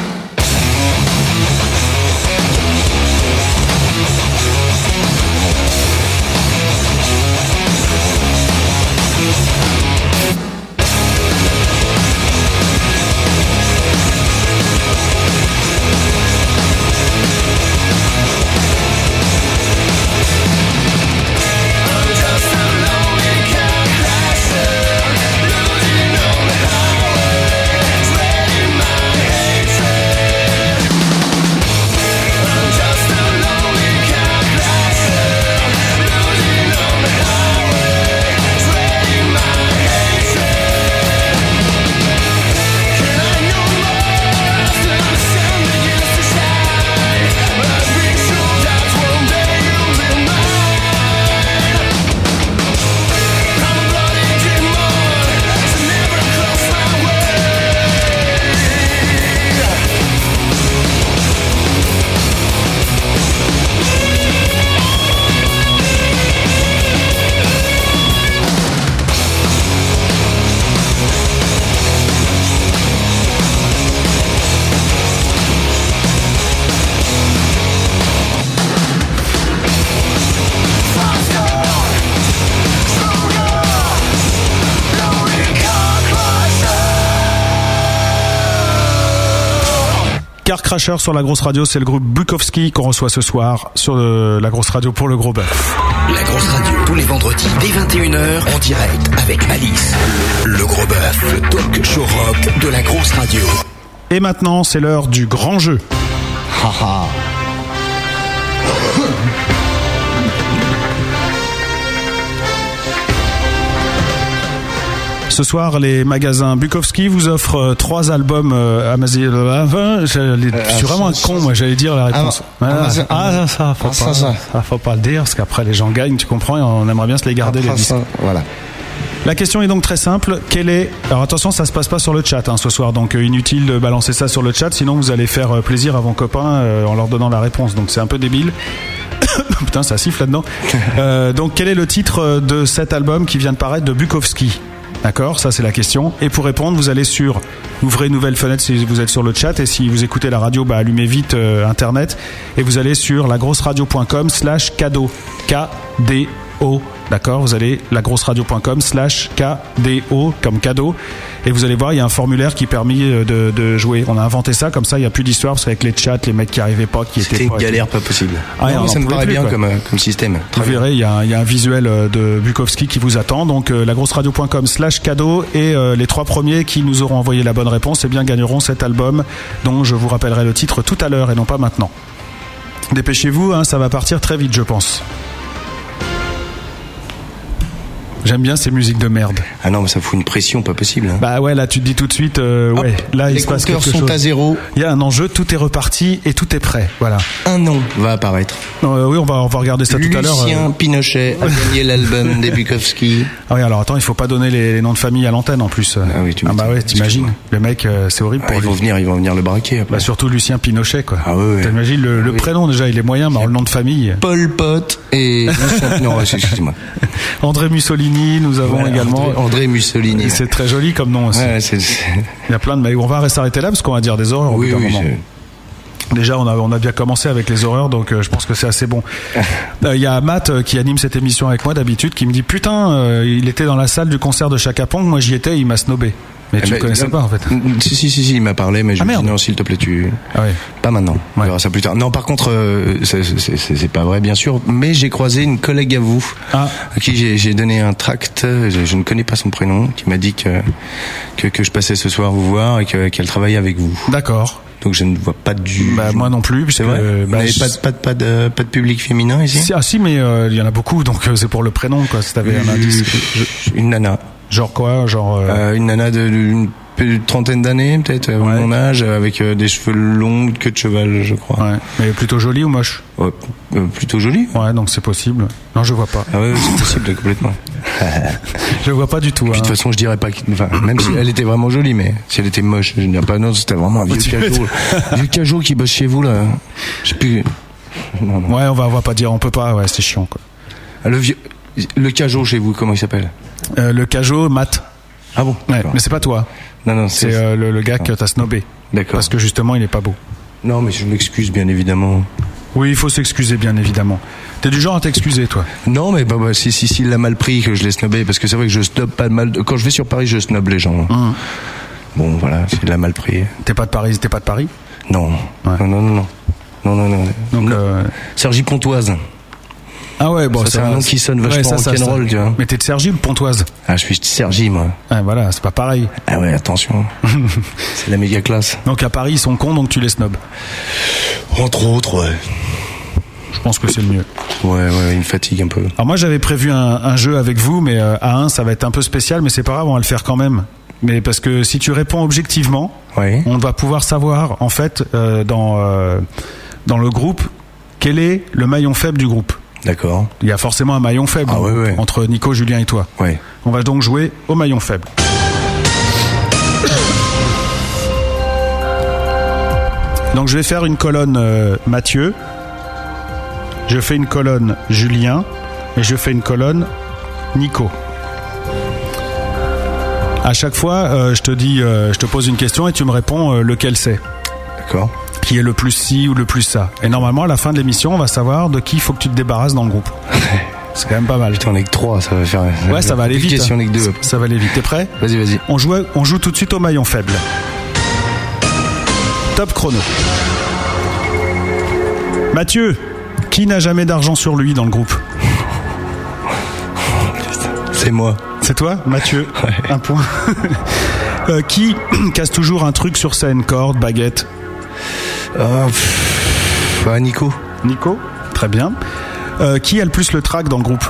Speaker 5: Car Crasher sur la grosse radio, c'est le groupe Bukowski qu'on reçoit ce soir sur le- la grosse radio pour le gros bœuf.
Speaker 4: La grosse radio, tous les vendredis dès 21h en direct avec Malice. Le gros bœuf, le talk show rock de la grosse radio.
Speaker 5: Et maintenant, c'est l'heure du grand jeu. Haha. Ce soir, les magasins Bukowski vous offrent euh, trois albums euh, Amazon. Euh, je l'ai- je suis vraiment un con, moi, j'allais dire la réponse.
Speaker 6: Ama-
Speaker 5: Voilà.
Speaker 6: Amazon-
Speaker 5: Ah, ça, ça, faut
Speaker 6: Ah, ça,
Speaker 5: pas,
Speaker 6: ça.
Speaker 5: ça, faut pas le dire, parce qu'après, les gens gagnent, tu comprends, et on aimerait bien se les garder, les disques.
Speaker 6: voilà.
Speaker 5: La question est donc très simple. Quelle est Alors attention, ça se passe pas sur le chat hein, ce soir, donc euh, inutile de balancer ça sur le chat, sinon vous allez faire euh, plaisir à vos copains euh, en leur donnant la réponse. Donc c'est un peu débile. Putain, ça siffle là-dedans. Euh, donc quel est le titre euh, de cet album qui vient de paraître de Bukowski D'accord, ça c'est la question. Et pour répondre, vous allez sur ouvrez une nouvelle fenêtre si vous êtes sur le chat et si vous écoutez la radio, bah, allumez vite euh, internet et vous allez sur lagrosseradio.com slash cadeau K D O. D'accord, vous allez lagrosseradio.com slash KDO comme cadeau et vous allez voir, il y a un formulaire qui permet euh, de, de jouer. On a inventé ça comme ça, il n'y a plus d'histoire parce qu'avec les chats, les mecs qui arrivaient pas, qui étaient
Speaker 6: C'était une
Speaker 5: pas- qui-
Speaker 6: galère pas possible.
Speaker 5: Ah,
Speaker 6: Non,
Speaker 5: on
Speaker 6: mais ça
Speaker 5: en
Speaker 6: me
Speaker 5: pouvait
Speaker 6: paraît
Speaker 5: plus,
Speaker 6: bien
Speaker 5: quoi.
Speaker 6: comme, euh, comme système.
Speaker 5: Vous verrez, il y, a un- il y a un visuel euh, de Bukowski qui vous attend. Donc, euh, lagrosseradio.com slash cadeau. Et euh, les trois premiers qui nous auront envoyé la bonne réponse, eh bien, gagneront cet album dont je vous rappellerai le titre tout à l'heure et non pas maintenant. Dépêchez-vous, hein, ça va partir très vite, je pense. J'aime bien ces musiques de merde.
Speaker 6: Ah non, mais ça fout une pression pas possible. hein.
Speaker 5: Bah ouais, là tu te dis tout de suite, euh, ouais, là il
Speaker 6: les
Speaker 5: se passe
Speaker 6: compteurs
Speaker 5: quelque
Speaker 6: sont
Speaker 5: chose.
Speaker 6: à zéro.
Speaker 5: Il y a un enjeu, tout est reparti et tout est prêt. Voilà.
Speaker 6: Un nom va apparaître.
Speaker 5: Non, euh, oui, on va, on va regarder ça tout à l'heure. euh.
Speaker 6: Lucien Pinochet a gagné l'album des Bukowski.
Speaker 5: Ah oui, alors attends, il faut pas donner les, les noms de famille à l'antenne en plus. Ah oui, tu bah ouais, t'imagines. Le mec, euh, c'est horrible
Speaker 6: Ah,
Speaker 5: pour
Speaker 6: ils
Speaker 5: lui.
Speaker 6: vont venir, Ah ils vont venir le braquer. après.
Speaker 5: Bah surtout Lucien Pinochet, quoi. T'imagines le, le prénom déjà, il est moyen, mais alors le nom de famille.
Speaker 6: Paul Pot et Lucien- non, excuse-moi.
Speaker 5: André Mussolini, nous avons
Speaker 6: Voilà,
Speaker 5: également.
Speaker 6: André- André Mussolini.
Speaker 5: Et C'est très joli comme nom aussi.
Speaker 6: Ouais, c'est- c'est-
Speaker 5: Il y a plein de. Mais on va s'arrêter là parce qu'on va dire des horreurs au
Speaker 6: Oui,
Speaker 5: bout d'un
Speaker 6: oui,
Speaker 5: moment. Déjà, on a, on a bien commencé avec les horreurs, donc euh, je pense que c'est assez bon. Euh, Il y a Matt euh, qui anime cette émission avec moi d'habitude, qui me dit putain, euh, il était dans la salle du concert de Chaka Pong, moi j'y étais, il m'a snobé. Mais
Speaker 6: Eh
Speaker 5: tu ne
Speaker 6: ben,
Speaker 5: connaissais
Speaker 6: euh,
Speaker 5: pas en fait. Ah,
Speaker 6: Si, si, si, si, il m'a parlé, mais je lui ai dit non, s'il te plaît, tu. Pas maintenant. On verra ça plus tard. Non, par contre, euh, c'est- c'est c'est- c'est pas vrai, bien sûr, mais j'ai croisé une collègue à vous,
Speaker 5: Ah.
Speaker 6: à qui j'ai j'ai donné un tract, euh, je, je ne connais pas son prénom, qui m'a dit que, que, que je passais ce soir vous voir et que- qu'elle travaillait avec vous.
Speaker 5: D'accord.
Speaker 6: Donc je ne vois pas du.
Speaker 5: Bah, moi non plus, puisque
Speaker 6: C'est vrai
Speaker 5: euh,
Speaker 6: Vous
Speaker 5: bah,
Speaker 6: n'avez
Speaker 5: je-
Speaker 6: pas, de- pas, de- pas, de, pas de public féminin ici
Speaker 5: Si- ah si, mais euh, il y en a beaucoup, donc euh, c'est pour le prénom, quoi. Si t'avais un indice.
Speaker 6: Une nana.
Speaker 5: Genre quoi Genre
Speaker 6: Euh, une nana de- d'une pe- trentaine d'années peut-être, euh, mon âge, euh, avec euh, des cheveux longs, une queue de cheval, je crois. euh,
Speaker 5: Mais plutôt jolie ou moche
Speaker 6: Plutôt jolie.
Speaker 5: Ouais, donc c'est possible. Non, je vois pas.
Speaker 6: Ah ouais, c'est possible complètement.
Speaker 5: je vois pas du tout. hein.
Speaker 6: Puis, de toute façon, je dirais pas. qu'il- Enfin, même si elle était vraiment jolie, mais si elle était moche, je ne dirais pas non. C'était vraiment un vieux
Speaker 5: Tu
Speaker 6: cajou,
Speaker 5: m'étonnes.
Speaker 6: vieux cajou qui bosse chez vous là. Je sais plus. non, non.
Speaker 5: Ouais, on va, on va pas dire, on peut pas, ouais, c'est chiant quoi.
Speaker 6: Ah, Le vieux, le cajot chez vous, comment il s'appelle
Speaker 5: Euh, le Cajot, Matt.
Speaker 6: Ah bon
Speaker 5: Ouais, mais c'est pas toi.
Speaker 6: Non, non,
Speaker 5: C'est euh, le, le gars que t'as snobé.
Speaker 6: D'accord.
Speaker 5: Parce que justement, il est pas beau.
Speaker 6: Non, mais je m'excuse bien évidemment.
Speaker 5: Oui, il faut s'excuser, bien évidemment. T'es du genre à t'excuser, toi
Speaker 6: Non, mais bah, bah, si, si, si, il l'a mal pris que je l'ai snobé, parce que c'est vrai que je snob pas mal. Quand je vais sur Paris, je snob les gens. Bon, voilà, il l'a mal pris.
Speaker 5: T'es pas de Paris, t'es pas de Paris
Speaker 6: Non. non, non, non, non. Non, non, non.
Speaker 5: Donc,
Speaker 6: euh,
Speaker 5: euh,
Speaker 6: Sergi Pontoise.
Speaker 5: Ah ouais, bon,
Speaker 6: Ça, c'est un nom qui sonne vachement rock'n'roll, tu vois.
Speaker 5: Mais t'es de Sergi ou de Pontoise
Speaker 6: Ah, je suis Sergi, moi.
Speaker 5: Ah, voilà, c'est pas pareil.
Speaker 6: Ah ouais, attention. c'est la méga classe.
Speaker 5: Donc à Paris, ils sont cons, donc tu les snobs.
Speaker 6: Entre autres, ouais.
Speaker 5: Je pense que c'est le mieux.
Speaker 6: Ouais, ouais, il me fatigue un peu.
Speaker 5: Alors moi, j'avais prévu un, un jeu avec vous, mais euh, à 1, ça va être un peu spécial, mais c'est pas grave, on va le faire quand même. Mais parce que si tu réponds objectivement,
Speaker 6: Ouais.
Speaker 5: on va pouvoir savoir, en fait, euh, dans, euh, dans le groupe, quel est le maillon faible du groupe.
Speaker 6: D'accord.
Speaker 5: Il y a forcément un maillon faible
Speaker 6: Ah ouais, ouais.
Speaker 5: entre Nico, Julien et toi.
Speaker 6: Ouais.
Speaker 5: On va donc jouer au maillon faible. Donc je vais faire une colonne euh, Mathieu, je fais une colonne Julien et je fais une colonne Nico. À chaque fois, euh, je te dis, euh, je te pose une question et tu me réponds euh, lequel c'est,
Speaker 6: D'accord.
Speaker 5: qui est le plus ci ou le plus ça. Et normalement, à la fin de l'émission, on va savoir de qui il faut que tu te débarrasses dans le groupe. C'est quand même pas mal.
Speaker 6: Putain, on est que 3, ça va hein. faire.
Speaker 5: Ouais, ça va aller vite. hein.
Speaker 6: Compliqué si on est que deux.
Speaker 5: Ça- Ça va aller vite. T'es prêt
Speaker 6: Vas-y, vas-y.
Speaker 5: on joue, on joue tout de suite au maillon faible. Top chrono. Mathieu, qui n'a jamais d'argent sur lui dans le groupe
Speaker 6: C'est moi.
Speaker 5: C'est toi, Mathieu Un point. Euh, qui casse toujours un truc sur scène Corde, baguette
Speaker 6: Ah, pff, bah, Nico.
Speaker 5: Nico Très bien. Euh, qui a le plus le trac dans le groupe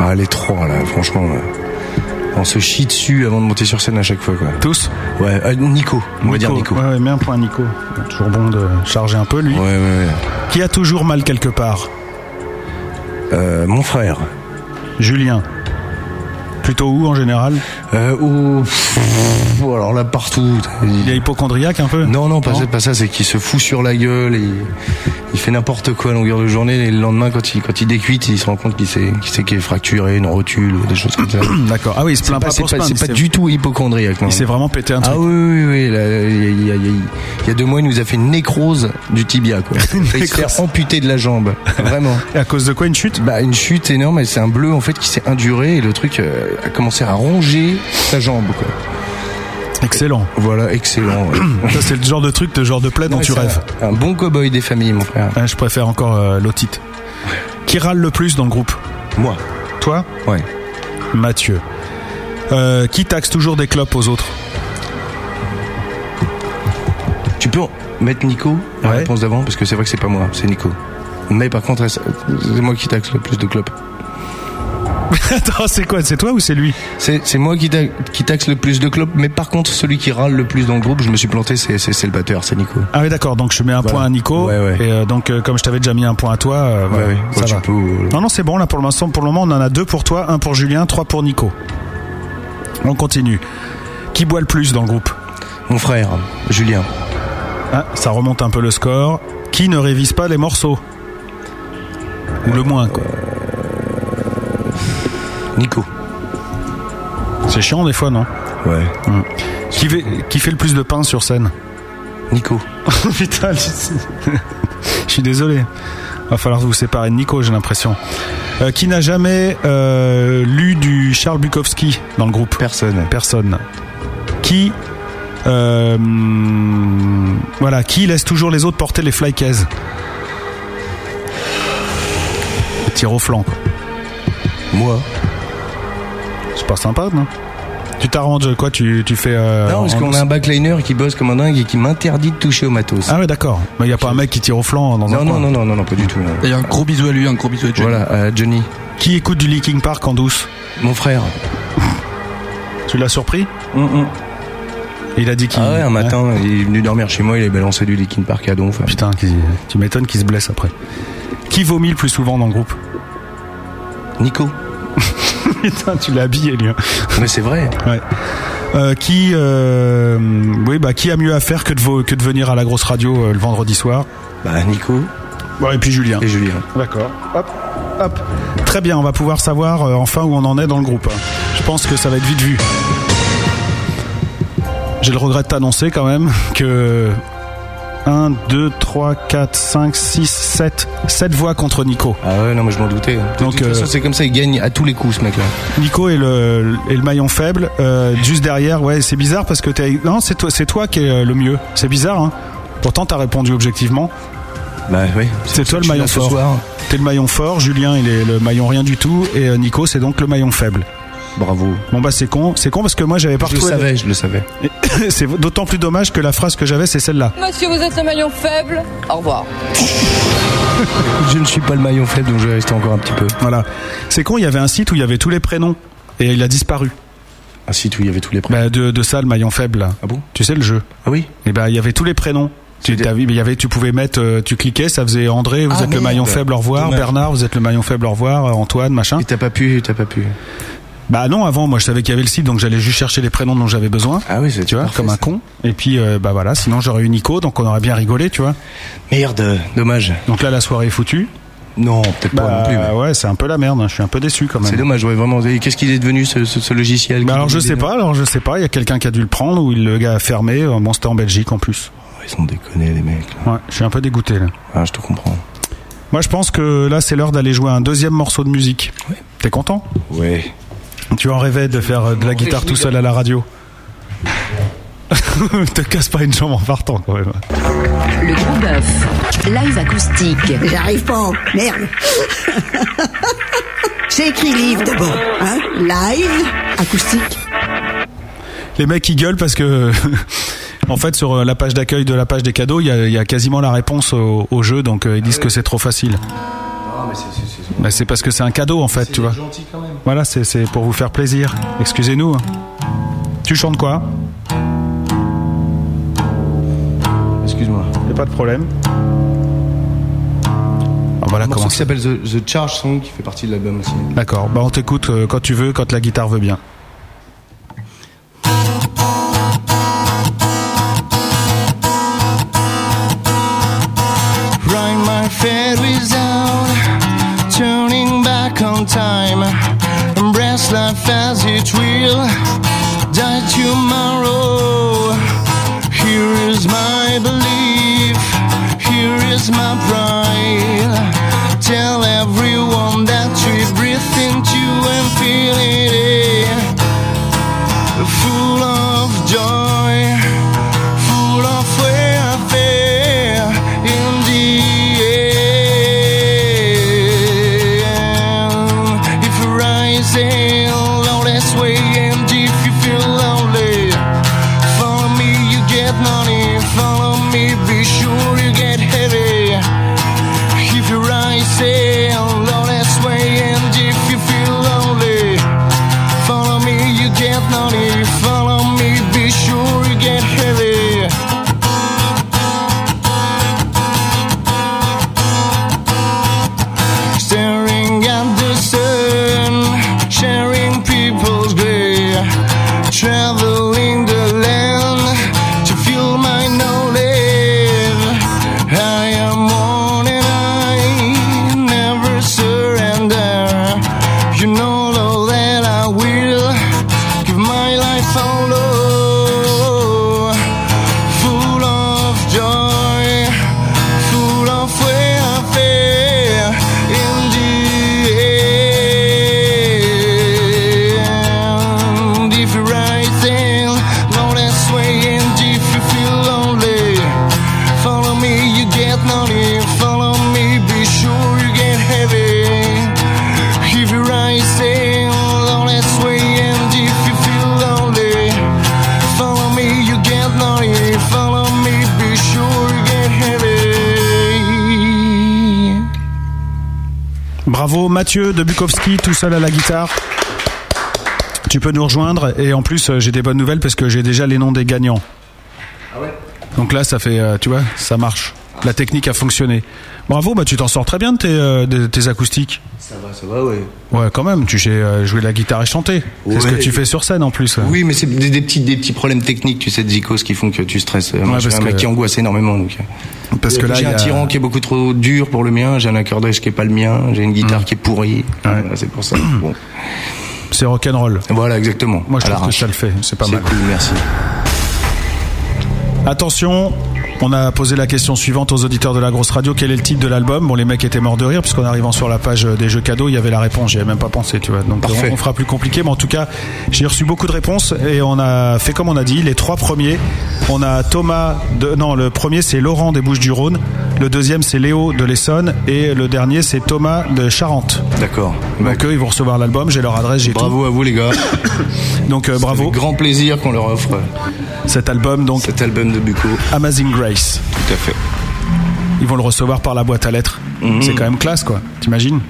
Speaker 6: Ah, les trois, là, franchement. là. On se chie dessus avant de monter sur scène à chaque fois, quoi.
Speaker 5: Tous
Speaker 6: Ouais, euh, Nico. On va dire Nico.
Speaker 5: Ouais, ouais, mets un point à Nico. Toujours bon de charger un peu lui.
Speaker 6: Ouais, ouais, ouais.
Speaker 5: Qui a toujours mal quelque part
Speaker 6: Euh, mon frère.
Speaker 5: Julien. Plutôt où en général
Speaker 6: Euh, oh, pff, oh, alors là, partout.
Speaker 5: Il est hypochondriaque un peu
Speaker 6: Non, non, pas, ça- pas ça, c'est qu'il se fout sur la gueule, et il fait n'importe quoi à longueur de journée, et le lendemain, quand il, quand il décuite, il se rend compte qu'il s'est qu'il s'est- qu'il est fracturé, une rotule, ou des choses comme ça.
Speaker 5: D'accord. Ah oui, il se
Speaker 6: C'est
Speaker 5: plaint
Speaker 6: pas,
Speaker 5: pas,
Speaker 6: c'est
Speaker 5: pour se
Speaker 6: pas,
Speaker 5: plaindre,
Speaker 6: c'est pas
Speaker 5: il s'est-
Speaker 6: du tout hypochondriaque. non.
Speaker 5: Il s'est vraiment pété un truc.
Speaker 6: Ah oui, oui, oui. là, il, y a, il y a- il y a deux mois, il nous a fait une nécrose du tibia. Quoi. Il a failli se
Speaker 5: Nécrose.
Speaker 6: faire amputer de la jambe. Vraiment.
Speaker 5: Et à cause de quoi une chute
Speaker 6: Bah, une chute énorme. et C'est un bleu en fait qui s'est induré et le truc euh, a commencé à ronger sa jambe. Quoi.
Speaker 5: Excellent.
Speaker 6: Voilà, excellent. ouais.
Speaker 5: Ça c'est le genre de truc, le genre de plaid dont
Speaker 6: Ouais,
Speaker 5: tu
Speaker 6: c'est
Speaker 5: rêves.
Speaker 6: Un, un bon cow-boy des familles, mon frère.
Speaker 5: Ah, je préfère encore euh, l'otite. Qui râle le plus dans le groupe
Speaker 6: Moi.
Speaker 5: Toi
Speaker 6: Ouais.
Speaker 5: Mathieu. Euh, qui taxe toujours des clopes aux autres
Speaker 6: Tu peux mettre Nico la
Speaker 5: Ouais.
Speaker 6: réponse d'avant parce que c'est vrai que c'est pas moi, c'est Nico. Mais par contre, elle- c'est moi qui taxe le plus de clopes.
Speaker 5: Attends, c'est quoi C'est toi ou c'est lui
Speaker 6: C'est c'est moi qui, ta- qui taxe le plus de clopes, mais par contre, celui qui râle le plus dans le groupe, je me suis planté, c'est c'est- c'est le batteur, c'est Nico.
Speaker 5: Ah oui, d'accord. Donc je mets un
Speaker 6: Voilà.
Speaker 5: point à Nico.
Speaker 6: Ouais, ouais.
Speaker 5: Et euh, donc euh, comme je t'avais déjà mis un point à toi, euh, voilà,
Speaker 6: ouais.
Speaker 5: ça
Speaker 6: Ouais, tu
Speaker 5: va.
Speaker 6: peux, euh,
Speaker 5: Non, non, c'est bon. Là pour l'instant, pour le moment, on en a deux pour toi, un pour Julien, trois pour Nico. On continue. Qui boit le plus dans le groupe
Speaker 6: Mon frère, Julien.
Speaker 5: Ah, ça remonte un peu le score. Qui ne révise pas les morceaux Ou le moins, quoi.
Speaker 6: Nico.
Speaker 5: C'est chiant des fois, non Hmm.
Speaker 6: Ouais.
Speaker 5: qui, fait, qui fait le plus de pain sur scène Oh,
Speaker 6: Nico.
Speaker 5: Putain, je... je suis désolé. Va falloir vous séparer de Nico, j'ai l'impression. Euh, qui n'a jamais euh, lu du Charles Bukowski dans le groupe
Speaker 6: Personne.
Speaker 5: Personne. Qui. euh, voilà, qui laisse toujours les autres porter les flycases Tir au flanc, quoi.
Speaker 6: Moi.
Speaker 5: C'est pas sympa, non Tu t'arranges quoi tu, tu fais. euh,
Speaker 6: non, parce
Speaker 5: en-
Speaker 6: qu'on a un backliner qui bosse comme un dingue et qui m'interdit de toucher au matos.
Speaker 5: Ah ouais, d'accord. Mais il y a pas un mec qui tire au flanc dans un
Speaker 6: non, non,
Speaker 5: coin.
Speaker 6: non, non, non, non, pas Euh, du tout. non.
Speaker 12: D'ailleurs, un gros bisou à lui, un gros bisou à Johnny.
Speaker 6: Voilà, euh, Johnny.
Speaker 5: Qui écoute du Leaking Park en douce
Speaker 6: Mon frère.
Speaker 5: Tu l'as surpris Il a dit qu'il.
Speaker 6: Mm, Ah ouais, un matin, il est venu dormir chez moi, il a balancé du Linkin Park à donf.
Speaker 5: Putain, qui- tu m'étonnes qu'il se blesse après. Qui vomit le plus souvent dans le groupe
Speaker 6: Nico.
Speaker 5: Putain, tu l'as habillé lui. hein.
Speaker 6: Mais c'est vrai.
Speaker 5: Ouais. Euh, qui, euh, oui, bah, qui a mieux à faire que de, vo- que de venir à la grosse radio euh, le vendredi soir
Speaker 6: Bah, Nico.
Speaker 5: Ouais, et puis Julien.
Speaker 6: Et Julien.
Speaker 5: D'accord. Hop, hop. Très bien, on va pouvoir savoir euh, enfin où on en est dans le groupe. Je pense que ça va être vite vu. J'ai le regret de t'annoncer quand même que 1, 2, 3, 4, 5, 6, 7. 7 voix contre Nico.
Speaker 6: Ah ouais, non, mais je m'en doutais. Donc, de toute façon, c'est comme ça, il gagne à tous les coups, ce mec-là.
Speaker 5: Nico est le, est le maillon faible. Euh, juste derrière, ouais, c'est bizarre parce que t'es. Non, c'est toi, c'est toi qui es euh, le mieux. C'est bizarre, hein. Pourtant, t'as répondu objectivement.
Speaker 6: Bah oui.
Speaker 5: C'est toi
Speaker 6: pour ça que
Speaker 5: le maillon
Speaker 6: je suis là ce
Speaker 5: fort.
Speaker 6: soir.
Speaker 5: T'es le maillon fort, Julien il est le maillon rien du tout, et euh, Nico c'est donc le maillon faible.
Speaker 6: Bravo.
Speaker 5: Bon bah c'est con, c'est con parce que moi j'avais pas
Speaker 6: Je le
Speaker 5: retrouvé-
Speaker 6: savais, je le savais.
Speaker 5: c'est d'autant plus dommage que la phrase que j'avais c'est celle-là.
Speaker 13: Monsieur, vous êtes le maillon faible. Au revoir.
Speaker 6: Je ne suis pas le maillon faible, donc je vais rester encore un petit peu.
Speaker 5: Voilà. C'est con, il y avait un site où il y avait tous les prénoms, et il a disparu.
Speaker 6: Un site où il y avait tous les prénoms.
Speaker 5: Bah, de, de ça, le maillon faible. Là. Ah bon Tu sais le jeu
Speaker 6: Ah oui
Speaker 5: Et bah, il y avait tous les prénoms. Tu, t'as vu, mais il y avait, tu pouvais mettre, euh, tu cliquais, ça faisait André, vous
Speaker 6: Ah,
Speaker 5: êtes le
Speaker 6: merde.
Speaker 5: maillon faible, au revoir.
Speaker 6: Dommage.
Speaker 5: Bernard, vous êtes le maillon faible, au revoir. euh, Antoine, machin. Et
Speaker 6: t'as pas pu, t'as pas pu.
Speaker 5: Bah non, avant, moi je savais qu'il y avait le site, donc j'allais juste chercher les prénoms dont j'avais besoin.
Speaker 6: Ah oui, c'est
Speaker 5: Tu vois, comme un con. Et puis, euh, bah voilà, sinon j'aurais eu Nico, donc on aurait bien rigolé, tu vois.
Speaker 6: Merde, dommage.
Speaker 5: Donc là, la soirée est foutue.
Speaker 6: Non, peut-être
Speaker 5: pas non plus. Ouais, c'est un peu la merde, hein, je suis un peu déçu quand même.
Speaker 6: C'est dommage, ouais, vraiment. Et Qu'est-ce qu'il est devenu ce, ce- ce logiciel
Speaker 5: Bah alors je sais pas, alors je sais pas, il y a quelqu'un qui a dû le prendre ou il le gars a fermé, euh, bon c'était en Belgique en plus.
Speaker 6: Ils sont déconnés les mecs.
Speaker 5: Ouais, je suis un peu dégoûté là.
Speaker 6: Ah, je te comprends.
Speaker 5: Moi je pense que là c'est l'heure d'aller jouer un deuxième morceau de musique. T'es content
Speaker 6: Ouais.
Speaker 5: Tu en rêvais de faire euh, de la guitare tout seul à la radio. Te casse pas une jambe en partant quand même.
Speaker 10: Le gros bœuf. Live acoustique.
Speaker 8: J'arrive pas, merde. J'ai écrit livre d'abord, hein Live, acoustique.
Speaker 5: Les mecs ils gueulent parce que en fait sur euh, la page d'accueil de la page des cadeaux il y a, il y a quasiment la réponse au, au jeu donc euh, ils disent que c'est trop facile.
Speaker 6: Ah, mais c'est.
Speaker 5: Bah, c'est parce que c'est un cadeau en fait, tu vois. Voilà, c'est c'est pour vous faire plaisir. Excusez-nous. hein. Tu chantes quoi
Speaker 6: Excuse-moi.
Speaker 5: Y a pas de problème. Ah, voilà
Speaker 6: Un morceau
Speaker 5: comment
Speaker 6: qui s'appelle The, The Charge Song, qui fait partie de l'album aussi.
Speaker 5: D'accord. Bah on t'écoute euh, quand tu veux, quand la guitare veut bien.
Speaker 7: Run my fed without turning back on time. Embrace life as it will. Die tomorrow. Here is my belief. Here is my pride. Tell everyone that we breathe into infinity. Full of joy full of warfare in the end. If you rise in lawless way and if you feel lonely, follow me, you get money. Follow me, be sure you get heavy. If you rise in lawless way and if you feel lonely, follow me, you get money. Follow me, be sure you get heavy. Staring at the sun, sharing people's grey, traveling the land to fuel my knowledge. I am on and I never surrender. You know Lord, that I will give my life all, full of joy full of warfare in the end. If you rise in lawless way and if you feel lonely, follow me, you get lonely. Follow me, be sure you get heavy. If you rise in lawless way and if you feel lonely, follow me, you get lonely. Follow me, be sure you get heavy.
Speaker 5: Bravo Mathieu de Bukowski tout seul à la guitare. Tu peux nous rejoindre et en plus euh, j'ai des bonnes nouvelles parce que j'ai déjà les noms des gagnants. Donc là ça fait euh, tu vois, ça marche. La technique a fonctionné. Bravo, bah tu t'en sors très bien de tes, euh, de tes acoustiques.
Speaker 11: Ça va, ça va, ouais.
Speaker 5: Ouais, quand même, tu sais euh, jouer de la guitare et chanter. C'est ce
Speaker 6: Ouais.
Speaker 5: que tu fais sur scène en plus. ouais.
Speaker 6: Oui, mais c'est des, des petits, des petits problèmes techniques, tu sais, de zikos qui font que tu stresses. Moi,
Speaker 5: Ouais,
Speaker 6: je suis
Speaker 5: parce
Speaker 6: un mec
Speaker 5: que-
Speaker 6: qui angoisse énormément. Donc. euh.
Speaker 5: Parce que là,
Speaker 6: j'ai
Speaker 5: il y
Speaker 6: un
Speaker 5: a-
Speaker 6: tyran qui est beaucoup trop dur pour le mien, j'ai un accordage qui est pas le mien, j'ai une
Speaker 5: Mmh.
Speaker 6: guitare qui est pourrie. Voilà, c'est pour ça. Bon.
Speaker 5: C'est rock'n'roll.
Speaker 6: Voilà, exactement.
Speaker 5: Mmh. Moi, je
Speaker 6: À
Speaker 5: trouve que
Speaker 6: l'arrache.
Speaker 5: ça le fait. C'est pas mal.
Speaker 6: cool, merci.
Speaker 5: Attention, on a posé la question suivante aux auditeurs de la grosse radio quel est le titre de l'album Bon, les mecs étaient morts de rire, puisqu'en arrivant sur la page euh, des jeux cadeaux, il y avait la réponse, j'y avais même pas pensé, tu vois. Donc,
Speaker 6: Parfait.
Speaker 5: on, on fera plus compliqué, mais en tout cas, j'ai reçu beaucoup de réponses et on a fait comme on a dit les trois premiers. On a Thomas, de, non, le premier c'est Laurent des Bouches-du-Rhône, le deuxième c'est Léo de l'Essonne et le dernier c'est Thomas de Charente.
Speaker 6: D'accord.
Speaker 5: Donc, eux, ils vont recevoir l'album, j'ai leur adresse, Bah, j'ai
Speaker 6: Bravo
Speaker 5: tout.
Speaker 6: à vous, les gars.
Speaker 5: Donc, euh, bravo.
Speaker 6: Avec grand plaisir qu'on leur offre
Speaker 5: Cet album, donc.
Speaker 6: Cet album de Bucco.
Speaker 5: Amazing Grace.
Speaker 6: Tout à fait. Mhm.
Speaker 5: Ils vont le recevoir par la boîte à lettres. C'est quand même classe, quoi. T'imagines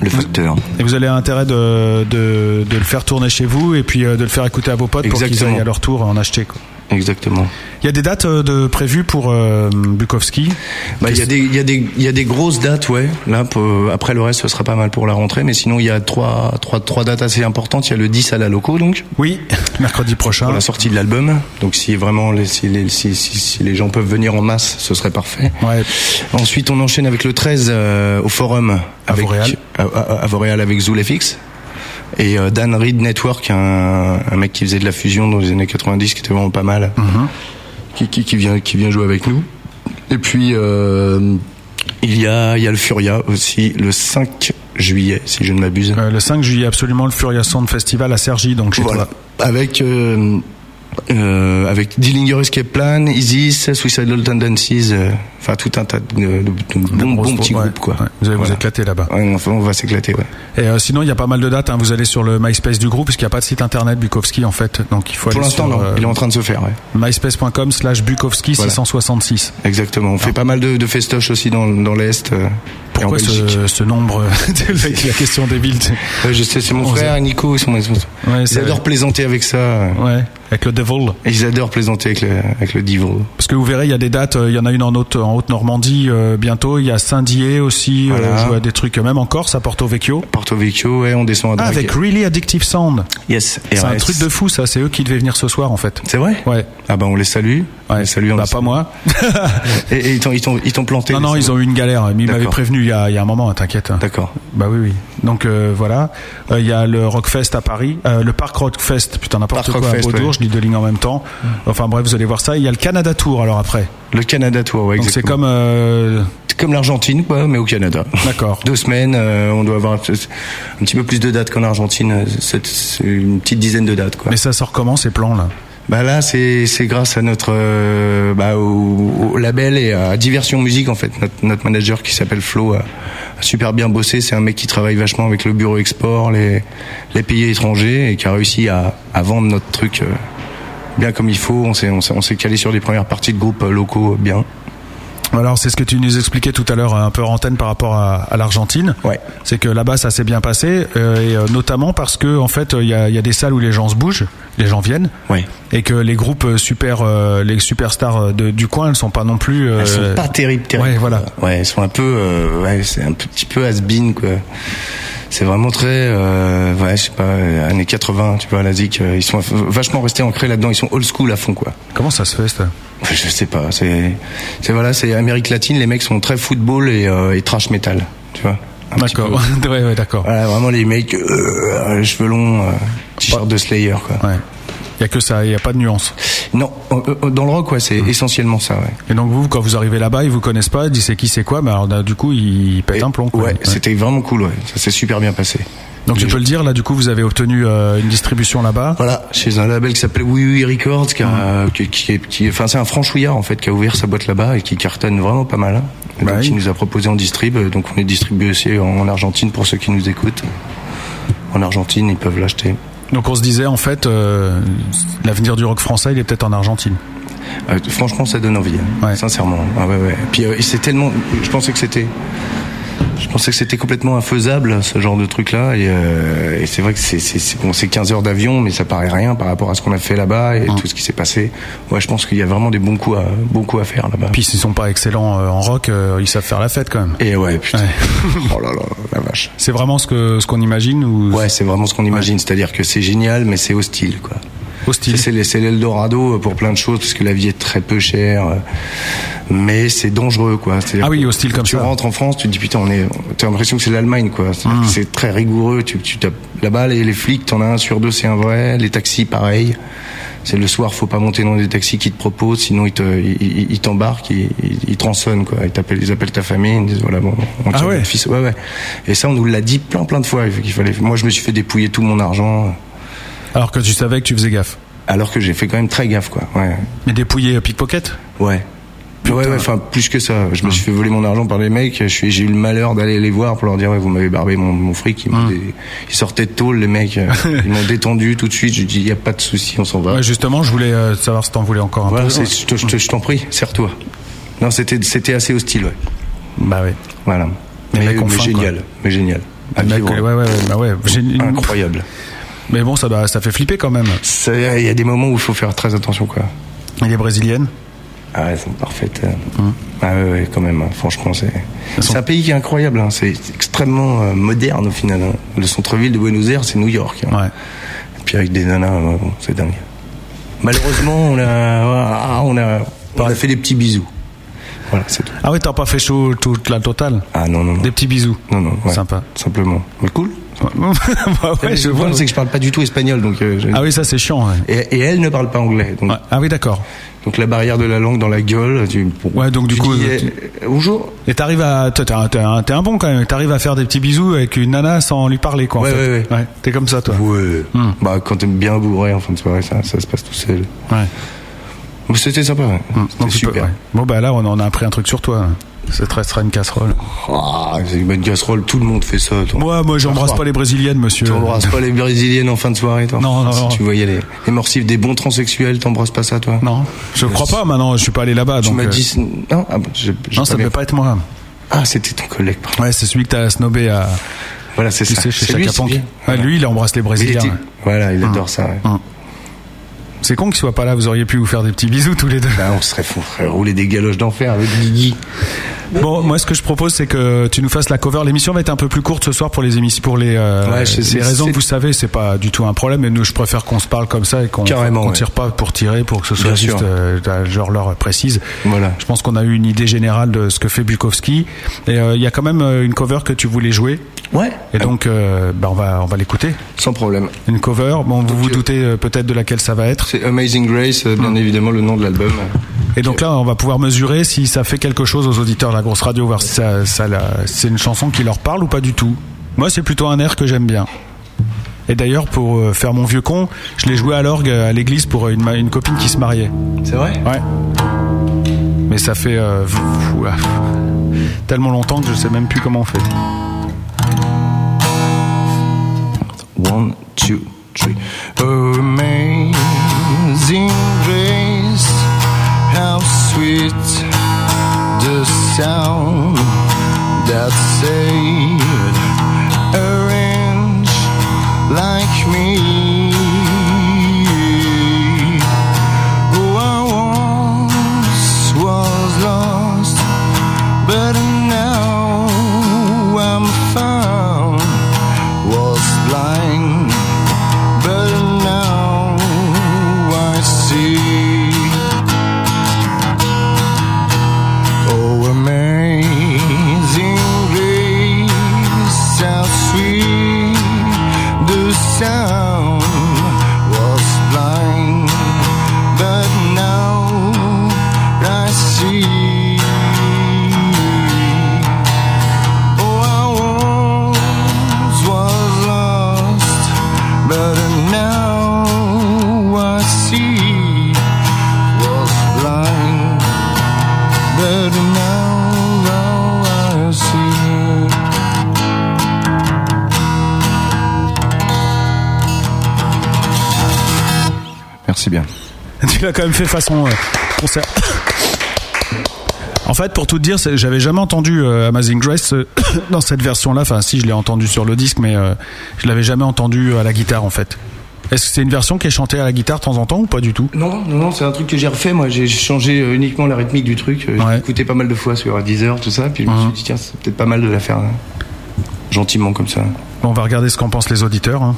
Speaker 6: Le facteur.
Speaker 5: Et vous avez intérêt de, de, de le faire tourner chez vous et puis euh, de le faire écouter à vos potes pour qu'ils
Speaker 6: Exactement.
Speaker 5: aillent à leur tour en acheter. quoi.
Speaker 6: Exactement.
Speaker 5: Il y a des dates euh, de prévues pour euh, Bukowski
Speaker 6: Bah, il y a des, il y a des, il y a des grosses dates, ouais. Là, pour- après le reste, ce sera pas mal pour la rentrée, mais sinon, il y a trois, trois, trois dates assez importantes. Il y a le 10 à la loco, donc.
Speaker 5: Oui, mercredi prochain.
Speaker 6: Pour la sortie de l'album. Donc, si vraiment, les, si, les, si, si- si les gens peuvent venir en masse, ce serait parfait.
Speaker 5: Ouais.
Speaker 6: Ensuite, on enchaîne avec le 13 euh, au Forum. avec,
Speaker 5: Vauréal.
Speaker 6: à, à- à Vauréal avec Zoulefix. Et euh, Dan Reed Network, un, un mec qui faisait de la fusion dans les années 90, qui était vraiment pas mal.
Speaker 5: Mhm.
Speaker 6: qui, qui, qui vient qui vient jouer avec nous. Et puis euh, il y a il y a le Furia aussi le 5 juillet si je ne m'abuse.
Speaker 5: Euh, le 5 juillet, absolument, le Furia Sound Festival à Sergi, donc chez
Speaker 6: Voilà.
Speaker 5: toi.
Speaker 6: Avec euh, euh, avec Dillinger Escape Plan, Isis, Suicidal Tendencies, euh, enfin tout un tas de, de- de bons,
Speaker 5: grosses
Speaker 6: bons petits
Speaker 5: ouais,
Speaker 6: groupes quoi.
Speaker 5: ouais. Vous allez vous
Speaker 6: Voilà.
Speaker 5: éclater là-bas.
Speaker 6: Ouais, enfin, on va s'éclater ouais.
Speaker 5: Et euh, sinon, il y a pas mal de dates. hein. Vous allez sur le MySpace du groupe, puisqu'il n'y a pas de site internet Bukowski en fait. Donc il faut
Speaker 6: Pour
Speaker 5: aller
Speaker 6: l'instant
Speaker 5: sur,
Speaker 6: non,
Speaker 5: euh,
Speaker 6: il est en train de se faire ouais.
Speaker 5: myspace.com slash Bukowski 666.
Speaker 6: Exactement, on fait pas mal de, de festoches aussi dans, dans l'Est. euh, et
Speaker 5: Ah.
Speaker 6: en
Speaker 5: Pourquoi
Speaker 6: Belgique.
Speaker 5: ce, ce nombre La question débile.
Speaker 6: Ouais, je sais, c'est mon
Speaker 5: On
Speaker 6: frère,
Speaker 5: sait.
Speaker 6: Nico. Ils, sont- ils sont-
Speaker 5: c'est
Speaker 6: ils adorent
Speaker 5: vrai.
Speaker 6: plaisanter avec ça.
Speaker 5: Ouais, avec le devil.
Speaker 6: Ils adorent plaisanter avec le, avec le divil.
Speaker 5: Parce que vous verrez, il y a des dates. euh, Il y en a une en haute, en haute Normandie bientôt. Il y a Saint-Dié aussi. euh,
Speaker 6: Voilà.
Speaker 5: je vois des trucs. Même en Corse, à Porto Vecchio.
Speaker 6: Porto Vecchio, ouais, on descend à
Speaker 5: Ah,
Speaker 6: Drague.
Speaker 5: avec Really Addictive Sound.
Speaker 6: Yes,
Speaker 5: C'est un
Speaker 6: RS.
Speaker 5: truc de fou, ça. C'est eux qui devaient venir ce soir, en fait.
Speaker 6: C'est vrai
Speaker 5: Ouais.
Speaker 6: Ah bah on les salue. On les salue, on
Speaker 5: Bah,
Speaker 6: les
Speaker 5: pas
Speaker 6: salue.
Speaker 5: moi.
Speaker 6: Et, et ils t'ont- ils t'ont ils t'ont planté.
Speaker 5: Non, non, ils ont eu une galère. Mais ils m'avaient
Speaker 6: D'accord.
Speaker 5: prévenu il y, a, il y a un moment, hein, t'inquiète.
Speaker 6: D'accord.
Speaker 5: Bah oui, oui. Donc euh, voilà. Euh, Il y a le Rockfest à Paris. Euh, le Parc Rockfest, putain, n'importe
Speaker 6: Parc
Speaker 5: quoi à
Speaker 6: Rockfest,
Speaker 5: Beaudour.
Speaker 6: ouais. Mm.
Speaker 5: Je dis deux lignes en même temps. Enfin bref, vous allez voir ça. Il y a le Canada Tour, alors après.
Speaker 6: Le Canada, toi, ouais,
Speaker 5: Donc c'est
Speaker 6: exactement.
Speaker 5: comme. euh,
Speaker 6: C'est comme l'Argentine, quoi, mais au Canada.
Speaker 5: D'accord.
Speaker 6: Deux semaines, euh, on doit avoir un petit un petit peu plus de dates qu'en Argentine. euh, C'est c'est une petite dizaine de dates, quoi.
Speaker 5: Mais ça sort comment ces plans là
Speaker 6: Bah là, c'est c'est grâce à notre euh, bah, au, au label et à Diversion Musique en fait. Notre, notre manager qui s'appelle Flo a, a super bien bossé. C'est un mec qui travaille vachement avec le bureau export, les les pays étrangers et qui a réussi à, à vendre notre truc euh, bien comme il faut. On s'est on s'est on s'est calé sur des premières parties de groupes euh, locaux euh, bien.
Speaker 5: Alors c'est ce que tu nous expliquais tout à l'heure euh, un peu en antenne par rapport à, à l'Argentine.
Speaker 6: Ouais.
Speaker 5: C'est que là-bas ça s'est bien passé euh, et euh, notamment parce que en fait euh, il y, a, il y a des salles où les gens se bougent, les gens viennent
Speaker 6: Ouais.
Speaker 5: et que les groupes euh, super, euh, les superstars euh, de- du coin, elles sont pas non plus. euh,
Speaker 6: Elles sont pas terribles, terribles.
Speaker 5: Ouais, voilà.
Speaker 6: Ouais, elles sont un peu, euh, ouais, c'est un petit peu has-been, quoi. C'est vraiment très, euh, ouais, je sais pas, euh, années 80, tu vois, la ZIC, euh, ils sont vachement restés ancrés là-dedans, ils sont old school à fond, quoi.
Speaker 5: Comment ça se fait ça
Speaker 6: Je sais pas, c'est, c'est voilà, c'est Amérique latine, les mecs sont très football et, euh, et trash metal, tu vois. Un petit
Speaker 5: D'accord.
Speaker 6: peu.
Speaker 5: ouais, ouais, d'accord.
Speaker 6: Voilà, vraiment les mecs, euh, cheveux longs, euh, t-shirt de Slayer, quoi.
Speaker 5: Ouais. Il y a que ça, il y a pas de nuance.
Speaker 6: Non, euh, euh, dans le rock, ouais,
Speaker 5: Mmh.
Speaker 6: c'est essentiellement ça, ouais.
Speaker 5: Et donc vous, quand vous arrivez là-bas, ils vous connaissent pas, ils disent c'est qui, c'est quoi, mais alors là, du coup ils pètent un plomb. quoi.
Speaker 6: Ouais, c'était vraiment cool, ouais. Ça s'est super bien passé.
Speaker 5: Donc tu peux le dire là, du coup vous avez obtenu euh, une distribution là-bas.
Speaker 6: Voilà, chez un label qui s'appelle Oui Oui Records, qui, a- qui, qui est, qui est- enfin c'est un franchouillard en fait qui a ouvert sa boîte là-bas et qui cartonne vraiment pas mal. hein. Et
Speaker 5: Bah
Speaker 6: donc,
Speaker 5: oui.
Speaker 6: Qui nous a proposé en distrib, euh, donc on est distribué aussi en, en Argentine pour ceux qui nous écoutent. En Argentine, ils peuvent l'acheter.
Speaker 5: Donc on se disait en fait, euh, l'avenir du rock français, il est peut-être en Argentine.
Speaker 6: Euh, franchement, ça donne envie, hein,
Speaker 5: Ouais.
Speaker 6: sincèrement. Ah ouais, ouais. Puis euh, et c'est tellement, je pensais que c'était Je pensais que c'était complètement infaisable ce genre de truc là et, euh, et c'est vrai que c'est c'est- c'est- bon, c'est 15 heures d'avion mais ça paraît rien par rapport à ce qu'on a fait là-bas et tout ce qui s'est passé. Ouais, je pense qu'il y a vraiment des bons coups à bons coups à faire là-bas.
Speaker 5: Puis s'ils sont pas excellents euh, en rock, euh, ils savent faire la fête quand même.
Speaker 6: Et ouais, putain. oh là là, la vache.
Speaker 5: C'est vraiment ce que ce qu'on imagine ou
Speaker 6: Ouais, c'est vraiment ce qu'on imagine, c'est-à-dire que c'est génial mais c'est hostile quoi.
Speaker 5: Hostile.
Speaker 6: C'est les- c'est l'Eldorado euh, pour plein de choses parce que la vie est très peu chère euh, mais c'est dangereux quoi. C'est-à-dire
Speaker 5: Ah oui,
Speaker 6: que
Speaker 5: hostile comme
Speaker 6: tu
Speaker 5: ça.
Speaker 6: rentres en France, tu te dis putain, on est, t'as l'impression que c'est l'Allemagne, quoi.
Speaker 5: Hmm.
Speaker 6: C'est-à-dire que C'est très rigoureux. Tu, tu tapes- là-bas, les, les flics, t'en as un sur deux, c'est un vrai. Les taxis, pareil. C'est le soir, faut pas monter dans des taxis qui te proposent, sinon ils te, ils, ils- ils t'embarquent, ils, ils, ils te rançonnent, quoi. Ils t'appellent, ils appellent ta famille, ils disent voilà, bon,
Speaker 5: Ah
Speaker 6: on tire votre fils. Ouais, ouais. Et ça, on nous l'a dit plein, plein de fois. qu'il fallait. Moi, je me suis fait dépouiller tout mon argent.
Speaker 5: Alors que tu savais que tu faisais gaffe.
Speaker 6: Alors que j'ai fait quand même très gaffe, quoi. Ouais.
Speaker 5: Mais dépouiller pickpocket
Speaker 6: Ouais. Ouais, ouais, enfin, plus que ça. Je me suis fait voler mon argent par les mecs. Je suis, j'ai eu le malheur d'aller les voir pour leur dire, ouais, vous m'avez barbé mon, mon fric. Ils, m'ont dé- ils sortaient de tôle, les mecs. Ils m'ont détendu tout de suite. J'ai dit, il n'y a pas de souci, on s'en va.
Speaker 5: Ouais, justement, je voulais euh, savoir si t'en voulais encore un
Speaker 6: Voilà,
Speaker 5: peu.
Speaker 6: c'est- je te- je te- je t'en prie, serre-toi. Non, c'était, c'était assez hostile, ouais.
Speaker 5: Bah ouais.
Speaker 6: Voilà.
Speaker 5: Les
Speaker 6: mais,
Speaker 5: mecs ont
Speaker 6: mais
Speaker 5: faim,
Speaker 6: génial.
Speaker 5: quoi.
Speaker 6: Mais génial. À
Speaker 5: Mec,
Speaker 6: vivre.
Speaker 5: ouais, ouais, ouais, bah ouais, j'ai-
Speaker 6: Incroyable.
Speaker 5: Mais bon, ça, doit- ça fait flipper quand même.
Speaker 6: Ça- Il y a des moments où il faut faire très attention, quoi.
Speaker 5: Et les brésiliennes
Speaker 6: Ah, elles sont parfaites.
Speaker 5: Hum.
Speaker 6: Ah ouais, ouais, quand même, hein. franchement, c'est... C'est un pays qui est incroyable, hein. c'est extrêmement euh, moderne au final. hein. Le centre-ville de Buenos Aires, c'est New York. hein. Et puis avec des nanas, ouais, bon, c'est dingue. Malheureusement, on a, ah, on a, on a fait des petits bisous. Voilà, c'est tout.
Speaker 5: Ah ouais, t'as pas fait chaud toute la totale
Speaker 6: Ah non, non, non.
Speaker 5: Des petits bisous
Speaker 6: Non, non, ouais.
Speaker 5: Sympa.
Speaker 6: Simplement. Mais cool.
Speaker 5: Bah ouais, je
Speaker 6: le
Speaker 5: vois.
Speaker 6: problème, c'est que je parle pas du tout espagnol. Donc, euh, je-
Speaker 5: Ah oui, ça c'est chiant. ouais.
Speaker 6: et, et elle ne parle pas anglais. donc-
Speaker 5: Ah oui, d'accord.
Speaker 6: Donc la barrière de la langue dans la gueule. Tu,
Speaker 5: Ouais, donc du
Speaker 6: tu
Speaker 5: coup,
Speaker 6: dis,
Speaker 5: euh,
Speaker 6: eh,
Speaker 5: tu-
Speaker 6: eh, bonjour.
Speaker 5: Et t'arrives à. T'es un, t'es un- t'es un bon quand même. T'arrives à faire des petits bisous avec une nana sans lui parler, quoi. en
Speaker 6: Ouais,
Speaker 5: fait.
Speaker 6: ouais, ouais.
Speaker 5: T'es comme ça, toi.
Speaker 6: Ouais.
Speaker 5: Hmm.
Speaker 6: Bah, quand t'aimes bien bourré en fin de soirée, ça, ça se passe tout seul.
Speaker 5: Ouais.
Speaker 6: Mais C'était sympa. ouais. C'était
Speaker 5: Donc, tu peux-
Speaker 6: super.
Speaker 5: ouais. Bon, bah là, on en a appris un truc sur toi. Ça te restera une casserole.
Speaker 6: Ah, c'est une bonne casserole, tout le monde fait ça. toi.
Speaker 5: Moi, moi, j'embrasse pas les brésiliennes, monsieur.
Speaker 6: Tu embrasses pas les brésiliennes en fin de soirée, toi
Speaker 5: Non, non,
Speaker 6: Si
Speaker 5: non.
Speaker 6: tu voyais les, les morcifs des bons transsexuels, t'embrasses pas ça, toi
Speaker 5: Non, Je crois pas maintenant, je suis pas allé là-bas.
Speaker 6: Tu
Speaker 5: donc,
Speaker 6: m'as
Speaker 5: euh,
Speaker 6: dit. Non, ah, bon, j'ai- j'ai
Speaker 5: Non, ça
Speaker 6: bien-
Speaker 5: peut pas être moi.
Speaker 6: Ah, c'était ton collègue, pardon.
Speaker 5: Ouais, c'est celui que t'as snobé à.
Speaker 6: Voilà, c'est
Speaker 5: Tu
Speaker 6: ça.
Speaker 5: sais, chez
Speaker 6: C'est lui,
Speaker 5: Chaka
Speaker 6: c'est
Speaker 5: Pank.
Speaker 6: bien.
Speaker 5: Ouais, lui, il embrasse les
Speaker 6: Il
Speaker 5: Brésiliens.
Speaker 6: était-
Speaker 5: ouais.
Speaker 6: Voilà,
Speaker 5: Hmm.
Speaker 6: il adore ça. ouais.
Speaker 5: C'est con qu'il soit pas là, vous auriez pu vous faire des petits bisous tous les deux.
Speaker 6: Ah, on serait fou, on serait roulé des galoches d'enfer avec Guigui.
Speaker 5: Bon, moi, ce que je propose, c'est que tu nous fasses la cover. L'émission va être un peu plus courte ce soir pour les émissions, pour les, euh,
Speaker 6: Ouais, c'est-
Speaker 5: les
Speaker 6: c'est-
Speaker 5: raisons que
Speaker 6: c'est-
Speaker 5: vous savez, c'est pas du tout un problème. Mais nous, je préfère qu'on se parle comme ça et qu'on
Speaker 6: Carrément,
Speaker 5: qu'on
Speaker 6: ouais.
Speaker 5: tire pas pour tirer, pour que ce soit
Speaker 6: Bien
Speaker 5: juste
Speaker 6: sûr.
Speaker 5: euh, la- genre l'heure précise.
Speaker 6: Voilà.
Speaker 5: Je pense qu'on a eu une idée générale de ce que fait Bukowski. Et euh, il y a quand même euh, une cover que tu voulais jouer.
Speaker 6: Ouais.
Speaker 5: Et donc, euh, bah, on va, on va l'écouter.
Speaker 6: Sans problème.
Speaker 5: Une cover. Bon, vous vous doutez euh, peut-être de laquelle ça va être.
Speaker 6: C'est Amazing Grace, euh,
Speaker 5: Hmm.
Speaker 6: bien évidemment, le nom de l'album.
Speaker 5: Et donc là, on va pouvoir mesurer si ça fait quelque chose aux auditeurs de la grosse radio, voir si ça, ça la- c'est une chanson qui leur parle ou pas du tout. Moi, c'est plutôt un air que j'aime bien. Et d'ailleurs, pour euh, faire mon vieux con, je l'ai joué à l'orgue euh, à l'église pour euh, une, ma- une copine qui se mariait.
Speaker 6: C'est vrai
Speaker 5: Ouais. Mais ça fait euh, fou- fou- ah, tellement longtemps que je sais même plus comment on fait.
Speaker 6: One, two, three.
Speaker 7: Amazing grace, how sweet the sound that saved a wretch like me. Who I once was lost, but now I'm found. Was blind, but now I see. Oh, amazing grace, how sweet the sound was blind, but now I see. Oh, I once was lost, but now I see. Was blind, but now I see.
Speaker 6: Merci bien.
Speaker 5: tu l'as quand même fait façon euh, concert. En fait, pour tout te dire, c'est- j'avais jamais entendu euh, Amazing Grace euh, dans cette version-là. Enfin, si, je l'ai entendu sur le disque, mais euh, je l'avais jamais entendu à la guitare, en fait. Est-ce que c'est une version qui est chantée à la guitare de temps en temps ou pas du tout
Speaker 6: Non, non, non, c'est un truc que j'ai refait. Moi, j'ai changé euh, uniquement la rythmique du truc. Euh, J'ai écouté pas mal de fois sur Deezer, tout ça. Puis je me
Speaker 5: Mhm.
Speaker 6: suis dit, tiens, c'est peut-être pas mal de la faire hein, gentiment comme ça.
Speaker 5: On va regarder ce qu'en pensent les auditeurs. hein.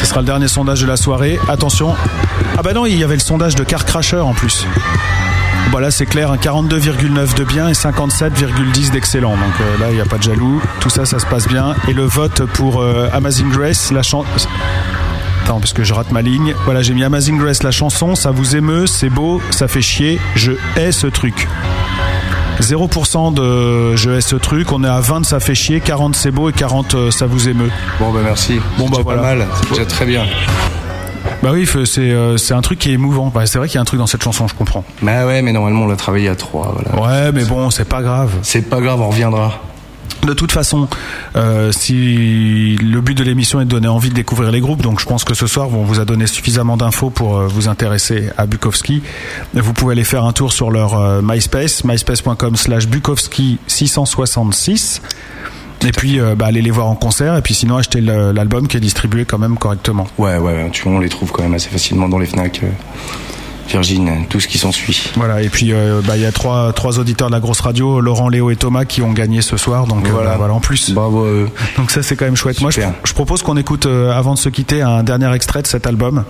Speaker 5: Ce sera le dernier sondage de la soirée. Attention. Ah bah non, il y avait le sondage de Car Crasher en plus. Voilà, c'est clair, un 42,9 de bien et 57,10 d'excellent. Donc euh, là, il n'y a pas de jaloux. Tout ça, ça se passe bien. Et le vote pour euh, Amazing Grace, la chanson... Attends, parce que je rate ma ligne. Voilà, j'ai mis Amazing Grace, la chanson. Ça vous émeut, c'est beau, ça fait chier. Je hais ce truc. 0% de je hais ce truc, on est à 20 ça fait chier, 40 c'est beau et 40 euh, ça vous émeut.
Speaker 6: Bon bah merci.
Speaker 5: Bon bah voilà.
Speaker 6: Pas mal, c'est déjà très bien.
Speaker 5: Bah oui, f- c'est euh, c'est un truc qui est émouvant. Bah, c'est vrai qu'il y a un truc dans cette chanson, je comprends.
Speaker 6: Bah ouais, mais normalement on l'a travaillé à 3.
Speaker 5: Ouais, mais bon, c'est pas grave.
Speaker 6: C'est pas grave, on reviendra.
Speaker 5: De toute façon, euh, si le but de l'émission est de donner envie de découvrir les groupes, donc je pense que ce soir on vous a donné suffisamment d'infos pour euh, vous intéresser à Bukowski. Vous pouvez aller faire un tour sur leur euh, MySpace, myspace.com/slash Bukowski 666. Et puis euh, bah, aller les voir en concert et puis sinon acheter le- l'album qui est distribué quand même correctement.
Speaker 6: Ouais, ouais, tu vois, on les trouve quand même assez facilement dans les Fnac. euh, Virgin, tout ce qui s'ensuit.
Speaker 5: Voilà, et puis euh, bah, il y a trois, trois auditeurs de la grosse radio, Laurent, Léo et Thomas, qui ont gagné ce soir. Donc euh,
Speaker 6: Voilà.
Speaker 5: bah, voilà, en plus.
Speaker 6: Bravo.
Speaker 5: Donc ça, c'est quand même chouette. Moi, je, je propose qu'on écoute, euh, avant de se quitter, un dernier extrait de cet album.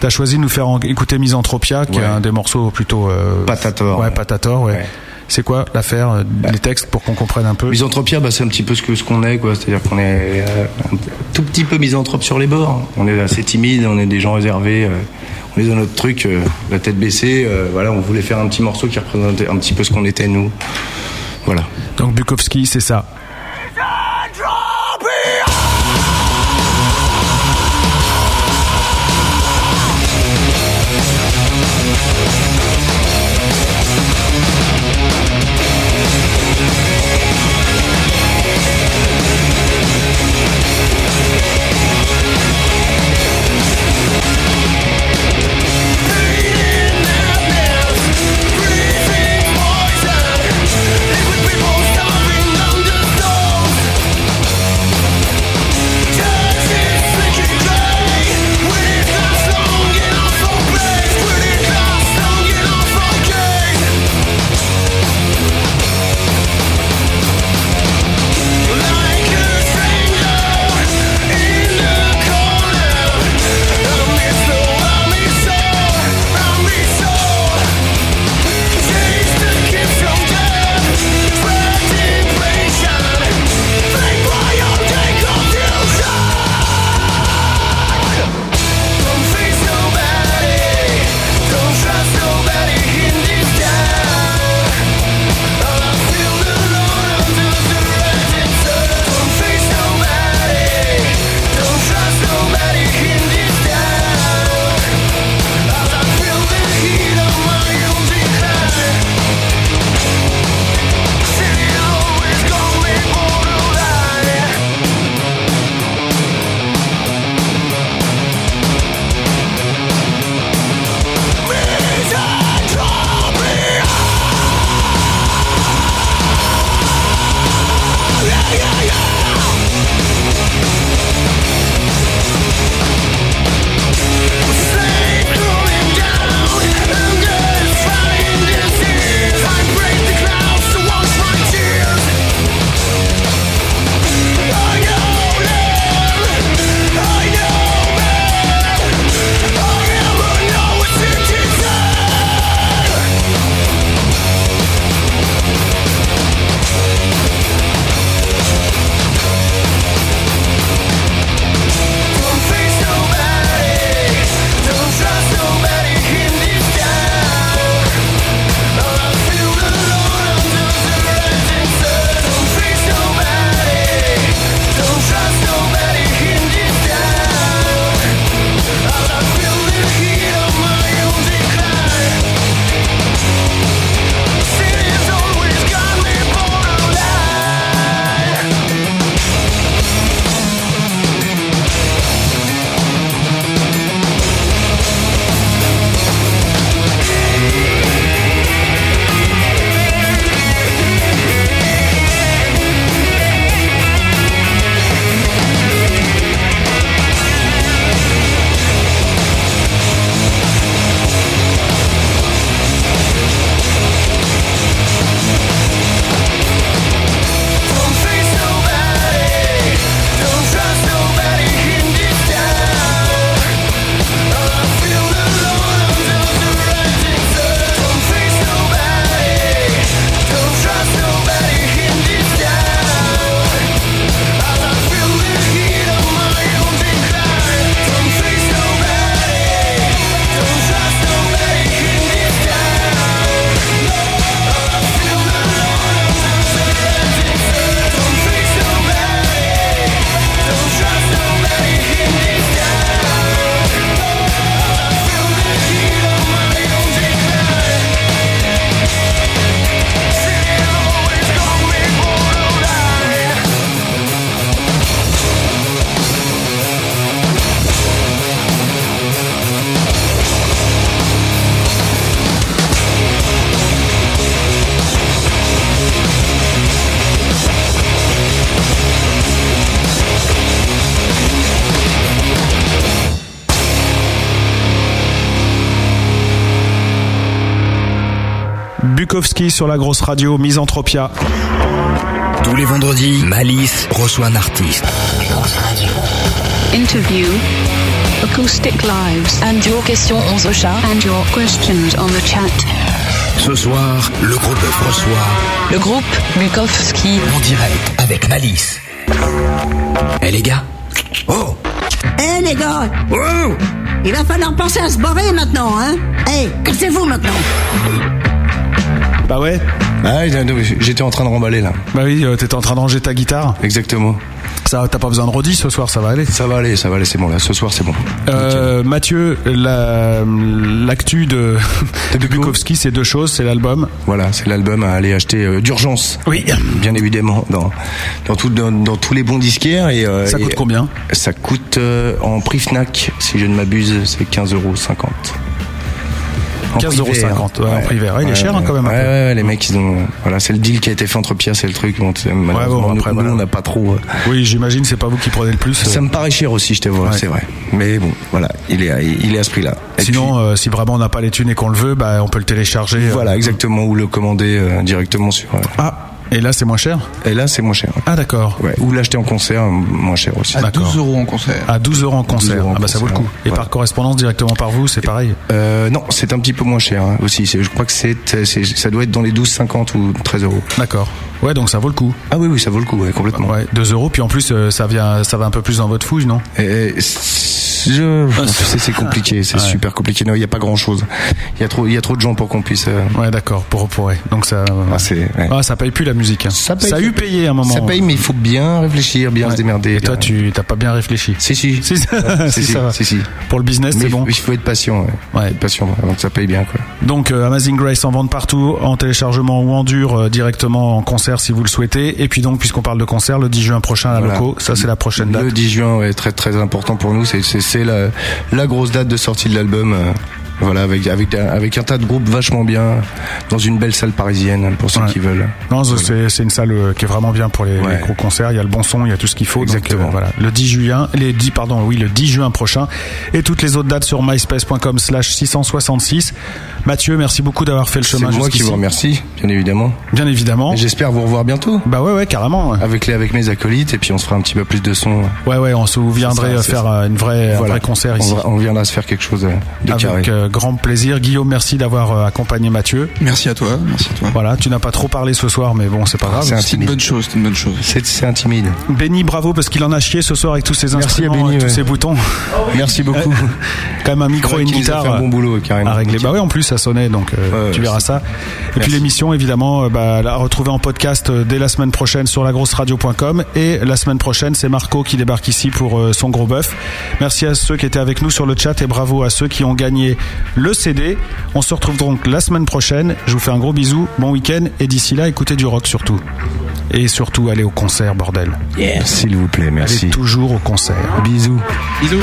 Speaker 5: T'as choisi de nous faire en- écouter Misanthropia, qui est
Speaker 6: Ouais.
Speaker 5: un des morceaux plutôt... euh,
Speaker 6: Patator.
Speaker 5: Ouais, Patator, ouais. C'est quoi l'affaire, euh, les textes, pour qu'on comprenne un peu
Speaker 6: Misanthropia, bah, c'est un petit peu ce que ce qu'on est, quoi. C'est-à-dire qu'on est euh, un tout petit peu misanthrope sur les bords. On est assez timide, on est des gens réservés. euh, on est dans notre truc, euh, la tête baissée. euh, voilà, on voulait faire un petit morceau qui représentait un petit peu ce qu'on était nous. Voilà.
Speaker 5: Donc Bukowski, c'est ça.
Speaker 14: Breathing poison, liquid people starving under the
Speaker 5: Bukowski sur la grosse radio Misanthropia.
Speaker 4: Tous les vendredis, Malice reçoit un artiste.
Speaker 2: Interview. Acoustic lives and your questions on the chat and your questions on the chat.
Speaker 4: Ce soir, le groupe reçoit
Speaker 2: Le groupe Bukowski.
Speaker 4: en direct avec Malice. Eh les gars Oh
Speaker 8: Eh les gars Il va falloir penser à se barrer maintenant, hein Eh, cassez-vous maintenant
Speaker 5: Bah ouais.
Speaker 6: Ah, j'étais en train de remballer là.
Speaker 5: Bah oui, euh, t'étais en train de ranger ta guitare.
Speaker 6: Exactement.
Speaker 5: Ça, t'as pas besoin de Roddy ce soir, ça va aller.
Speaker 6: Ça va aller, ça va aller, c'est bon là. Ce soir, c'est bon.
Speaker 5: Euh, Mathieu, la- euh, l'actu de, de Bukowski, c'est deux choses, c'est l'album.
Speaker 6: Voilà, c'est l'album à aller acheter euh, d'urgence.
Speaker 5: Oui.
Speaker 6: Bien évidemment, dans, dans, tout- dans, dans tous les bons disquaires. Et, euh,
Speaker 5: Ça coûte
Speaker 6: et-
Speaker 5: combien
Speaker 6: Ça coûte euh, en prix Fnac, si je ne m'abuse, c'est 15,50 euros.
Speaker 5: 15,50, ouais, en prix vert. Il est cher, hein, quand même, un
Speaker 6: Ouais, ouais, ouais, les mecs, ils ont. Voilà, c'est le deal qui a été fait entre Pierre, c'est le truc. Bon, c'est-
Speaker 5: bon,
Speaker 6: malheureusement, nous-
Speaker 5: après,
Speaker 6: nous,
Speaker 5: voilà.
Speaker 6: on n'a pas trop. euh,
Speaker 5: Oui, j'imagine, c'est pas vous qui prenez le plus.
Speaker 6: Ça me paraît cher aussi, je t'avoue, c'est vrai. Mais bon, voilà, il est, à- il est à ce prix-là.
Speaker 5: Sinon, euh, si vraiment on n'a pas les thunes et qu'on le veut, bah, on peut le télécharger. euh.
Speaker 6: Voilà, exactement, ou le commander euh, directement sur. euh,
Speaker 5: Ah, et là, c'est moins cher
Speaker 6: Et là, c'est moins cher.
Speaker 5: Ah, d'accord.
Speaker 6: Ouais, ou l'acheter en concert, euh, moins cher aussi.
Speaker 12: À 12 euros en concert.
Speaker 5: À 12 euros en concert.
Speaker 6: 12 euros en
Speaker 5: ah, bah, ça vaut le
Speaker 6: concert,
Speaker 5: coup. Et
Speaker 6: ouais.
Speaker 5: par correspondance directement par vous, c'est pareil.
Speaker 6: Euh, non, c'est un petit peu moins cher hein, aussi. C'est- Je crois que c'est, c'est- ça doit être dans les 12,50 ou 13 euros.
Speaker 5: D'accord. Ouais, donc ça vaut le coup.
Speaker 6: Ah oui, oui, ça vaut le coup, ouais, complètement.
Speaker 5: Ouais, 2 euros. Puis en plus, euh, ça, vient, ça va un peu plus dans votre fouille, non
Speaker 6: Et- et c'est- je-
Speaker 5: Ah,
Speaker 6: c'est, c'est compliqué, c'est super compliqué. Non, il n'y a pas grand chose. Il y a trop, il y a trop de gens pour qu'on puisse. euh,
Speaker 5: Ouais, d'accord. Pour, pour, ouais. Donc ça.
Speaker 6: ah, c'est- ouais.
Speaker 5: Ah, ça paye plus la musique. hein.
Speaker 6: paye,
Speaker 5: a eu
Speaker 6: paye.
Speaker 5: payé à un moment.
Speaker 6: Ça paye, mais il faut bien réfléchir, bien se démerder.
Speaker 5: Et toi,
Speaker 6: bien-
Speaker 5: tu t'as pas bien réfléchi.
Speaker 6: Si si.
Speaker 5: Si, ça- si,
Speaker 6: si,
Speaker 5: ça va.
Speaker 6: si, si.
Speaker 5: Pour le business,
Speaker 6: Mais
Speaker 5: c'est
Speaker 6: il
Speaker 5: bon.
Speaker 6: faut- il faut être patient. Ouais. Faut être patient avant que ça paye bien quoi.
Speaker 5: Donc euh, Amazing Grace en vente partout, en téléchargement ou en dur, euh, directement en concert si vous le souhaitez. Et puis donc, puisqu'on parle de concert, le 10 juin prochain à la
Speaker 6: Voilà.
Speaker 5: Loco, ça c'est la prochaine date.
Speaker 6: Le 10 juin est très très important pour nous. C'est- C'est c'est la, la grosse date de sortie de l'album. euh, Voilà, avec, avec, un- avec un tas de groupes vachement bien dans une belle salle parisienne pour ceux
Speaker 5: Ouais.
Speaker 6: qui veulent.
Speaker 5: Non, c'est c'est une salle euh, qui est vraiment bien pour les, les gros concerts. Il y a le bon son, il y a tout ce qu'il faut. Exactement. voilà. Le 10 juin, les 10, pardon, oui, le 10 juin prochain. Et toutes les autres dates sur myspace.com/666. Mathieu, merci beaucoup d'avoir fait le
Speaker 6: C'est
Speaker 5: chemin
Speaker 6: moi qui
Speaker 5: jusqu'ici. Oh.
Speaker 6: vous remercie, bien évidemment.
Speaker 5: Bien évidemment.
Speaker 6: Et Ah. J'espère vous revoir bientôt.
Speaker 5: Bah ouais, ouais, carrément. ouais.
Speaker 6: Avec, les, avec mes acolytes, et puis on se fera un petit peu plus de son.
Speaker 5: Ouais, ouais, on se
Speaker 6: C'est
Speaker 5: viendrait
Speaker 6: ça, c'est
Speaker 5: faire
Speaker 6: ça.
Speaker 5: euh, une vraie, un
Speaker 6: Voilà.
Speaker 5: vrai concert
Speaker 6: on,
Speaker 5: ici.
Speaker 6: va- on viendra se faire quelque chose euh, de
Speaker 12: Ah
Speaker 6: carré.
Speaker 5: Avec euh, grand plaisir. Guillaume, merci d'avoir euh, accompagné Mathieu.
Speaker 12: Merci à toi, merci à toi. Ah,
Speaker 5: Voilà, tu n'as pas trop parlé ce soir, mais bon, c'est pas grave.
Speaker 12: C'est une bonne chose, c'est une bonne chose.
Speaker 6: C'est c'est intimide.
Speaker 5: Benny, bravo parce qu'il en a chié ce soir avec tous ses
Speaker 6: Merci à
Speaker 5: instruments,
Speaker 6: Benny,
Speaker 5: et tous
Speaker 6: ouais.
Speaker 5: ses boutons.
Speaker 6: Merci beaucoup.
Speaker 5: Quand même un micro et
Speaker 6: Ouais,
Speaker 5: une
Speaker 6: qui nous a
Speaker 5: guitare euh,
Speaker 6: fait un bon boulot, carrément.
Speaker 5: à régler. Bah ouais, en plus ça sonnait, donc euh,
Speaker 6: Ouais,
Speaker 5: tu
Speaker 6: ouais,
Speaker 5: verras
Speaker 6: c'est-
Speaker 5: ça. Et puis l'émission, évidemment, euh, bah, la retrouver en podcast euh, dès la semaine prochaine sur lagrosseradio.com. Et la semaine prochaine, c'est Marco qui débarque ici pour euh, son gros bœuf. Merci à ceux qui étaient avec nous sur le chat et bravo à ceux qui ont gagné le CD. On se retrouve donc la semaine prochaine. Je vous fais un gros bisou, bon week-end et d'ici là, écoutez du rock surtout. Et surtout, allez au concert, bordel.
Speaker 6: S'il vous plaît, merci.
Speaker 5: Allez toujours au concert.
Speaker 6: Bisous.
Speaker 12: Bisous.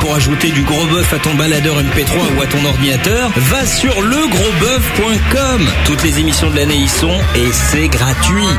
Speaker 4: Pour ajouter du gros bœuf à ton baladeur MP3 ou à ton ordinateur, va sur legrosboeuf.com. Toutes les émissions de l'année y sont et c'est gratuit.